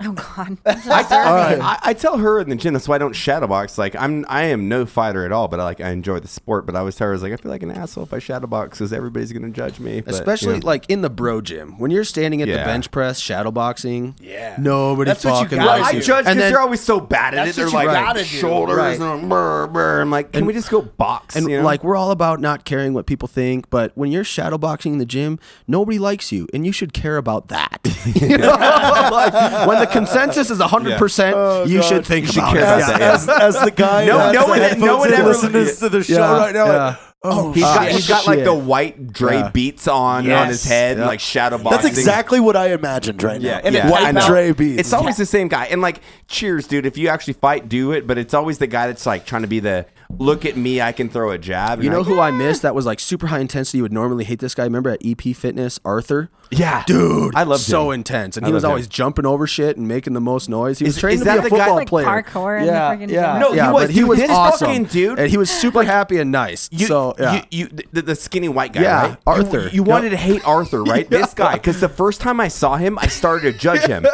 Speaker 10: Oh God.
Speaker 4: [LAUGHS] [LAUGHS] I, I, I tell her in the gym that's why I don't shadow box. Like I'm, I am no fighter at all, but I like I enjoy the sport. But I always tell her I was like I feel like an asshole if I shadow box because everybody's gonna judge me. But,
Speaker 5: Especially
Speaker 4: you know.
Speaker 5: like in the bro gym when you're standing at
Speaker 4: Yeah.
Speaker 5: the bench press shadow boxing.
Speaker 7: Yeah.
Speaker 5: nobody
Speaker 7: That's what you
Speaker 5: fucking
Speaker 7: gotta
Speaker 5: likes
Speaker 4: I
Speaker 7: do.
Speaker 5: you.
Speaker 4: judge because
Speaker 5: And then-
Speaker 4: they're always so bad at it.
Speaker 7: That's
Speaker 4: They're
Speaker 7: what you
Speaker 4: like
Speaker 7: gotta do.
Speaker 4: shoulders.
Speaker 5: Right.
Speaker 4: And brr, brr. I'm like, can we just go box?
Speaker 5: And
Speaker 4: you know?
Speaker 5: like we're all about not caring what people think, but when you're shadow boxing in the gym, nobody likes you, and you should care
Speaker 4: [LAUGHS]
Speaker 5: about that. [LAUGHS] You know? Like, when the consensus is hundred percent, you should think
Speaker 4: You should
Speaker 5: about
Speaker 4: care
Speaker 5: it.
Speaker 4: about
Speaker 5: Yeah.
Speaker 7: [LAUGHS]
Speaker 4: that.
Speaker 9: as, as the guy,
Speaker 4: No-
Speaker 9: that's
Speaker 4: no one-
Speaker 9: the
Speaker 4: no
Speaker 9: headphones
Speaker 4: one
Speaker 9: in
Speaker 4: ever-
Speaker 9: listens to the show
Speaker 5: Yeah,
Speaker 9: right now.
Speaker 5: yeah.
Speaker 9: Like, oh,
Speaker 4: He's got,
Speaker 5: shit.
Speaker 4: he's got like the white Dre
Speaker 5: Yeah.
Speaker 4: beats on on his
Speaker 7: Yes.
Speaker 4: head, and, like shadow boxing.
Speaker 9: that's exactly what I imagined right now.
Speaker 4: Yeah, yeah,
Speaker 9: White
Speaker 4: I know.
Speaker 9: Dre beats.
Speaker 4: It's always the same guy. And like, cheers, dude. If you actually fight, do it. But it's always the guy that's like trying to be the look at me, I can throw a jab. And
Speaker 5: You know
Speaker 4: like,
Speaker 5: who I missed that was like super high intensity? You would normally hate this guy. Remember at EP Fitness, Arthur?
Speaker 4: Yeah,
Speaker 5: Dude,
Speaker 4: I love
Speaker 5: so
Speaker 4: him.
Speaker 5: intense, and
Speaker 4: I
Speaker 5: he was
Speaker 4: loved him.
Speaker 5: always jumping over shit and making the most noise. He was
Speaker 4: Is-
Speaker 5: trained
Speaker 4: is
Speaker 5: to
Speaker 4: that
Speaker 5: be
Speaker 4: the guy-
Speaker 5: a football
Speaker 10: Like
Speaker 5: player.
Speaker 10: parkour in the
Speaker 5: yeah,
Speaker 10: freaking
Speaker 5: yeah,
Speaker 10: gym. No,
Speaker 4: he
Speaker 5: yeah,
Speaker 4: was,
Speaker 5: but he
Speaker 4: dude,
Speaker 5: was
Speaker 4: this
Speaker 5: awesome,
Speaker 4: fucking dude-
Speaker 5: and he was super happy and nice.
Speaker 4: You,
Speaker 5: so yeah.
Speaker 4: you, you the, the skinny white guy,
Speaker 5: Yeah,
Speaker 4: right? You-
Speaker 5: Arthur.
Speaker 4: You, wanted to hate Arthur,
Speaker 5: [LAUGHS]
Speaker 4: right? This guy, because the first time I saw him, I started to judge him.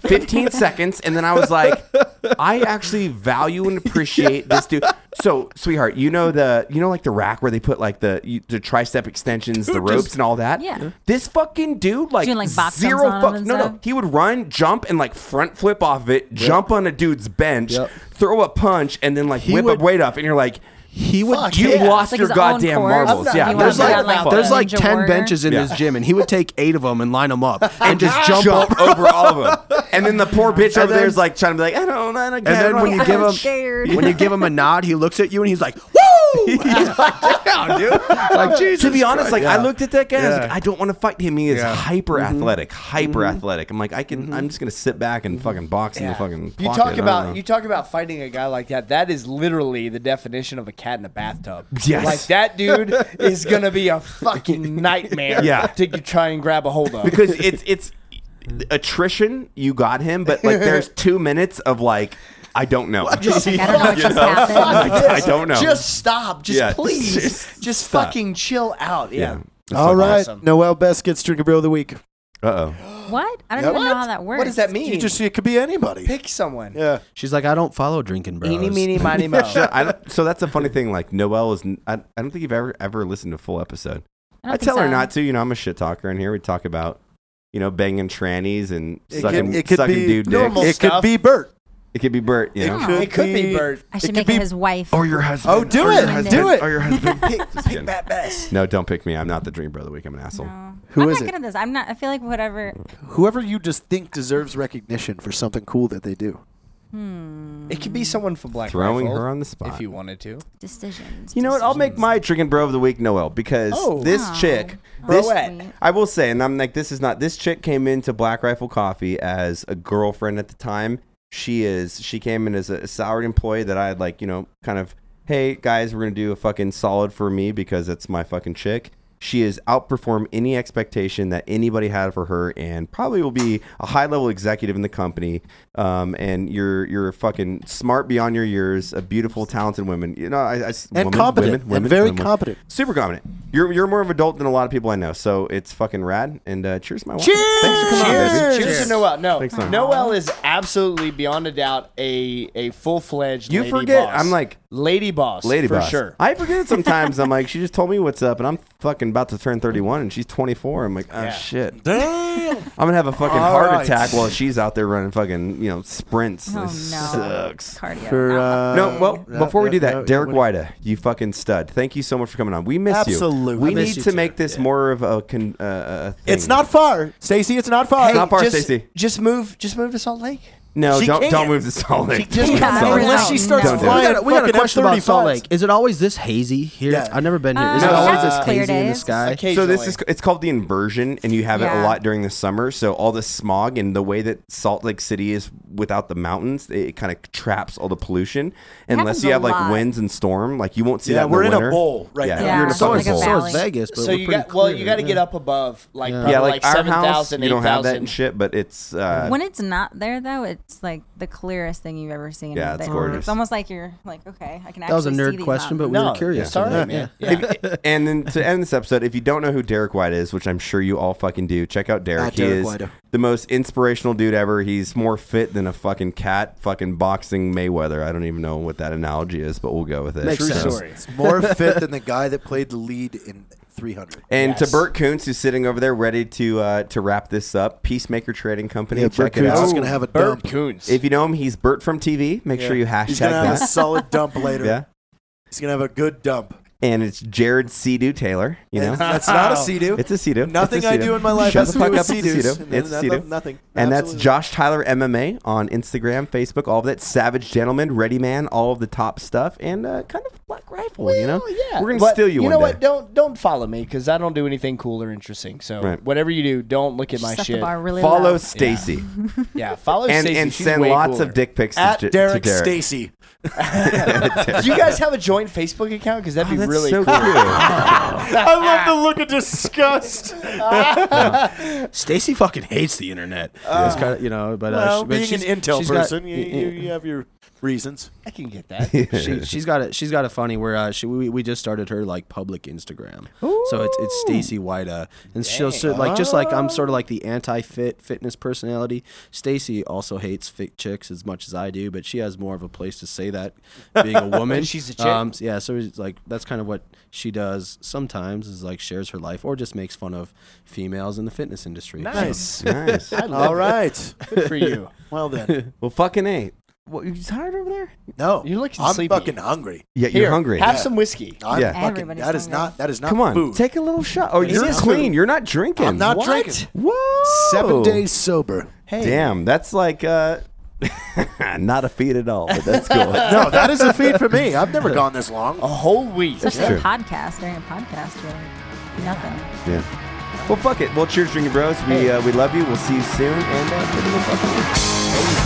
Speaker 4: Fifteen seconds, and then I was like, I actually value and appreciate this dude. So, sweetheart, you know the you know like the rack where they put like the you, the tricep extensions, the ropes, and all that.
Speaker 10: Yeah.
Speaker 4: This fucking dude, like,
Speaker 10: Doing, like, box
Speaker 4: zero
Speaker 10: jumps on 'em
Speaker 4: fucks.
Speaker 10: and
Speaker 4: No,
Speaker 10: stuff?
Speaker 4: no, he would run, jump, and like front flip off it, jump on a dude's bench,
Speaker 5: Yep.
Speaker 4: throw a punch, and then like
Speaker 5: He
Speaker 4: whip
Speaker 5: would-
Speaker 4: a weight up, and you're like.
Speaker 5: he would
Speaker 9: Fuck,
Speaker 4: You
Speaker 9: yeah.
Speaker 4: lost
Speaker 10: Like
Speaker 4: your
Speaker 10: his own
Speaker 4: goddamn
Speaker 10: course.
Speaker 4: marbles.
Speaker 7: I'm
Speaker 4: Yeah,
Speaker 7: not-
Speaker 5: There's
Speaker 7: He
Speaker 5: like
Speaker 7: wasn't like
Speaker 5: there's
Speaker 7: the
Speaker 5: like
Speaker 10: Ninja
Speaker 5: ten
Speaker 10: Warrior.
Speaker 5: benches in
Speaker 4: Yeah.
Speaker 5: this gym, and he would take eight of them and line them up
Speaker 9: [LAUGHS]
Speaker 5: and just jump,
Speaker 4: jump, [LAUGHS]
Speaker 5: over.
Speaker 4: over all of them. And then the poor bitch over
Speaker 5: then-
Speaker 4: there is like trying to be like, I don't, I don't
Speaker 5: And
Speaker 4: care.
Speaker 5: then when you
Speaker 10: I'm
Speaker 5: give him
Speaker 10: scared.
Speaker 5: when you give him a nod, he looks at you and he's like,
Speaker 9: [LAUGHS]
Speaker 5: "Woo!"
Speaker 4: down, dude.
Speaker 5: like Jesus.
Speaker 4: to be honest, like I
Speaker 5: Yeah.
Speaker 4: looked at that guy, and I was like,
Speaker 5: Yeah.
Speaker 4: I don't want to fight him. He is hyper athletic, hyper athletic. I'm like, I can, I'm just gonna sit back and fucking box in the fucking. pocket. I
Speaker 7: You talk
Speaker 4: don't know.
Speaker 7: about you talk about fighting a guy like that. That is literally the definition of a cat in a bathtub.
Speaker 4: [LAUGHS] Yes.
Speaker 7: like that dude is gonna be
Speaker 4: [LAUGHS]
Speaker 7: a fucking nightmare.
Speaker 4: Yeah.
Speaker 7: to g- try and grab a hold of. [LAUGHS]
Speaker 4: because it's it's attrition. You got him, but like there's two minutes of like. I don't know.
Speaker 10: Like, I don't know what just
Speaker 4: [LAUGHS]
Speaker 10: happened.
Speaker 4: I don't know.
Speaker 7: Just stop. Just
Speaker 4: Yeah, [LAUGHS]
Speaker 7: please.
Speaker 4: just
Speaker 7: Just,
Speaker 4: stop.
Speaker 7: fucking chill out. Yeah.
Speaker 4: Yeah.
Speaker 9: All
Speaker 7: fucking
Speaker 9: right,
Speaker 7: awesome.
Speaker 9: Noel Best gets drink a beer of the week.
Speaker 4: Uh oh.
Speaker 10: What? I don't even know how that works.
Speaker 7: What does that mean?
Speaker 9: You just it could be anybody.
Speaker 7: pick someone.
Speaker 9: Yeah.
Speaker 5: She's like, I don't follow drinking bros.
Speaker 7: Eeny, meeny,
Speaker 4: [LAUGHS]
Speaker 7: miny, mo.
Speaker 4: I don't, so that's a funny thing. Like Noel is, n- I, I don't think you've ever ever listened to a full episode.
Speaker 10: I,
Speaker 4: I,
Speaker 10: don't think
Speaker 4: tell her
Speaker 10: so.
Speaker 4: not to. You know, I'm a shit talker, and here we talk about, you know, banging trannies and
Speaker 9: It
Speaker 4: sucking,
Speaker 9: could, it could
Speaker 4: sucking
Speaker 9: be
Speaker 4: dude
Speaker 9: normal
Speaker 4: dicks.
Speaker 9: It could
Speaker 7: stuff.
Speaker 9: be Bert.
Speaker 4: It could be Bert. You know,
Speaker 10: Oh.
Speaker 7: It could be Bert.
Speaker 10: I
Speaker 9: it
Speaker 10: should
Speaker 9: could
Speaker 10: make
Speaker 9: be-
Speaker 10: it his wife.
Speaker 4: your husband.
Speaker 9: Oh, do
Speaker 10: Or your
Speaker 9: it.
Speaker 10: husband.
Speaker 9: Do it.
Speaker 4: Or your husband. Just kidding.
Speaker 9: Matt Best.
Speaker 4: No, don't pick me. I'm not the dream brother week. I'm an asshole.
Speaker 10: No.
Speaker 9: Who
Speaker 10: I'm
Speaker 9: is
Speaker 10: not
Speaker 9: it?
Speaker 10: good at this. Oh I'm not. I feel like whatever.
Speaker 9: [LAUGHS] Whoever you just think deserves recognition for something cool that they do.
Speaker 7: It could be someone from Black
Speaker 4: Throwing
Speaker 7: Rifle,
Speaker 4: her on the spot.
Speaker 7: if you wanted to.
Speaker 10: Decisions.
Speaker 4: You know what? I'll make my drinking bro of the week, Noel, because
Speaker 7: Oh.
Speaker 4: this
Speaker 10: Wow.
Speaker 4: chick,
Speaker 7: Bro
Speaker 4: this,
Speaker 7: at.
Speaker 4: I will say, and I'm like, this is not. This chick came into Black Rifle Coffee as a girlfriend at the time. She is. She came in as a salaried employee that I had, like, you know, kind of. Hey guys, we're gonna do a fucking solid for me because it's my fucking chick. She has outperformed any expectation that anybody had for her, and probably will be a high level executive in the company. Um, and you're you're fucking smart beyond your years, a beautiful, talented woman. You know, I, I s-
Speaker 9: And
Speaker 4: woman,
Speaker 9: competent.
Speaker 4: women,
Speaker 9: And
Speaker 4: women,
Speaker 9: very
Speaker 4: women.
Speaker 9: competent.
Speaker 4: Super competent. You're you're more of an adult than a lot of people I know, so it's fucking rad. And uh, cheers, my wife. Thanks for coming on,
Speaker 7: Cheers.
Speaker 4: baby.
Speaker 7: Cheers to Noel. No,
Speaker 4: Thanks, man.
Speaker 7: Noel is absolutely beyond a doubt a a full fledged.
Speaker 4: You
Speaker 7: lady
Speaker 4: forget,
Speaker 7: boss.
Speaker 4: I'm like-
Speaker 7: lady boss,
Speaker 4: Lady
Speaker 7: for
Speaker 4: boss.
Speaker 7: sure.
Speaker 4: I forget sometimes. I'm like, she just told me what's up, and I'm fucking about to turn 31, and she's 24. I'm like, oh
Speaker 7: Yeah.
Speaker 4: shit. I'm gonna have a fucking
Speaker 9: All
Speaker 4: heart
Speaker 9: right.
Speaker 4: attack while she's out there running fucking you know sprints.
Speaker 10: Oh no.
Speaker 4: this sucks.
Speaker 10: Cardio.
Speaker 9: For, uh,
Speaker 4: No, well,
Speaker 9: yeah,
Speaker 4: before we
Speaker 9: yeah,
Speaker 4: do that,
Speaker 9: yeah,
Speaker 4: Derek
Speaker 9: what-
Speaker 4: White, you fucking stud. Thank you so much for coming on. We miss you.
Speaker 9: Absolutely.
Speaker 4: We
Speaker 9: I
Speaker 4: need
Speaker 9: miss
Speaker 4: to
Speaker 9: you too.
Speaker 4: make this more of a, con- uh, uh, a thing.
Speaker 9: It's not far, Stacy. It's not far.
Speaker 4: It's not far,
Speaker 7: just,
Speaker 4: Stacey.
Speaker 7: Just move. Just move to Salt Lake.
Speaker 4: No,
Speaker 9: She
Speaker 4: don't don't
Speaker 9: can't.
Speaker 4: move to Salt Lake.
Speaker 9: just
Speaker 4: Don't move
Speaker 10: can't.
Speaker 4: to Salt Lake.
Speaker 9: unless she
Speaker 10: No,
Speaker 9: starts
Speaker 4: no.
Speaker 5: We
Speaker 9: flying.
Speaker 5: got, a- we got a
Speaker 9: fucking
Speaker 5: question about Salt
Speaker 9: F-35s.
Speaker 5: Lake. Is it always this hazy here?
Speaker 9: Yeah.
Speaker 5: I've never been here. Is
Speaker 10: Uh,
Speaker 5: it always
Speaker 10: that's
Speaker 5: this
Speaker 10: clear
Speaker 5: hazy in the
Speaker 10: days.
Speaker 5: sky?
Speaker 7: Okay.
Speaker 4: So this is it's called the inversion, and you have it a
Speaker 10: Yeah.
Speaker 4: lot during the summer. So all the smog and the way that Salt Lake City is without the mountains, it, kind of traps all the pollution. Unless
Speaker 10: happens
Speaker 4: you
Speaker 10: a
Speaker 4: have like
Speaker 10: lot.
Speaker 4: winds and storm, like you won't see
Speaker 9: Yeah,
Speaker 4: that. in
Speaker 9: we're
Speaker 4: the
Speaker 9: in a
Speaker 4: winter.
Speaker 9: bowl right
Speaker 4: yeah,
Speaker 9: now.
Speaker 4: You're in a
Speaker 10: Yeah.
Speaker 5: So
Speaker 4: fucking
Speaker 5: is,
Speaker 10: Like a
Speaker 4: bowl.
Speaker 5: so is
Speaker 10: valley.
Speaker 5: Vegas, but
Speaker 7: So
Speaker 5: we're
Speaker 7: you
Speaker 5: pretty
Speaker 7: got well,
Speaker 5: clear,
Speaker 7: you got to
Speaker 5: yeah.
Speaker 7: get up above, like probably
Speaker 4: yeah,
Speaker 7: like,
Speaker 4: like our
Speaker 7: seven
Speaker 4: house,
Speaker 7: thousand,
Speaker 4: you
Speaker 7: eight
Speaker 4: don't have that and
Speaker 7: thousand.
Speaker 4: shit, but it's uh,
Speaker 10: when it's not there though, it's like the clearest thing you've ever seen.
Speaker 4: Yeah, it's
Speaker 10: That-
Speaker 4: gorgeous.
Speaker 10: It's almost like you're like, okay, I can. actually
Speaker 5: That was a
Speaker 10: see
Speaker 5: nerd
Speaker 10: these
Speaker 5: question, but
Speaker 10: mountains.
Speaker 5: we
Speaker 7: No,
Speaker 5: were curious.
Speaker 7: it's all
Speaker 5: about
Speaker 7: right,
Speaker 5: that,
Speaker 7: man.
Speaker 5: yeah.
Speaker 4: and then to end this episode, if you don't know who Derek White is, which I'm sure you all fucking do, check out Derek.
Speaker 9: At
Speaker 4: he
Speaker 9: Ah, Derek
Speaker 4: is
Speaker 9: White.
Speaker 4: the most inspirational dude ever. He's more fit than a fucking cat, fucking boxing Mayweather. I don't even know what that analogy is, but we'll go with it.
Speaker 7: True
Speaker 4: So-
Speaker 7: story.
Speaker 9: More fit than the guy that played the lead in 300.
Speaker 4: And to
Speaker 7: Yes.
Speaker 4: Bert Koontz, who's sitting over there ready to uh, to wrap this up, Peacemaker Trading Company.
Speaker 9: Yeah,
Speaker 4: check
Speaker 9: Bert
Speaker 4: it
Speaker 9: Koontz
Speaker 4: out.
Speaker 9: is going to have a
Speaker 7: Bert
Speaker 9: dump.
Speaker 7: Coons.
Speaker 4: If you know him, he's Bert from TV. Make sure you hashtag
Speaker 9: He's going to have a
Speaker 4: that.
Speaker 9: solid dump
Speaker 4: [LAUGHS]
Speaker 9: later.
Speaker 4: Yeah.
Speaker 9: He's going to have a good dump.
Speaker 4: And it's Jared Cedu Taylor. You know,
Speaker 9: That's not [LAUGHS] a C-do.
Speaker 4: it's a Cedu.
Speaker 9: Nothing
Speaker 4: It's a
Speaker 9: I
Speaker 4: Cedu.
Speaker 9: do in my life
Speaker 4: Shut
Speaker 9: has
Speaker 4: the
Speaker 9: to
Speaker 4: fuck
Speaker 9: do
Speaker 4: up.
Speaker 9: with
Speaker 4: It's a
Speaker 9: Cedu.
Speaker 4: Cedu. It's a
Speaker 9: Nothing-
Speaker 4: Cedu.
Speaker 9: nothing.
Speaker 4: And that's
Speaker 9: Absolutely.
Speaker 4: Josh Tyler MMA on Instagram, Facebook, all of that. Savage Gentleman, Ready Man, all of the top stuff, and uh, kind of Black Rifle. you know,
Speaker 7: Well, yeah.
Speaker 4: we're gonna
Speaker 7: But
Speaker 4: steal you,
Speaker 7: You
Speaker 4: one
Speaker 7: know
Speaker 4: day.
Speaker 7: what? Don't don't follow me because I don't do anything cool or interesting. So
Speaker 4: Right.
Speaker 7: whatever you do, don't look at my
Speaker 10: Set
Speaker 7: shit.
Speaker 10: the bar really
Speaker 4: [LAUGHS] Follow
Speaker 10: low.
Speaker 4: Stacy
Speaker 7: Yeah, follow
Speaker 4: and
Speaker 7: Stacey.
Speaker 4: and
Speaker 7: She's
Speaker 4: send
Speaker 7: way
Speaker 4: lots
Speaker 7: cooler.
Speaker 4: of dick pics
Speaker 9: At
Speaker 4: to, J-
Speaker 9: Derek
Speaker 4: to Derek.
Speaker 9: Stacy.
Speaker 7: [LAUGHS] Do you guys have a joint Facebook account? Because that'd
Speaker 4: Oh, Ah,
Speaker 7: be
Speaker 4: That's
Speaker 7: really
Speaker 4: so
Speaker 7: cool.
Speaker 4: cool.
Speaker 9: I love the look of disgust.
Speaker 5: Stacy fucking hates the internet. It's kind of, you know, but, uh,
Speaker 9: well,
Speaker 5: she, but
Speaker 9: being
Speaker 5: she's,
Speaker 9: an intel
Speaker 5: she's got-
Speaker 9: person, you, you, you have your reasons.
Speaker 7: I can get that. [LAUGHS]
Speaker 5: she, she's got it. She's got a funny where uh, she we, we just started her like public Instagram. So it's it's Stacy Whita, and she'll so, like just like
Speaker 7: Oh.
Speaker 5: I'm sort of like the anti-fit fitness personality. Stacy also hates fit chicks as much as I do, but she has more of a place to say that being
Speaker 7: [LAUGHS]
Speaker 5: a woman.
Speaker 7: She's a chick.
Speaker 5: s- yeah, so it's like that's kind of what she does sometimes is like shares her life or just makes fun of females in the fitness industry. So-
Speaker 7: Nice.
Speaker 4: nice.
Speaker 9: All right.
Speaker 7: Good for you.
Speaker 9: [LAUGHS]
Speaker 4: [LAUGHS]
Speaker 9: Well then,
Speaker 4: Well, fucking a. What you tired over there?
Speaker 9: no.
Speaker 7: You're looking
Speaker 9: I'm
Speaker 7: sleepy.
Speaker 9: fucking hungry.
Speaker 4: Yeah,
Speaker 7: Here,
Speaker 4: you're hungry.
Speaker 7: Have some whiskey.
Speaker 9: I'm
Speaker 4: Yeah.
Speaker 9: fucking.
Speaker 10: Everybody's
Speaker 9: That is
Speaker 10: hungry.
Speaker 9: not. That is not.
Speaker 4: Come on,
Speaker 9: food.
Speaker 4: take a little shot. Oh, you're
Speaker 9: is
Speaker 4: clean.
Speaker 9: food.
Speaker 4: You're not drinking.
Speaker 9: I'm not
Speaker 4: What?
Speaker 9: drinking.
Speaker 4: Whoa.
Speaker 9: Seven days sober.
Speaker 7: Hey,
Speaker 4: Damn, that's like uh, [LAUGHS] not a feat at all. But that's cool.
Speaker 9: No, that is a feed for me. I've never gone this long.
Speaker 7: a whole week.
Speaker 10: Especially a podcast. During a podcast, you're like, nothing.
Speaker 4: yeah. Well, fuck it. Well, cheers, drinking bros. We uh, we love you. We'll see you soon. And uh, take a little fucking-